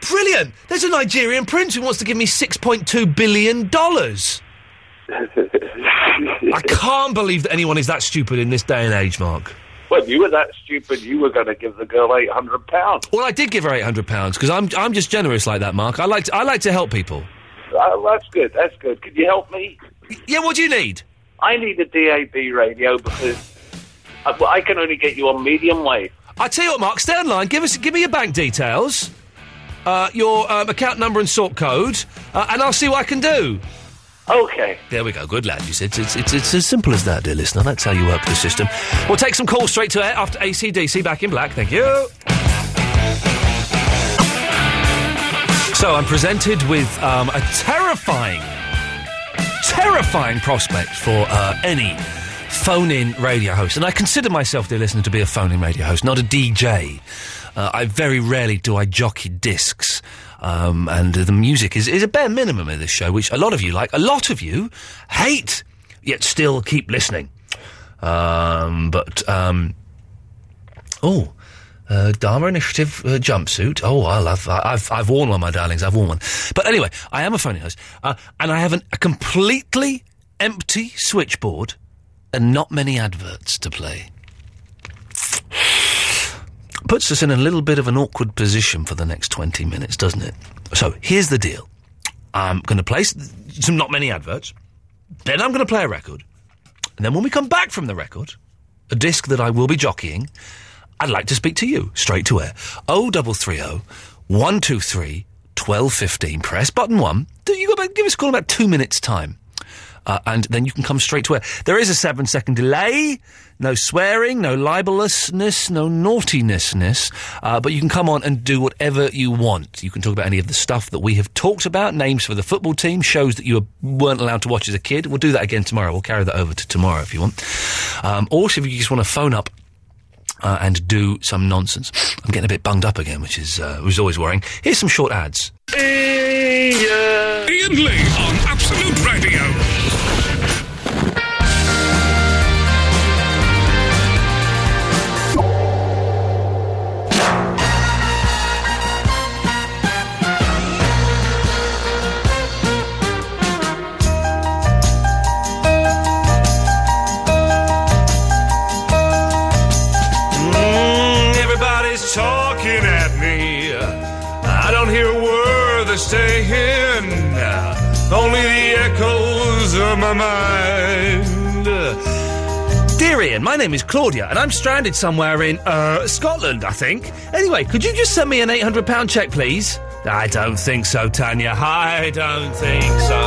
[SPEAKER 4] "Brilliant! There's a Nigerian prince who wants to give me six point two billion dollars." I can't believe that anyone is that stupid in this day and age, Mark.
[SPEAKER 19] Well, you were that stupid. You were going to give the girl eight hundred pounds.
[SPEAKER 4] Well, I did give her eight hundred pounds because I'm I'm just generous like that, Mark. I like to, I like to help people.
[SPEAKER 19] Oh, that's good. That's good. Could you help me?
[SPEAKER 4] Yeah, what do you need?
[SPEAKER 19] I need a DAB radio because I, well, I can only get you on medium wave.
[SPEAKER 4] I tell you what, Mark, stay online. Give us, give me your bank details, uh, your um, account number and sort code, uh, and I'll see what I can do.
[SPEAKER 19] Okay.
[SPEAKER 4] There we go. Good lad. You said it's, it's, it's, it's as simple as that, dear listener. That's how you work the system. We'll take some calls straight to air after ACDC back in black. Thank you. So I'm presented with um, a terrifying, terrifying prospect for uh, any phone-in radio host, and I consider myself, dear listener, to be a phone-in radio host, not a DJ. Uh, I very rarely do I jockey discs. Um, and the music is, is a bare minimum of this show, which a lot of you like, a lot of you hate, yet still keep listening. Um, but, um, oh, uh, Dharma Initiative uh, jumpsuit. Oh, I love. I, I've I've worn one, my darlings. I've worn one. But anyway, I am a phony host, uh, and I have an, a completely empty switchboard and not many adverts to play. Puts us in a little bit of an awkward position for the next twenty minutes, doesn't it? So here's the deal: I'm going to play s- some not many adverts, then I'm going to play a record, and then when we come back from the record, a disc that I will be jockeying. I'd like to speak to you straight to air. 0330 123 1215. Press button one. Do You go back, give us a call in about two minutes' time. Uh, and then you can come straight to air. There is a seven second delay. No swearing, no libelousness, no naughtinessness. Uh, but you can come on and do whatever you want. You can talk about any of the stuff that we have talked about, names for the football team, shows that you weren't allowed to watch as a kid. We'll do that again tomorrow. We'll carry that over to tomorrow if you want. Um, or if you just want to phone up uh, and do some nonsense. I'm getting a bit bunged up again, which is uh, which is always worrying. Here's some short ads.
[SPEAKER 2] Ian. Lee on Absolute Radio.
[SPEAKER 20] Mm, everybody's talking at me. I don't hear a word they're saying. Only the echoes of my mind.
[SPEAKER 4] Dear Ian, my name is Claudia, and I'm stranded somewhere in uh, Scotland, I think. Anyway, could you just send me an eight hundred pound check, please? I don't think so, Tanya. I don't think so.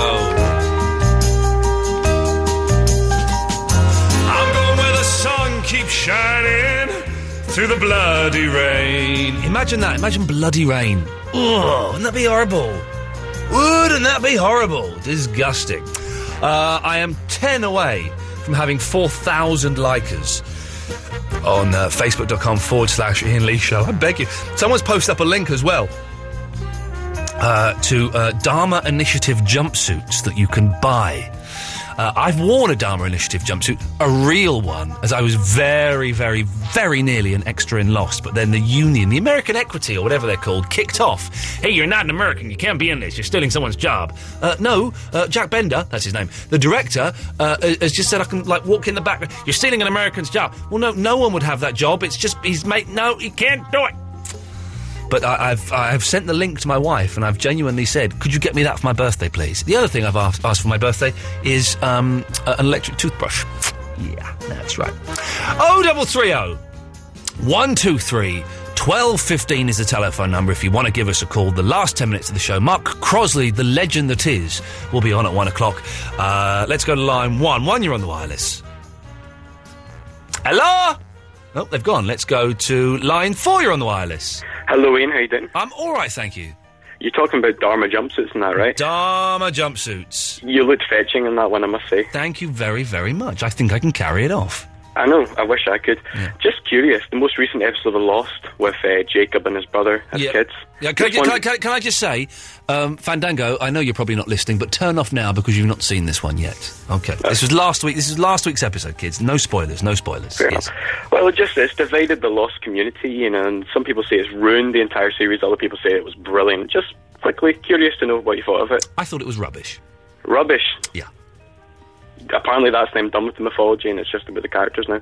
[SPEAKER 20] I'm going where the sun keeps shining through the bloody rain.
[SPEAKER 4] Imagine that. Imagine bloody rain. Ugh, wouldn't that be horrible? Wouldn't that be horrible? Disgusting. Uh, I am 10 away from having 4,000 likers on uh, facebook.com forward slash Ian Lee Show. I beg you. Someone's posted up a link as well uh, to uh, Dharma Initiative jumpsuits that you can buy. Uh, I've worn a Dharma Initiative jumpsuit, a real one, as I was very, very, very nearly an extra in Lost. But then the union, the American Equity or whatever they're called, kicked off. Hey, you're not an American. You can't be in this. You're stealing someone's job. Uh, no, uh, Jack Bender, that's his name, the director, uh, has just said I can like walk in the back. You're stealing an American's job. Well, no, no one would have that job. It's just he's mate. No, he can't do it. But I, I've I've sent the link to my wife, and I've genuinely said, "Could you get me that for my birthday, please?" The other thing I've asked, asked for my birthday is um, a- an electric toothbrush. Yeah, that's right. O double three O one two three. 1215 is the telephone number if you want to give us a call. The last 10 minutes of the show, Mark Crosley, the legend that is, will be on at 1 o'clock. Uh, let's go to line 1. 1, you're on the wireless. Hello? Oh, they've gone. Let's go to line 4, you're on the wireless.
[SPEAKER 21] Hello, Ian. How you doing?
[SPEAKER 4] I'm all right, thank you.
[SPEAKER 21] You're talking about Dharma jumpsuits and that, right?
[SPEAKER 4] Dharma jumpsuits.
[SPEAKER 21] You looked fetching in that one, I must say.
[SPEAKER 4] Thank you very, very much. I think I can carry it off.
[SPEAKER 21] I know. I wish I could. Just curious. The most recent episode of Lost with uh, Jacob and his brother as
[SPEAKER 4] Yeah.
[SPEAKER 21] kids.
[SPEAKER 4] Yeah, can, I,
[SPEAKER 21] Just
[SPEAKER 4] ju- can, I,
[SPEAKER 21] wondered-
[SPEAKER 4] can, I, can I just say, um, Fandango, I know you're probably not listening, but turn off now because you've not seen this one yet. Okay. This was last week. This is last week's episode, kids. No spoilers, no spoilers. Yes.
[SPEAKER 21] Well, it just it's divided the Lost community, you know, and some people say it's ruined the entire series. Other people say it was brilliant. Just quickly, curious to know what you thought of it.
[SPEAKER 4] I thought it was rubbish.
[SPEAKER 21] Rubbish.
[SPEAKER 4] Yeah.
[SPEAKER 21] Apparently, that's them done with the mythology, and it's just about the characters now.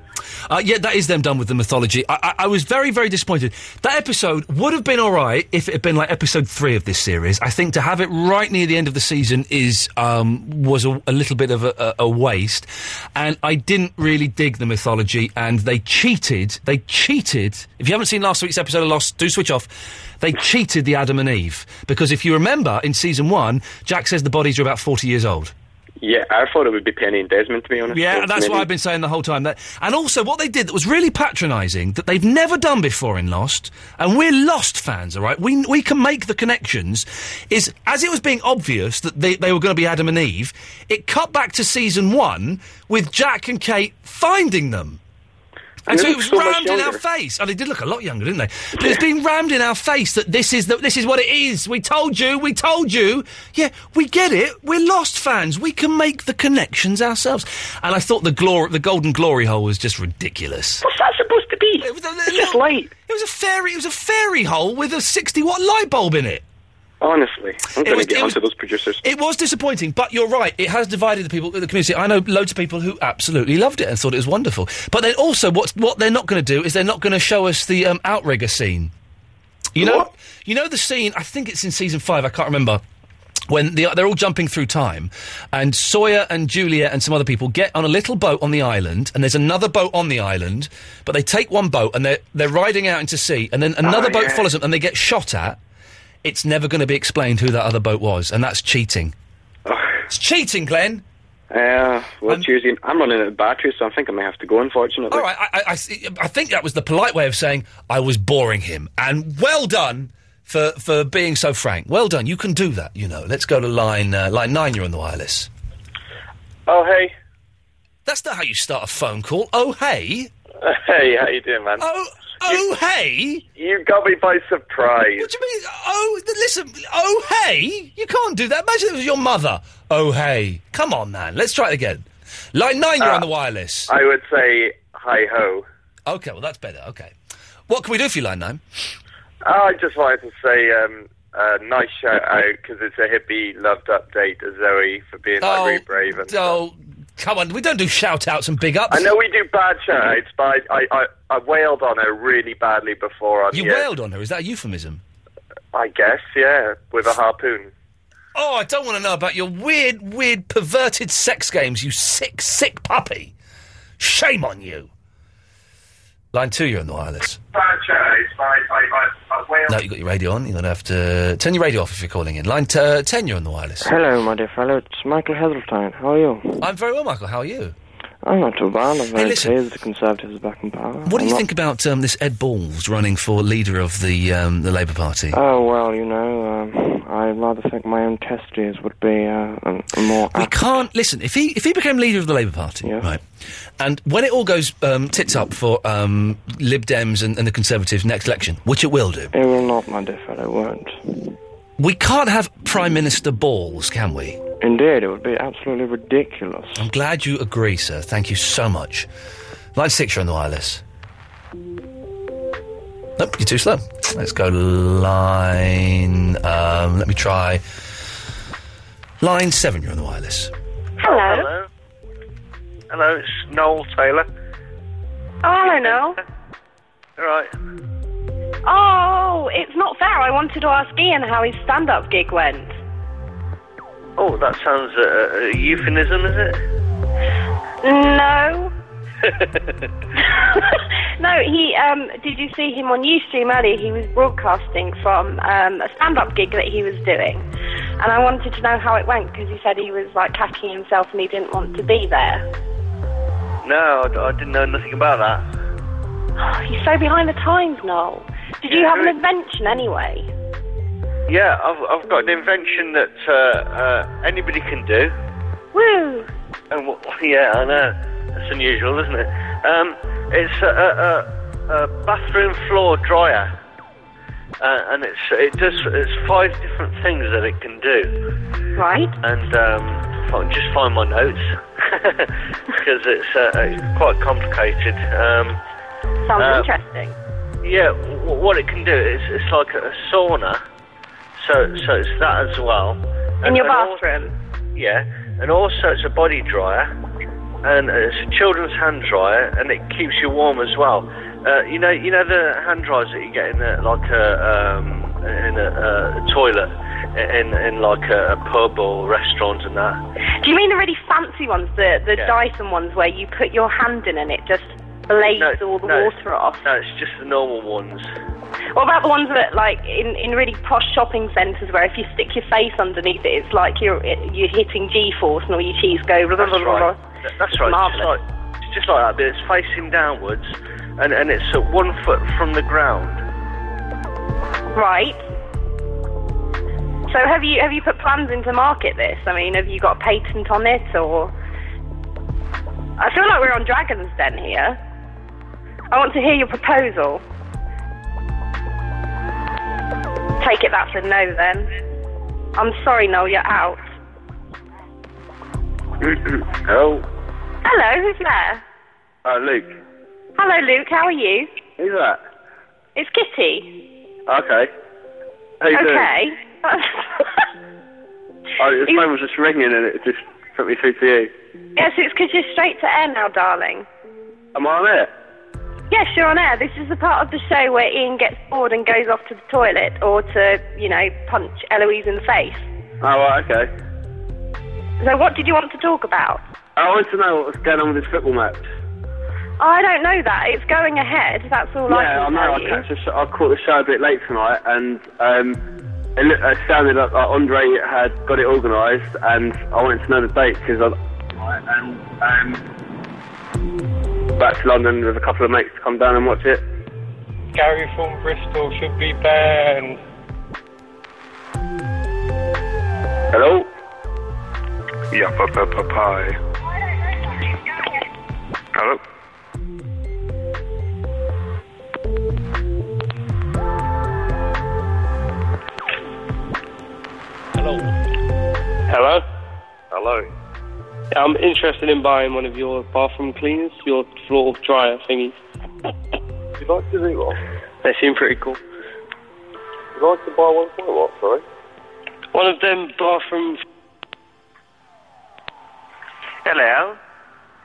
[SPEAKER 4] Uh, yeah, that is them done with the mythology. I, I, I was very, very disappointed. That episode would have been all right if it had been like episode three of this series. I think to have it right near the end of the season is um, was a, a little bit of a, a, a waste, and I didn't really dig the mythology. And they cheated. They cheated. If you haven't seen last week's episode of Lost, do switch off. They cheated the Adam and Eve because if you remember in season one, Jack says the bodies are about forty years old.
[SPEAKER 21] Yeah, I thought it would be Penny and Desmond, to be honest.
[SPEAKER 4] Yeah,
[SPEAKER 21] Both
[SPEAKER 4] that's
[SPEAKER 21] men
[SPEAKER 4] what
[SPEAKER 21] and-
[SPEAKER 4] I've been saying the whole time. That, and also, what they did that was really patronising that they've never done before in Lost, and we're Lost fans, all right? We, we can make the connections. Is as it was being obvious that they, they were going to be Adam and Eve, it cut back to season one with Jack and Kate finding them.
[SPEAKER 20] And
[SPEAKER 4] And so
[SPEAKER 20] they
[SPEAKER 4] it
[SPEAKER 20] look
[SPEAKER 4] was
[SPEAKER 20] so much
[SPEAKER 4] rammed in our
[SPEAKER 20] younger.
[SPEAKER 4] face. And they did look a lot younger, didn't they? But it's been rammed in our face that this is the, this is what it is. We told you, we told you. Yeah, we get it. We're lost fans. We can make the connections ourselves. And I thought the glory, the golden glory hole was just ridiculous.
[SPEAKER 21] What's that supposed to be?
[SPEAKER 4] It was, it's just light. It was a fairy. It was a fairy hole with a sixty watt light bulb in it.
[SPEAKER 21] Honestly, I'm
[SPEAKER 4] It
[SPEAKER 21] going
[SPEAKER 4] was-
[SPEAKER 21] to get
[SPEAKER 4] it was-
[SPEAKER 21] onto those producers.
[SPEAKER 4] It was disappointing, but you're right. It has divided the people, the community. I know loads of people who absolutely loved it and thought it was wonderful. But then also, what's, what they're not going to do is they're not going to show us the um, outrigger scene. You know, you know the scene. I think it's in season five. I can't remember. When they, they're all jumping through time, and Sawyer and Julia and some other people get on a little boat on the island, and there's another boat on the island, but they take one boat and they're they're riding out into sea, and then another
[SPEAKER 20] Oh,
[SPEAKER 4] boat
[SPEAKER 20] yeah.
[SPEAKER 4] follows them, and they get shot at. It's never going to be explained who that other boat was, and that's cheating. it's cheating, Glenn. Um,
[SPEAKER 21] Yeah, well, cheers, Ian. I'm running out of battery, so I think I may have to go, unfortunately.
[SPEAKER 4] All right, I, I, I see- I think that was the polite way of saying I was boring him, and well done for for being so frank. Well done, you can do that. You know, let's go to line uh, line nine. You're on the wireless.
[SPEAKER 22] Oh hey,
[SPEAKER 4] That's not how you start a phone call. Oh hey,
[SPEAKER 22] hey, how you doing, man?
[SPEAKER 4] Oh, oh hey,
[SPEAKER 22] you got me by surprise.
[SPEAKER 4] What do you mean? Oh, th- listen. Oh hey, you can't do that. Imagine it was your mother. Oh hey, come on, man. Let's try it again. Line nine. You're
[SPEAKER 22] Uh,
[SPEAKER 4] on the wireless.
[SPEAKER 22] I would say hi ho.
[SPEAKER 4] Okay, well that's better. Okay, what can we do for you, line nine?
[SPEAKER 22] Oh, I just wanted to say um, a nice shout out because it's a hippie loved update to Zoe for being like really brave. And
[SPEAKER 4] oh, come on. We don't do shout outs and big ups.
[SPEAKER 22] I know we do bad shout outs, but I, I, I, I wailed on her really badly before on
[SPEAKER 4] You
[SPEAKER 22] the air.
[SPEAKER 4] wailed on her. Is that a euphemism?
[SPEAKER 22] I guess, yeah, with a harpoon.
[SPEAKER 4] Oh, I don't want to know about your weird, weird, perverted sex games, you sick, sick puppy. Shame on you. Line two, you're on the wireless.
[SPEAKER 22] Bad shout outs, but I, I, I, I wailed.
[SPEAKER 4] No, you've got your radio on. You're going to have to uh, turn your radio off if you're calling in. Line t- uh, 10, you're on the wireless.
[SPEAKER 23] Hello, my dear fellow. It's Michael Heseltine. How are you?
[SPEAKER 4] I'm very well, Michael. How are you?
[SPEAKER 23] I'm not too bad. I'm very
[SPEAKER 4] listen.
[SPEAKER 23] pleased the Conservatives are back in power.
[SPEAKER 4] What do
[SPEAKER 23] I'm
[SPEAKER 4] you
[SPEAKER 23] not-
[SPEAKER 4] think about um, this Ed Balls running for leader of the um, the Labour Party?
[SPEAKER 23] Oh well, you know, um, I rather think my own test years would be uh, um, more.
[SPEAKER 4] We can't listen. If he if he became leader of the Labour Party, right, and when it all goes um, tits up for um, Lib Dems and, and the Conservatives next election, which it will do,
[SPEAKER 23] It will not, my dear fellow, it won't.
[SPEAKER 4] we can't have Prime Minister balls, can we?
[SPEAKER 23] Indeed, it would be absolutely ridiculous.
[SPEAKER 4] I'm glad you agree, sir. Thank you so much. Line six, you're on the wireless. Nope, you're too slow. Let's go line. Um, let me try line seven. You're on the wireless.
[SPEAKER 18] Hello. Hello.
[SPEAKER 22] Hello, it's Noel Taylor.
[SPEAKER 18] Oh, hello, Noel.
[SPEAKER 22] All right.
[SPEAKER 18] Oh, it's not fair. I wanted to ask Ian how his stand-up gig went.
[SPEAKER 22] Oh, that sounds uh, a euphemism, is it?
[SPEAKER 18] No. no, he. Um, did you see him on Ustream earlier? He was broadcasting from um, a stand-up gig that he was doing, and I wanted to know how it went because he said he was like cacking himself and he didn't want to be there.
[SPEAKER 22] no, I d- I, didn't know nothing about that.
[SPEAKER 18] He's so behind the times, Noel. Did you have an invention anyway?
[SPEAKER 22] Yeah, I've, I've got an invention that uh, uh, anybody can do.
[SPEAKER 18] Woo!
[SPEAKER 22] And w- yeah, I know. That's unusual, isn't it? Um, it's a, a, a, a bathroom floor dryer, uh, and it's it does it's five different things that it can do.
[SPEAKER 18] Right.
[SPEAKER 22] And um, if I can just find my notes because it's, uh, it's quite complicated. Um,
[SPEAKER 18] Sounds
[SPEAKER 22] uh,
[SPEAKER 18] interesting.
[SPEAKER 22] Yeah, w- what it can do is it's like a sauna, so so it's that as well.
[SPEAKER 18] In your
[SPEAKER 22] al- yeah, and also it's a body dryer, and it's a children's hand dryer, and it keeps you warm as well. Uh, you know, you know the hand dryers that you get in a, like a um, in a, a toilet, in in like a, a pub or restaurant and that.
[SPEAKER 18] Do you mean the really fancy ones, the the
[SPEAKER 22] Yeah.
[SPEAKER 18] Dyson ones, where you put your hand in and it just blades all the
[SPEAKER 22] no,
[SPEAKER 18] water off?
[SPEAKER 22] No, it's just the normal ones.
[SPEAKER 18] What about the ones that, like, in, in really posh shopping centres, where if you stick your face underneath it, it's like you're you're hitting G-force and all your cheese go. Blah, blah, blah,
[SPEAKER 22] That's
[SPEAKER 18] blah,
[SPEAKER 22] right.
[SPEAKER 18] blah.
[SPEAKER 22] Th- That's
[SPEAKER 18] It's
[SPEAKER 22] right. It's
[SPEAKER 18] marvellous.
[SPEAKER 22] just, like, it's just like that, but it's facing downwards, and, and it's at one foot from the ground.
[SPEAKER 18] Right. So have you have you put plans into market this? I mean, have you got a patent on it or? I feel like we're on Dragon's Den here. I want to hear your proposal. Take it that's a no then. I'm sorry, Noel, you're out.
[SPEAKER 22] oh,
[SPEAKER 18] Hello, who's there?
[SPEAKER 22] uh, Luke,
[SPEAKER 18] Hello, Luke. How are you?
[SPEAKER 22] who's that?
[SPEAKER 18] It's Kitty.
[SPEAKER 22] Okay. How you
[SPEAKER 18] okay.
[SPEAKER 22] doing? Oh, this phone was just ringing and it just put me through to you.
[SPEAKER 18] yes, it's because you're straight to air now, darling.
[SPEAKER 22] Am I on it?
[SPEAKER 18] Yes, you're on air. This is the part of the show where Ian gets bored and goes off to the toilet or to, you know, punch Eloise in the face.
[SPEAKER 22] Oh, right, okay.
[SPEAKER 18] So, what did you want to talk about?
[SPEAKER 22] I want to know what's going on with this football match.
[SPEAKER 18] I don't know that. It's going ahead. That's all I
[SPEAKER 22] yeah, I
[SPEAKER 18] can
[SPEAKER 22] know.
[SPEAKER 18] tell
[SPEAKER 22] I,
[SPEAKER 18] you.
[SPEAKER 22] catch the sh- I caught the show a bit late tonight, and um, it, looked, it sounded like, like Andre had got it organised, and I wanted to know the date because I'm
[SPEAKER 16] um,
[SPEAKER 22] um, back to London with a couple of mates to come down and watch it.
[SPEAKER 1] Gary from Bristol should be banned.
[SPEAKER 22] Hello?
[SPEAKER 16] Yeah, pa pa pa pie. Hello?
[SPEAKER 6] Hello.
[SPEAKER 8] Hello?
[SPEAKER 22] Hello.
[SPEAKER 8] I'm interested in buying one of your bathroom cleaners, your floor dryer thingies.
[SPEAKER 22] Would you like to do what?
[SPEAKER 8] They seem pretty cool.
[SPEAKER 22] Would you like to buy one for what, sorry?
[SPEAKER 8] One of them bathroom.
[SPEAKER 22] Hello?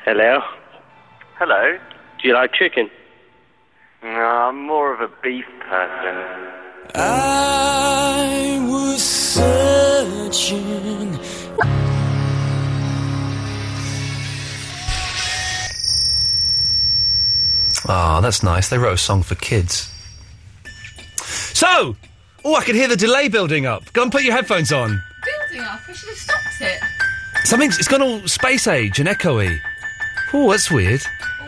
[SPEAKER 8] Hello?
[SPEAKER 22] Hello?
[SPEAKER 8] Do you like chicken?
[SPEAKER 22] No, I'm more of a beef person.
[SPEAKER 3] I was searching.
[SPEAKER 4] Ah, that's nice. They wrote a song for kids. So, oh, I can hear the delay building up. Go and put your headphones on.
[SPEAKER 9] Building up. We should have stopped it.
[SPEAKER 4] Something's it's gone all space age and echoey. Oh, that's weird.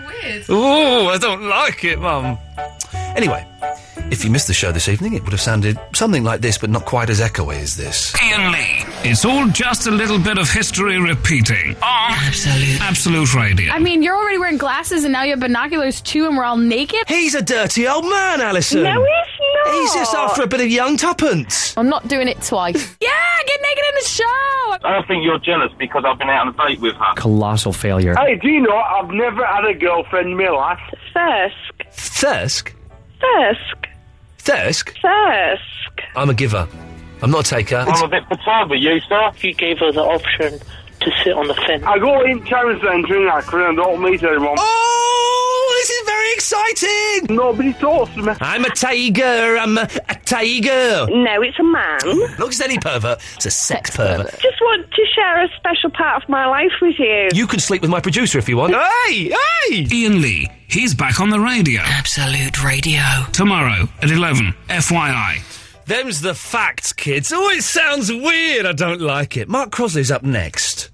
[SPEAKER 9] Weird.
[SPEAKER 4] Oh, I don't like it, Mum. Anyway, If you missed the show this evening, it would have sounded something like this, but not quite as echoey as this.
[SPEAKER 19] Ian Lee. It's all just a little bit of history repeating on Absolute, Absolute Radio.
[SPEAKER 5] I mean, you're already wearing glasses and now you have binoculars too, and we're all naked.
[SPEAKER 4] He's a dirty old man, Alison.
[SPEAKER 5] No, he's not.
[SPEAKER 4] He's just after a bit of young tuppence.
[SPEAKER 9] I'm not doing it twice.
[SPEAKER 5] yeah, get naked in the show.
[SPEAKER 24] I don't think you're jealous because I've been out on a date with her.
[SPEAKER 8] Colossal failure.
[SPEAKER 12] Hey, do you know I've never had a girlfriend in my life?
[SPEAKER 10] Thirsk.
[SPEAKER 4] Thirsk?
[SPEAKER 10] Thirsk.
[SPEAKER 4] Thirsk?
[SPEAKER 10] Thirsk.
[SPEAKER 4] I'm a giver. I'm not a taker.
[SPEAKER 24] I'm a bit perturbed with you, sir.
[SPEAKER 25] You gave her the option to sit on the fence.
[SPEAKER 12] I go in town centre in Akron and don't meet anyone.
[SPEAKER 4] Oh, this is very exciting.
[SPEAKER 12] Nobody talks to me.
[SPEAKER 4] I'm a tiger. I'm a, a tiger.
[SPEAKER 10] No, it's a man.
[SPEAKER 4] Looks at any pervert. It's a sex pervert.
[SPEAKER 10] Just want to share a special part of my life with you.
[SPEAKER 4] You can sleep with my producer if you want. hey, hey!
[SPEAKER 19] Ian Lee. He's back on the radio.
[SPEAKER 26] Absolute Radio.
[SPEAKER 19] Tomorrow at 11. FYI.
[SPEAKER 4] Them's the facts, kids. Oh, it sounds weird. I don't like it. Mark Crosley's up next.